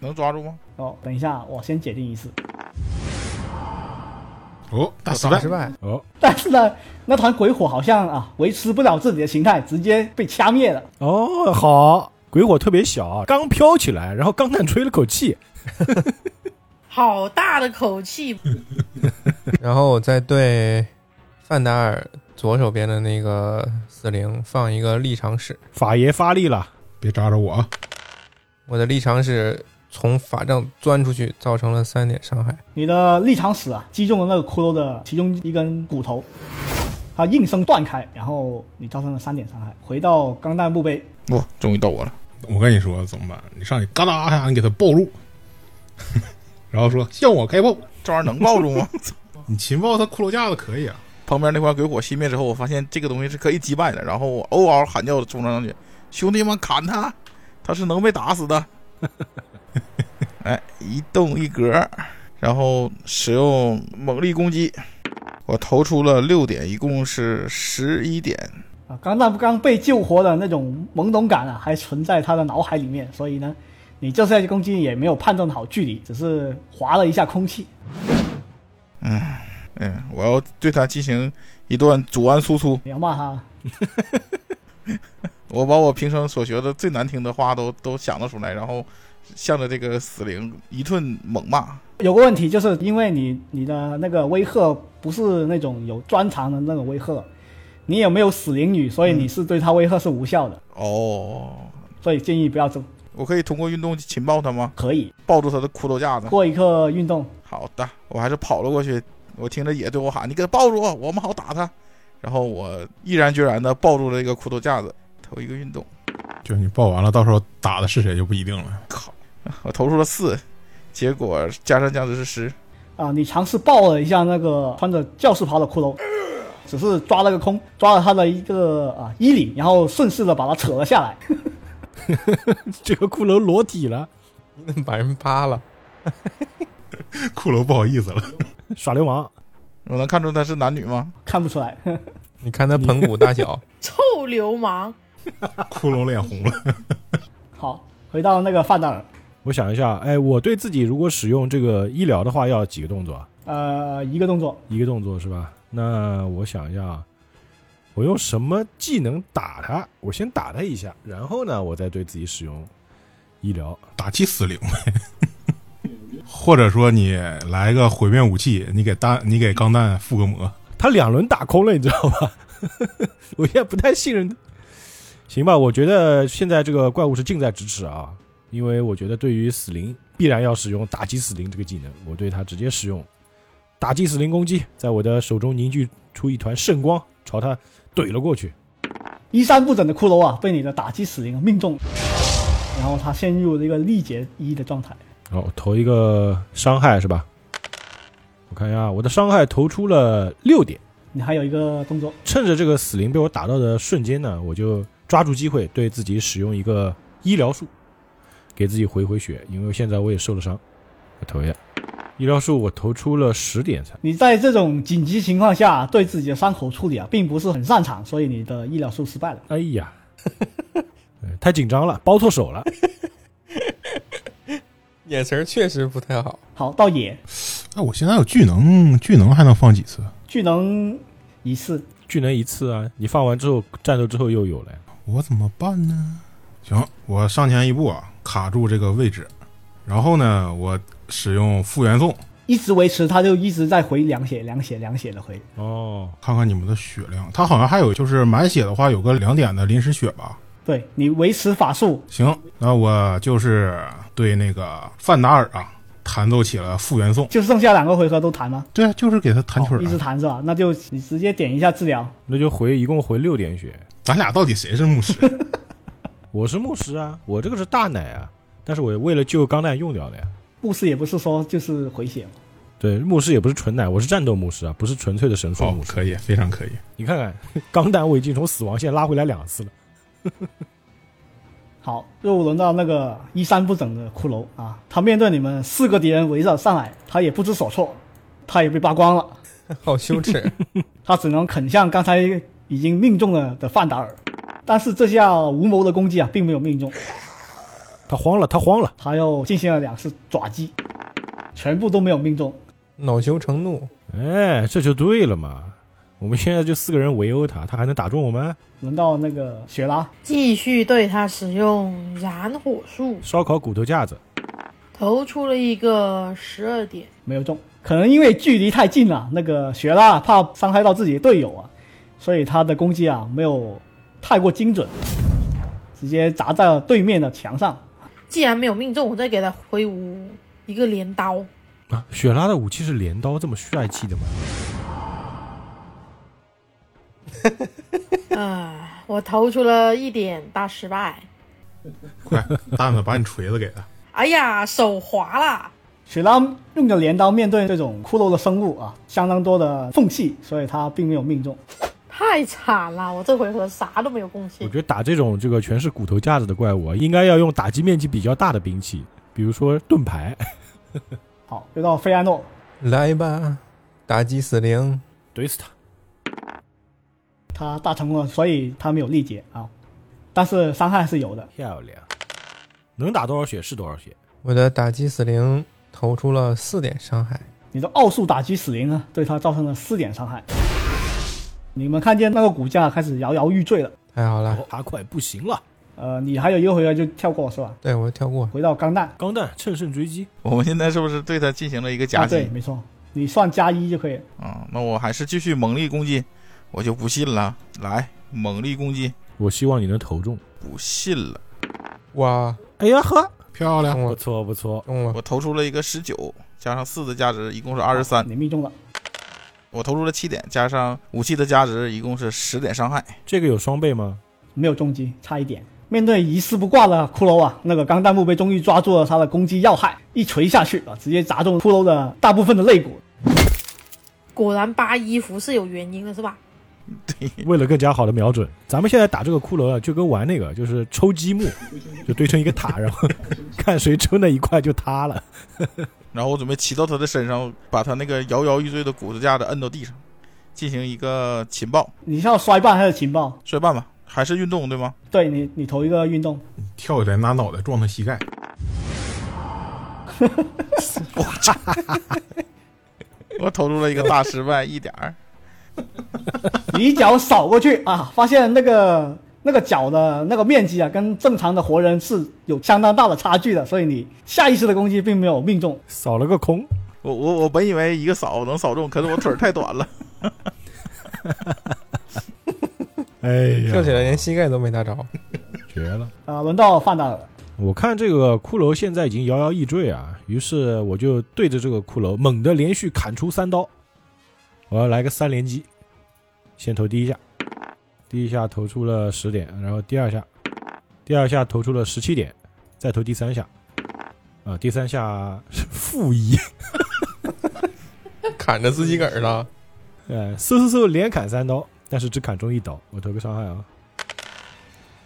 [SPEAKER 3] 能抓住吗？
[SPEAKER 1] 哦，等一下，我先解定一次。
[SPEAKER 4] 哦，大失
[SPEAKER 5] 打
[SPEAKER 4] 败
[SPEAKER 5] 失！ (laughs) 败。
[SPEAKER 2] 哦
[SPEAKER 1] 但是呢，那团鬼火好像啊维持不了自己的形态，直接被掐灭了。
[SPEAKER 2] 哦，好，鬼火特别小，刚飘起来，然后钢弹吹了口气，
[SPEAKER 6] 好大的口气，
[SPEAKER 5] 然后我再对范达尔左手边的那个死灵放一个立场使，
[SPEAKER 2] 法爷发力了， (laughs)
[SPEAKER 4] 别扎着我啊！
[SPEAKER 5] 我的立场使从法杖钻出去，造成了三点伤害。
[SPEAKER 1] 你的立场死啊，击中了那个骷髅的其中一根骨头，它应声断开，然后你造成了三点伤害，回到钢弹墓碑。
[SPEAKER 3] 哇，哦终于到我了，
[SPEAKER 4] 我跟你说怎么办？你上去嘎哒一下，你给他暴露， (laughs) 然后说向我开炮。
[SPEAKER 3] 这玩意儿能抱住吗？
[SPEAKER 4] 你擒抱他骷髅架子可以啊，
[SPEAKER 3] 旁边那块鬼火熄灭之后，我发现这个东西是可以击败的，然后我嗷嗷喊叫着冲上去，兄弟们砍他，他是能被打死的。哎，一动一格，然后使用猛力攻击，我投出了六点，一共是十一点。
[SPEAKER 1] 啊，钢弹刚被救活的那种懵懂感啊，还存在他的脑海里面，所以呢，你这次攻击也没有判断好距离，只是划了一下空气。
[SPEAKER 3] 嗯，我要对他进行一段阻拦输出，
[SPEAKER 1] 你要骂他， (laughs)
[SPEAKER 3] 我把我平生所学的最难听的话都都想得出来，然后向着这个死灵一顿猛骂。
[SPEAKER 1] 有个问题就是因为你你的那个威吓不是那种有专长的那种威吓，你也没有死灵语，所以你是对他威吓是无效的，
[SPEAKER 3] 嗯哦，
[SPEAKER 1] 所以建议不要走。
[SPEAKER 3] 我可以通过运动情报他吗？
[SPEAKER 1] 可以
[SPEAKER 3] 抱住他的骷髅架子。
[SPEAKER 1] 过一刻运动，
[SPEAKER 3] 好的，我还是跑了过去。我听着野对我喊：“你给他抱住我，我们好打他。”然后我毅然决然地抱住了这个骷髅架子，投一个运动，
[SPEAKER 4] 就是你爆完了，到时候打的是谁就不一定了。
[SPEAKER 3] 我投出了四，结果加上僵直是十。
[SPEAKER 1] 啊，你尝试抱了一下那个穿着教士袍的骷髅， (coughs) 只是抓了个空，抓了他的一个啊衣领，然后顺势的把他扯了下来。
[SPEAKER 2] 这个骷髅裸体了，
[SPEAKER 5] 你怎么 (laughs) 把人扒了？
[SPEAKER 4] 骷髅不好意思了， (laughs)
[SPEAKER 2] 耍流氓，
[SPEAKER 3] 我能看出他是男女吗？
[SPEAKER 1] 看不出来， (laughs)
[SPEAKER 5] 你看他盆骨大小，
[SPEAKER 6] 臭流氓！
[SPEAKER 4] 骷髅脸红了。
[SPEAKER 1] 好，回到那个范达尔，
[SPEAKER 2] 我想一下，哎，我对自己如果使用这个医疗的话，要几个动作啊？
[SPEAKER 1] 呃，一个动作，
[SPEAKER 2] 一个动作是吧？那我想一下，啊，我用什么技能打他？我先打他一下，然后呢，我再对自己使用医疗。
[SPEAKER 4] 打击死灵呗。或者说你来个毁灭武器，你给弹，你给钢弹附个魔，
[SPEAKER 2] 他两轮打空了，你知道吧？ (laughs) 我现在不太信任他。行吧，我觉得现在这个怪物是近在咫尺啊，因为我觉得对于死灵必然要使用打击死灵这个技能，我对他直接使用打击死灵攻击，在我的手中凝聚出一团圣光，朝他怼了过去。
[SPEAKER 1] 衣衫不整的骷髅啊，被你的打击死灵命中，然后他陷入了一个力竭一的状态。
[SPEAKER 2] 好，我哦投一个伤害是吧？我看一下，我的伤害投出了六点。
[SPEAKER 1] 你还有一个动作，
[SPEAKER 2] 趁着这个死灵被我打到的瞬间呢，我就抓住机会对自己使用一个医疗术，给自己回回血，因为现在我也受了伤。我投一下医疗术，我投出了十点才。
[SPEAKER 1] 你在这种紧急情况下对自己的伤口处理啊，并不是很擅长，所以你的医疗术失败了。
[SPEAKER 2] 哎呀，呃太紧张了，包错手了。
[SPEAKER 5] (laughs) 眼神确实不太好。
[SPEAKER 1] 好，到野
[SPEAKER 4] 哎，我现在有巨能，巨能还能放几次？
[SPEAKER 1] 巨能一次，
[SPEAKER 2] 巨能一次啊，你放完之后，战斗之后又有了呀。
[SPEAKER 4] 我怎么办呢？行，我上前一步啊，卡住这个位置，然后呢，我使用复原送，
[SPEAKER 1] 一直维持，他就一直在回两血、两血、两血的回。
[SPEAKER 2] 哦，
[SPEAKER 4] 看看你们的血量。它好像还有就是满血的话，有个两点的临时血吧。
[SPEAKER 1] 对你维持法术，
[SPEAKER 4] 行，那我就是对那个范达尔啊弹奏起了复原颂。
[SPEAKER 1] 就剩下两个回合都弹吗？
[SPEAKER 4] 对啊，就是给他弹曲儿
[SPEAKER 1] 一直
[SPEAKER 4] 啊。
[SPEAKER 1] 弹是吧？那就你直接点一下治疗。
[SPEAKER 2] 那就回一共回六点血。
[SPEAKER 4] 咱俩到底谁是牧 (laughs) 师？
[SPEAKER 2] 我是牧师啊，我这个是大奶啊，但是我为了救钢弹用掉的呀。
[SPEAKER 1] 牧师也不是说就是回血嘛，
[SPEAKER 2] 对，牧师也不是纯奶，我是战斗牧师啊，不是纯粹的神术
[SPEAKER 4] 哦
[SPEAKER 2] 牧，师。
[SPEAKER 4] 可以，非常可以。
[SPEAKER 2] 你看 (laughs) 看，钢弹我已经从死亡线拉回来两次了。
[SPEAKER 1] 好，又轮到那个衣衫不整的骷髅啊，他面对你们四个敌人围着上来，他也不知所措，他也被扒光了，
[SPEAKER 5] 好羞 (laughs) 耻，
[SPEAKER 1] 他只能啃向刚才已经命中了的范达尔，但是这下无谋的攻击啊，并没有命中，
[SPEAKER 2] 他慌了，他慌了，
[SPEAKER 1] 他又进行了两次爪击，全部都没有命中。
[SPEAKER 5] 恼羞成怒，
[SPEAKER 2] 哎，这就对了嘛。我们现在就四个人围殴他，他还能打中我们？
[SPEAKER 1] 轮到那个雪拉，
[SPEAKER 6] 继续对他使用燃火术，
[SPEAKER 2] 烧烤骨头架子，
[SPEAKER 6] 投出了一个十二点，
[SPEAKER 1] 没有中，可能因为距离太近了，那个雪拉怕伤害到自己的队友啊，所以他的攻击啊没有太过精准，直接砸在了对面的墙上。
[SPEAKER 6] 既然没有命中，我再给他挥舞一个镰刀。
[SPEAKER 2] 啊，雪拉的武器是镰刀，这么帅气的吗？
[SPEAKER 6] 啊，我投出了一点大失败。
[SPEAKER 4] 快，蛋子把你锤子给他。
[SPEAKER 6] 哎呀，手滑了。
[SPEAKER 1] 雪拉用着镰刀面对这种骷髅的生物啊，相当多的缝隙，所以他并没有命中。
[SPEAKER 6] 太惨了，我这回合啥都没有贡
[SPEAKER 2] 我
[SPEAKER 6] 献
[SPEAKER 2] 觉。得打这种这个全是骨头架子的怪物啊，应该要用打击面积比较大的兵器，比如说盾牌。 (laughs)
[SPEAKER 1] 好，又到费安诺，
[SPEAKER 5] 来吧，打击死灵，
[SPEAKER 2] 怼死他！
[SPEAKER 1] 他大成功了，所以他没有力竭啊，但是伤害是有的。
[SPEAKER 2] 漂亮，能打多少血是多少血。
[SPEAKER 5] 我的打击死灵投出了四点伤害。
[SPEAKER 1] 你的奥数打击死灵呢，对他造成了四点伤害。你们看见那个骨架开始摇摇欲坠了。
[SPEAKER 5] 太好了，
[SPEAKER 2] 他快不行了，
[SPEAKER 1] 呃，你还有一个回合就跳过是吧？
[SPEAKER 5] 对我跳过，
[SPEAKER 1] 回到钢弹
[SPEAKER 2] 钢弹乘胜追击。
[SPEAKER 3] 我们现在是不是对他进行了一个
[SPEAKER 1] 啊，
[SPEAKER 3] 夹
[SPEAKER 1] 对，
[SPEAKER 3] 击？
[SPEAKER 1] 没错，你算加一就可以了。
[SPEAKER 3] 啊、那我还是继续猛力攻击，我就不信了，来猛力攻击，
[SPEAKER 2] 我希望你能投中。
[SPEAKER 3] 不信了，
[SPEAKER 5] 哇，
[SPEAKER 2] 哎呀呵，
[SPEAKER 4] 漂亮，
[SPEAKER 5] 中
[SPEAKER 2] 不
[SPEAKER 5] 了，
[SPEAKER 2] 错不错，
[SPEAKER 5] 中了，
[SPEAKER 3] 我投出了一个十九，加上四的价值，一共是二十三，
[SPEAKER 1] 你命中了。
[SPEAKER 3] 我投出了七点，加上武器的价值，一共是十点伤害。
[SPEAKER 2] 这个有双倍吗？
[SPEAKER 1] 没有中击，差一点。面对一丝不挂的骷髅啊，那个钢弹墓碑终于抓住了他的攻击要害，一锤下去啊，直接砸中骷髅的大部分的肋骨。
[SPEAKER 6] 果然扒衣服是有原因的，是吧？
[SPEAKER 2] 为了更加好的瞄准，咱们现在打这个骷髅啊，就跟玩那个就是抽积 (laughs) 木，就堆成一个塔，然后看谁抽那一块就塌了。
[SPEAKER 3] 然后我准备骑到他的身上，把他那个摇摇欲坠的骨头架子摁到地上，进行一个擒抱
[SPEAKER 1] 你是要摔绊还是情报？
[SPEAKER 3] 摔绊吧，还是运动对吗？
[SPEAKER 1] 对你，你投一个运动，
[SPEAKER 4] 跳起来拿脑袋撞他膝盖，
[SPEAKER 3] 我投出了一个大失败，一点儿。
[SPEAKER 1] 你一脚扫过去啊， (laughs) 发现那个那个脚的那个面积啊，跟正常的活人是有相当大的差距的，所以你下意识的攻击并没有命中。
[SPEAKER 2] 扫了个空，
[SPEAKER 3] 我我我本以为一个扫能扫中，可是我腿儿太短了。
[SPEAKER 2] 哎
[SPEAKER 5] 跳起来连膝盖都没打着。
[SPEAKER 2] 绝了！
[SPEAKER 1] 啊，轮到范达尔了，
[SPEAKER 2] 我看这个骷髅现在已经摇摇欲坠啊，于是我就对着这个骷髅猛地连续砍出三刀，我要来个三连击，先投第一下，第一下投出了十点，然后第二下，第二下投出了十七点，再投第三下，啊，第三下是负一，
[SPEAKER 5] 砍着自己个儿了，
[SPEAKER 2] 呃，嗖嗖嗖连砍三刀，但是只砍中一刀，我投个伤害啊，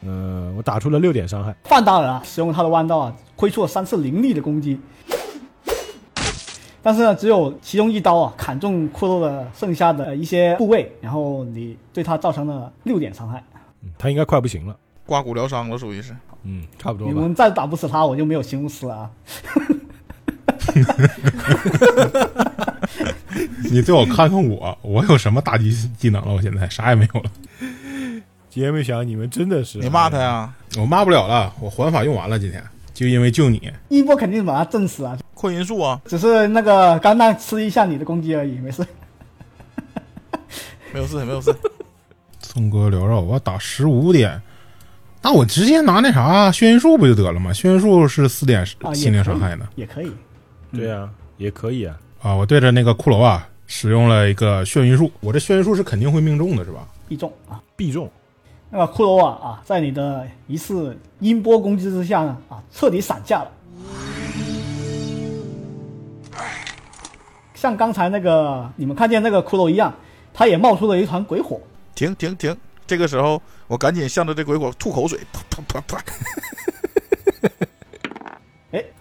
[SPEAKER 2] 嗯、我打出了六点伤害，
[SPEAKER 1] 范达尔啊，使用他的弯刀啊，挥出了三次凌厉的攻击，但是呢，只有其中一刀啊砍中骷髅的剩下的一些部位，然后你对他造成了六点伤害。
[SPEAKER 2] 嗯他应该快不行了，
[SPEAKER 3] 刮骨疗伤了，属于是。
[SPEAKER 2] 嗯，差不多
[SPEAKER 1] 你
[SPEAKER 2] 吧，
[SPEAKER 1] 们再打不死他，我就没有形容词了啊！
[SPEAKER 4] 你最好看看我，我有什么打击技能了？我现在啥也没有了，
[SPEAKER 2] 杰没想你们真的是，
[SPEAKER 3] 你骂他呀、
[SPEAKER 4] 我骂不了了，我环法用完了，今天就因为救你，
[SPEAKER 1] 一波肯定把他震死啊，
[SPEAKER 3] 扩音术啊，
[SPEAKER 1] 只是那个钢弹吃一下你的攻击而已，没事。
[SPEAKER 3] 没有事，没有事。
[SPEAKER 4] 宋哥缭绕，我要打十五点，那我直接拿那啥眩晕术不就得了吗？眩晕术是四点
[SPEAKER 1] 啊
[SPEAKER 4] 心灵伤害呢。
[SPEAKER 1] 也可以。嗯
[SPEAKER 2] 对呀、也可以啊。
[SPEAKER 4] 啊，我对着那个骷髅啊，使用了一个眩晕术，我这眩晕术是肯定会命中的，是吧？
[SPEAKER 1] 必中啊。
[SPEAKER 2] 必中，
[SPEAKER 1] 那个骷髅啊啊，在你的一次音波攻击之下呢啊，彻底散架了。像刚才那个你们看见那个骷髅一样，它也冒出了一团鬼火。
[SPEAKER 3] 停停停！这个时候，我赶紧向着这鬼火吐口水，啪啪啪啪！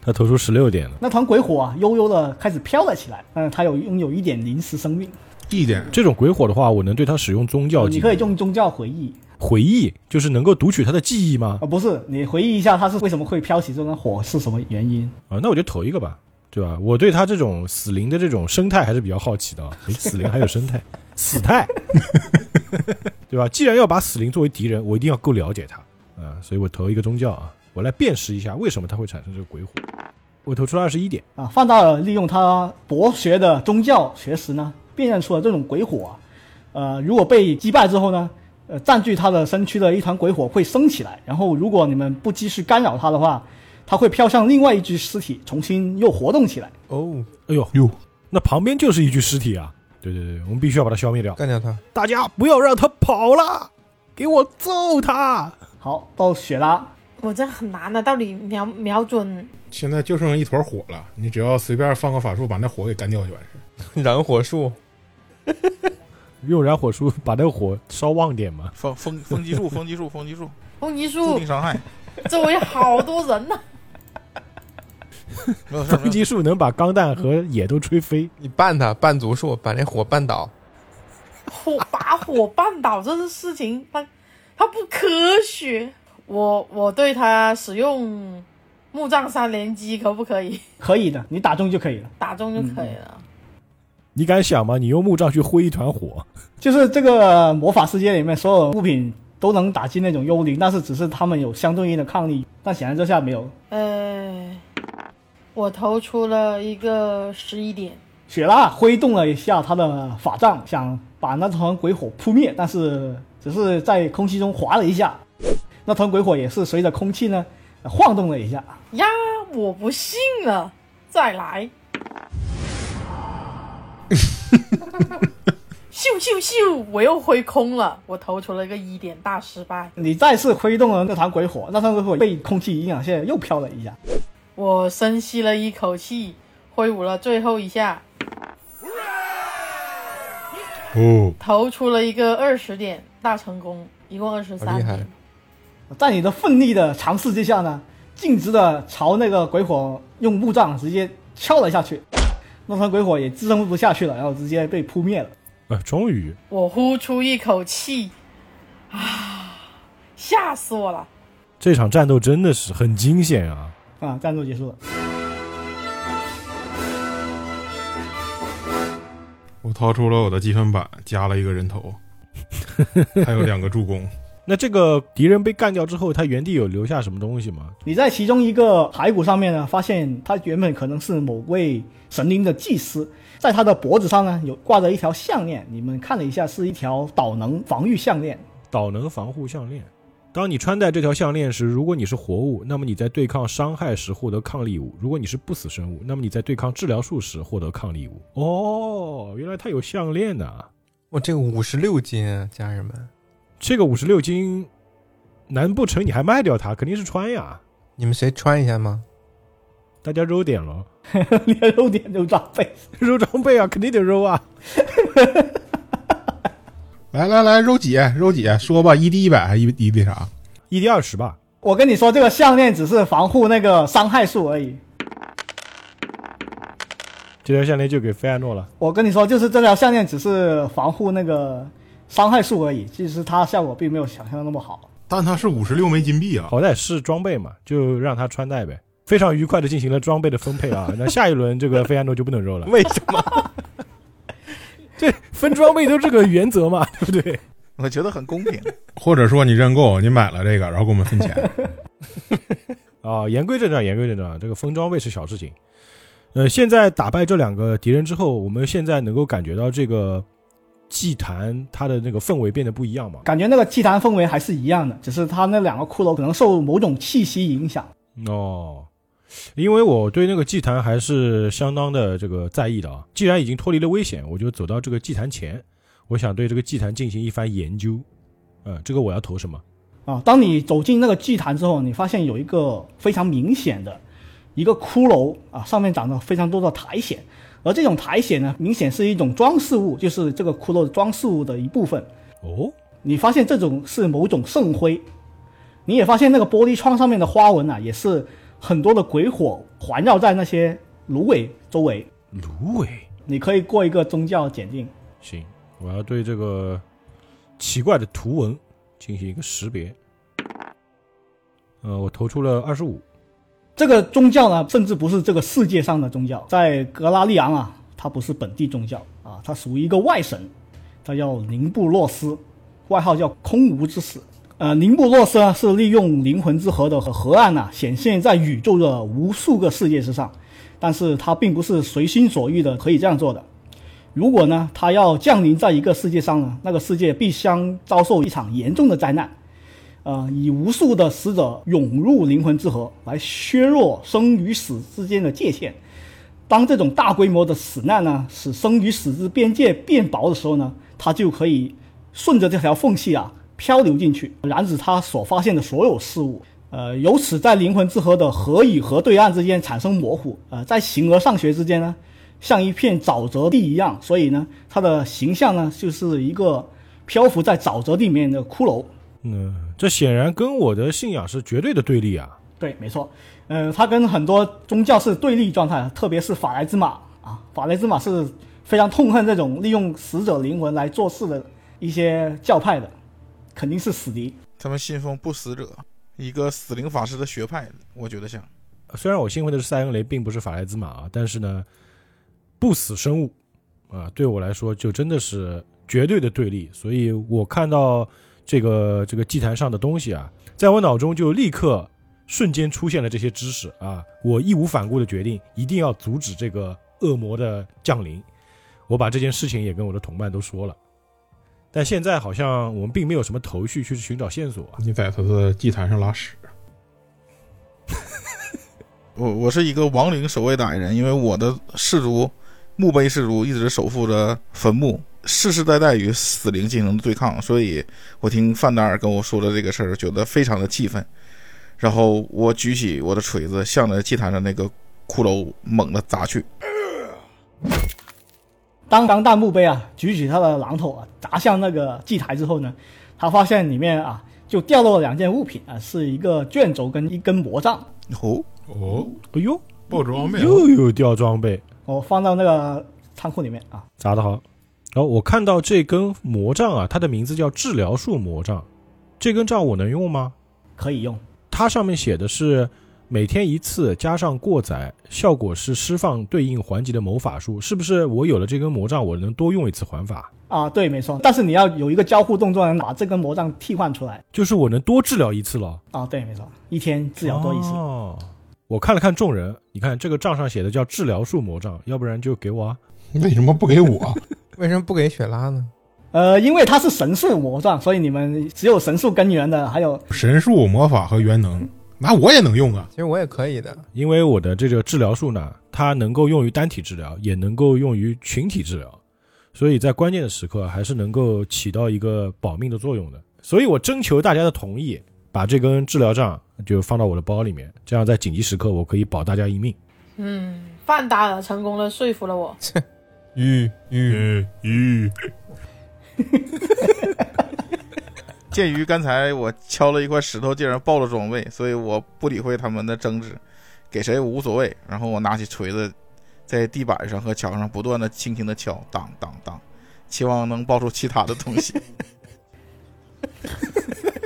[SPEAKER 2] 他投出十六点了。
[SPEAKER 1] 那团鬼火啊，悠悠的开始飘了起来。嗯，它有拥有一点临时生命，
[SPEAKER 4] 一点
[SPEAKER 2] 这种鬼火的话，我能对他使用宗教技
[SPEAKER 1] 哦你
[SPEAKER 2] 能，
[SPEAKER 1] 可以用宗教回忆
[SPEAKER 2] 回忆，就是能够读取他的记忆吗
[SPEAKER 1] 啊、？不是你回忆一下它是为什么会飘起这团火是什么原因？
[SPEAKER 2] 啊，那我就投一个吧，对吧？我对他这种死灵的这种生态还是比较好奇的
[SPEAKER 1] (laughs)
[SPEAKER 2] 啊。诶死灵还有生态，死态， (laughs) 对吧？既然要把死灵作为敌人，我一定要够了解他啊，所以我投一个宗教啊，我来辨识一下为什么它会产生这个鬼火。我投出了二十一点，
[SPEAKER 1] 啊，范达尔利用他博学的宗教学识呢，辨认出了这种鬼火、啊，呃，如果被击败之后呢，呃，占据他的身躯的一团鬼火会升起来，然后如果你们不及时干扰他的话，它会飘向另外一具尸体，重新又活动起来。
[SPEAKER 5] 哦，
[SPEAKER 2] 哎呦
[SPEAKER 7] 哟，
[SPEAKER 2] 那旁边就是一具尸体啊！对对对，我们必须要把它消灭掉。
[SPEAKER 5] 干掉他！
[SPEAKER 2] 大家不要让他跑了，给我揍他！
[SPEAKER 1] 好，到雪拉，
[SPEAKER 6] 我这很难的，到底瞄瞄准
[SPEAKER 4] 现在就剩一坨火了，你只要随便放个法术把那火给干掉就完事。
[SPEAKER 5] 燃火术，
[SPEAKER 2] 用燃火术把那个火烧旺点 (laughs) 嘛。
[SPEAKER 3] 风风风击术，风击术，风击术，
[SPEAKER 6] 红泥
[SPEAKER 3] 固
[SPEAKER 6] 树
[SPEAKER 3] 定伤害。
[SPEAKER 6] 哦周围好多人呢、 (laughs)
[SPEAKER 3] 没有事
[SPEAKER 2] 风
[SPEAKER 3] 儿，没有事
[SPEAKER 2] 击术能把钢弹和野都吹飞，
[SPEAKER 5] 你绊他，绊足术，把那火绊倒。
[SPEAKER 6] 火把火绊倒这个事情，它它不科学。我我对他使用木杖三连击可不可以？
[SPEAKER 1] 可以的，你打中就可以了。
[SPEAKER 6] 打中就可以了。
[SPEAKER 2] 你敢想吗？你用木杖去挥一团火， (laughs)
[SPEAKER 1] 就是这个魔法世界里面所有物品都能打击那种幽灵，但是只是他们有相对应的抗力，但显然这下没有。
[SPEAKER 2] 嗯
[SPEAKER 6] 呃，我投出了一个十一点，
[SPEAKER 1] 雪拉挥动了一下她的法杖，想把那团鬼火扑灭，但是只是在空气中划了一下，那团鬼火也是随着空气呢呃晃动了一下。
[SPEAKER 6] 呀，我不信了，再
[SPEAKER 5] (laughs)
[SPEAKER 6] 来。咻咻咻！我又挥空了，我投出了一个一点，大失败。
[SPEAKER 1] 你再次挥动了那团鬼火，那团鬼火被空气影响线又飘了一下。
[SPEAKER 6] 我深吸了一口气，挥舞了最后一下，
[SPEAKER 4] 哦，
[SPEAKER 6] 投出了一个二十点，大成功，一共二十
[SPEAKER 5] 好
[SPEAKER 6] 三
[SPEAKER 5] 厉害
[SPEAKER 6] 点。
[SPEAKER 1] 在你的奋力的尝试之下呢，径直的朝那个鬼火用木杖直接敲了下去，那团鬼火也支撑不下去了，然后直接被扑灭了。
[SPEAKER 2] 呃，终于
[SPEAKER 6] 我呼出一口气，啊，吓死我了！
[SPEAKER 2] 这场战斗真的是很惊险啊！
[SPEAKER 1] 啊，战斗结束了。
[SPEAKER 4] 我掏出了我的积分板，加了一个人 (laughs) 头，还有两个助攻。
[SPEAKER 2] 那这个敌人被干掉之后，他原地有留下什么东西吗？
[SPEAKER 1] 你在其中一个骸骨上面呢，发现他原本可能是某位神灵的祭司，在他的脖子上呢有挂着一条项链，你们看了一下，是一条导能防御项链。 (laughs)
[SPEAKER 2] 导能防护项链。当你穿戴这条项链时，如果你是活物，那么你在对抗伤害时获得抗力五；如果你是不死生物，那么你在对抗治疗术时获得抗力五。哦，原来它有项链呐、
[SPEAKER 5] 我这个五十六斤啊，家人们，
[SPEAKER 2] 这个五十六斤，难不成你还卖掉它？肯定是穿呀！
[SPEAKER 5] 你们谁穿一下吗？
[SPEAKER 2] 大家揉点了， (laughs)
[SPEAKER 1] 你的肉点就装备，
[SPEAKER 2] 揉装备啊，肯定得揉啊！
[SPEAKER 7] 来来来，肉姐，肉姐，说吧，一滴一百还一一滴啥？
[SPEAKER 2] 一 d 二十吧，
[SPEAKER 1] 我跟你说，这个项链只是防护那个伤害数而已。
[SPEAKER 2] 这条项链就给菲亚诺了。
[SPEAKER 1] 我跟你说，就是这条项链只是防护那个伤害数而已，其实它效果并没有想象的那么好。
[SPEAKER 4] 但它是五十六枚金币啊！
[SPEAKER 2] 好歹是装备嘛，就让他穿戴呗。非常愉快的进行了装备的分配啊。那下一轮这个费安诺就不能肉了，
[SPEAKER 5] 为什么？
[SPEAKER 2] 这分装备都这个原则 (laughs) 嘛，对不对？
[SPEAKER 3] 儿，我觉得很公平。
[SPEAKER 4] 或者说你认购，你买了这个，然后给我们分钱。
[SPEAKER 2] 啊，言归正传，言归正传，这个分装备是小事情。呃，现在打败这两个敌人之后，我们现在能够感觉到这个祭坛它的那个氛围变得不一样嘛？
[SPEAKER 1] 感觉那个祭坛氛围还是一样的，只是它那两个骷髅可能受某种气息影响。
[SPEAKER 2] 哦，因为我对那个祭坛还是相当的这个在意的啊。既然已经脱离了危险，我就走到这个祭坛前，我想对这个祭坛进行一番研究。呃，这个我要投什么？
[SPEAKER 1] 啊，当你走进那个祭坛之后，你发现有一个非常明显的一个骷髅啊，上面长着非常多的苔藓，而这种苔藓呢，明显是一种装饰物，就是这个骷髅的装饰物的一部分。
[SPEAKER 2] 哦，
[SPEAKER 1] 你发现这种是某种圣灰，你也发现那个玻璃窗上面的花纹啊，也是很多的鬼火环绕在那些芦苇周围。
[SPEAKER 2] 芦苇。
[SPEAKER 1] 你可以过一个宗教检定，
[SPEAKER 2] 行，我要对这个奇怪的图文进行一个识别。呃，我投出了二十五。
[SPEAKER 1] 这个宗教呢，甚至不是这个世界上的宗教，在格拉利昂啊，它不是本地宗教啊，它属于一个外神，它叫宁布洛斯，外号叫空无之死。呃，宁布洛斯呢是利用灵魂之河的河岸啊，显现在宇宙的无数个世界之上，但是它并不是随心所欲的可以这样做的。如果呢，它要降临在一个世界上呢，那个世界必将遭受一场严重的灾难。呃，以无数的死者涌入灵魂之河，来削弱生与死之间的界限。当这种大规模的死难呢，使生与死之边界变薄的时候呢，它就可以顺着这条缝隙啊漂流进去，染指它所发现的所有事物。呃，由此在灵魂之河的河与河对岸之间产生模糊，呃，在形而上学之间呢，像一片沼泽地一样，所以呢，它的形象呢就是一个漂浮在沼泽地里面的骷髅。
[SPEAKER 2] 嗯，这显然跟我的信仰是绝对的对立啊。
[SPEAKER 1] 对，没错，呃，它跟很多宗教是对立状态，特别是法莱兹玛啊，法莱兹玛是非常痛恨这种利用死者灵魂来做事的一些教派的，肯定是死敌。
[SPEAKER 3] 他们信奉不死者，一个死灵法师的学派，我觉得像。
[SPEAKER 2] 虽然我信奉的是塞恩雷，并不是法莱兹玛啊，但是呢，不死生物啊，对我来说就真的是绝对的对立。所以我看到这个这个祭坛上的东西啊，在我脑中就立刻瞬间出现了这些知识啊，我义无反顾的决定一定要阻止这个恶魔的降临。我把这件事情也跟我的同伴都说了，但现在好像我们并没有什么头绪去寻找线索啊。
[SPEAKER 4] 你在他的祭坛上拉屎，
[SPEAKER 3] 我我是一个亡灵守卫的矮人，因为我的氏族墓碑氏族一直守护着坟墓，世世代代与死灵进行对抗，所以我听范达尔跟我说的这个事儿，觉得非常的气愤。然后我举起我的锤子，向着祭坛上那个骷髅猛地砸去。
[SPEAKER 1] 当钢弹墓碑啊举起他的榔头啊砸向那个祭台之后呢，他发现里面啊就掉落了两件物品啊，是一个卷轴跟一根魔杖。
[SPEAKER 3] 哦，
[SPEAKER 4] 哦，
[SPEAKER 2] 哎呦，
[SPEAKER 4] 爆装备
[SPEAKER 2] 又有掉装备，
[SPEAKER 1] 我哦放到那个仓库里面啊。
[SPEAKER 2] 砸得好。然后我看到这根魔杖啊，它的名字叫治疗术魔杖。这根杖我能用吗？
[SPEAKER 1] 可以用。
[SPEAKER 2] 它上面写的是每天一次，加上过载，效果是释放对应环节的某法术。是不是我有了这根魔杖，我能多用一次环法？
[SPEAKER 1] 啊，对，没错，但是你要有一个交互动作，能把这根魔杖替换出来。
[SPEAKER 2] 就是我能多治疗一次了，
[SPEAKER 1] 啊，对，没错，一天治疗多一次。
[SPEAKER 2] 哦，我看了看众人，你看这个杖上写的叫治疗术魔杖，要不然就给我啊。
[SPEAKER 7] 为什么不给我？
[SPEAKER 4] (laughs)
[SPEAKER 5] 为什么不给雪拉呢？
[SPEAKER 1] 呃，因为它是神术魔杖，所以你们只有神术根源的，还有
[SPEAKER 4] 神术、魔法和元能，那我也能用啊。
[SPEAKER 5] 其实我也可以的，
[SPEAKER 2] 因为我的这个治疗术呢，它能够用于单体治疗，也能够用于群体治疗，所以在关键的时刻还是能够起到一个保命的作用的。所以我征求大家的同意，把这根治疗杖就放到我的包里面，这样在紧急时刻我可以保大家一命。
[SPEAKER 6] 嗯，范达尔成功的说服了我。
[SPEAKER 5] 吁吁，
[SPEAKER 4] 嗯嗯，
[SPEAKER 3] 鉴于刚才我敲了一块石头，竟然爆了装备，所以我不理会他们的争执，给谁无所谓。然后我拿起锤子，在地板上和墙上不断的轻轻的敲，当当当，期望能爆出其他的东西。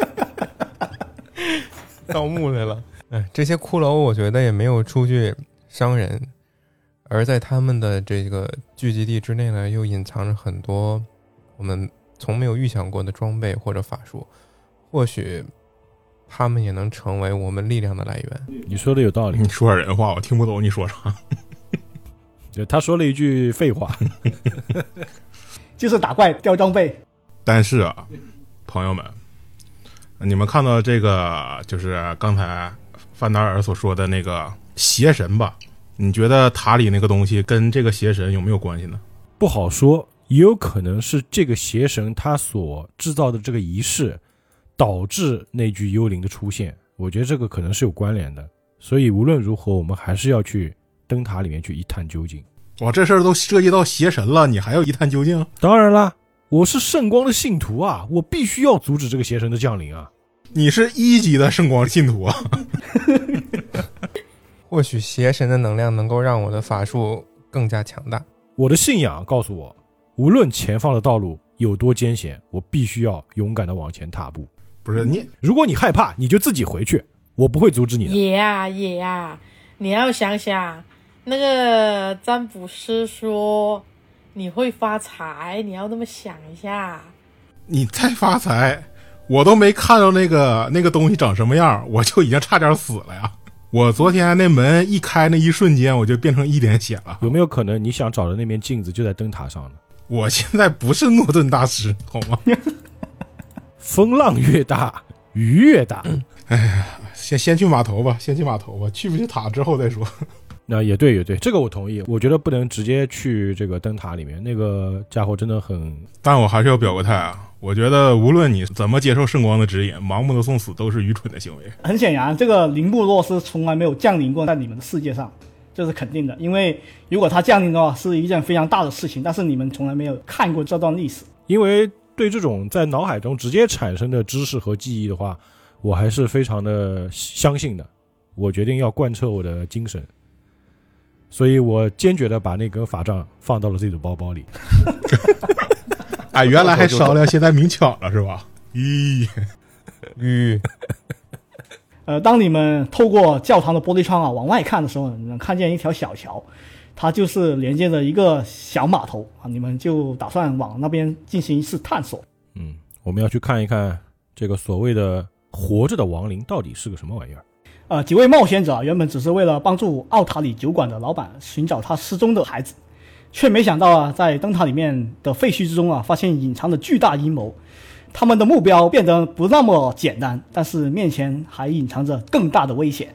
[SPEAKER 5] (laughs) 盗墓来了。哎，这些骷髅我觉得也没有出去伤人，而在他们的这个聚集地之内呢，又隐藏着很多我们从没有预想过的装备或者法术。或许他们也能成为我们力量的来源。
[SPEAKER 2] 你说的有道理，
[SPEAKER 4] 你说点人话，我听不懂你说啥。 (laughs)
[SPEAKER 2] 就他说了一句废话，
[SPEAKER 1] 就是打怪掉装备。
[SPEAKER 4] 但是啊，朋友们，你们看到这个就是刚才范达尔所说的那个邪神吧？你觉得塔里那个东西跟这个邪神有没有关系呢？
[SPEAKER 2] 不好说，也有可能是这个邪神他所制造的这个仪式，导致那具幽灵的出现。我觉得这个可能是有关联的，所以无论如何，我们还是要去灯塔里面去一探究竟。
[SPEAKER 4] 哇，这事儿都涉及到邪神了，你还要一探究竟？
[SPEAKER 2] 当然啦，我是圣光的信徒啊，我必须要阻止这个邪神的降临啊！
[SPEAKER 4] 你是一级的圣光信徒啊！
[SPEAKER 5] 或许邪神的能量能够让我的法术更加强大。
[SPEAKER 2] 我的信仰告诉我，无论前方的道路有多艰险，我必须要勇敢的往前踏步。
[SPEAKER 4] 不是你，
[SPEAKER 2] 如果你害怕，你就自己回去，我不会阻止你的。
[SPEAKER 6] 也呀也呀，你要想想，那个占卜师说你会发财，你要那么想一下。
[SPEAKER 4] 你再发财，我都没看到那个那个东西长什么样，我就已经差点死了呀！我昨天那门一开那一瞬间，我就变成一点血了。
[SPEAKER 2] 有没有可能你想找的那面镜子就在灯塔上呢？
[SPEAKER 4] (laughs) 我现在不是诺顿大师，好吗？
[SPEAKER 2] 风浪越大，愉悦大。
[SPEAKER 7] 先先去码头吧，先去码头吧，去不去塔之后再说。
[SPEAKER 2] 那也对，也对，这个我同意。我觉得不能直接去这个灯塔里面，那个家伙真的很
[SPEAKER 4] (laughs) 但我还是要表个态啊，我觉得无论你怎么接受圣光的指引，盲目的送死都是愚蠢的行为。
[SPEAKER 1] 很显然，这个零部落是从来没有降临过在你们的世界上，这是肯定的。因为如果它降临的话，是一件非常大的事情，但是你们从来没有看过这段历史。
[SPEAKER 2] 因为对这种在脑海中直接产生的知识和记忆的话，我还是非常的相信的。我决定要贯彻我的精神，所以我坚决的把那根法杖放到了自己的包包里。
[SPEAKER 7] 哎，原来还
[SPEAKER 4] (laughs)
[SPEAKER 7] 商量，现在明抢了是吧？
[SPEAKER 4] 哎
[SPEAKER 7] 咦，
[SPEAKER 5] 吁，
[SPEAKER 1] 呃，当你们透过教堂的玻璃窗啊往外看的时候，你能看见一条小桥，它就是连接着一个小码头啊。你们就打算往那边进行一次探索。
[SPEAKER 2] 嗯，我们要去看一看这个所谓的活着的亡灵到底是个什么玩意儿。
[SPEAKER 1] 呃，几位冒险者原本只是为了帮助奥塔里酒馆的老板寻找他失踪的孩子，却没想到啊，在灯塔里面的废墟之中啊，发现隐藏着巨大阴谋。他们的目标变得不那么简单，但是面前还隐藏着更大的危险。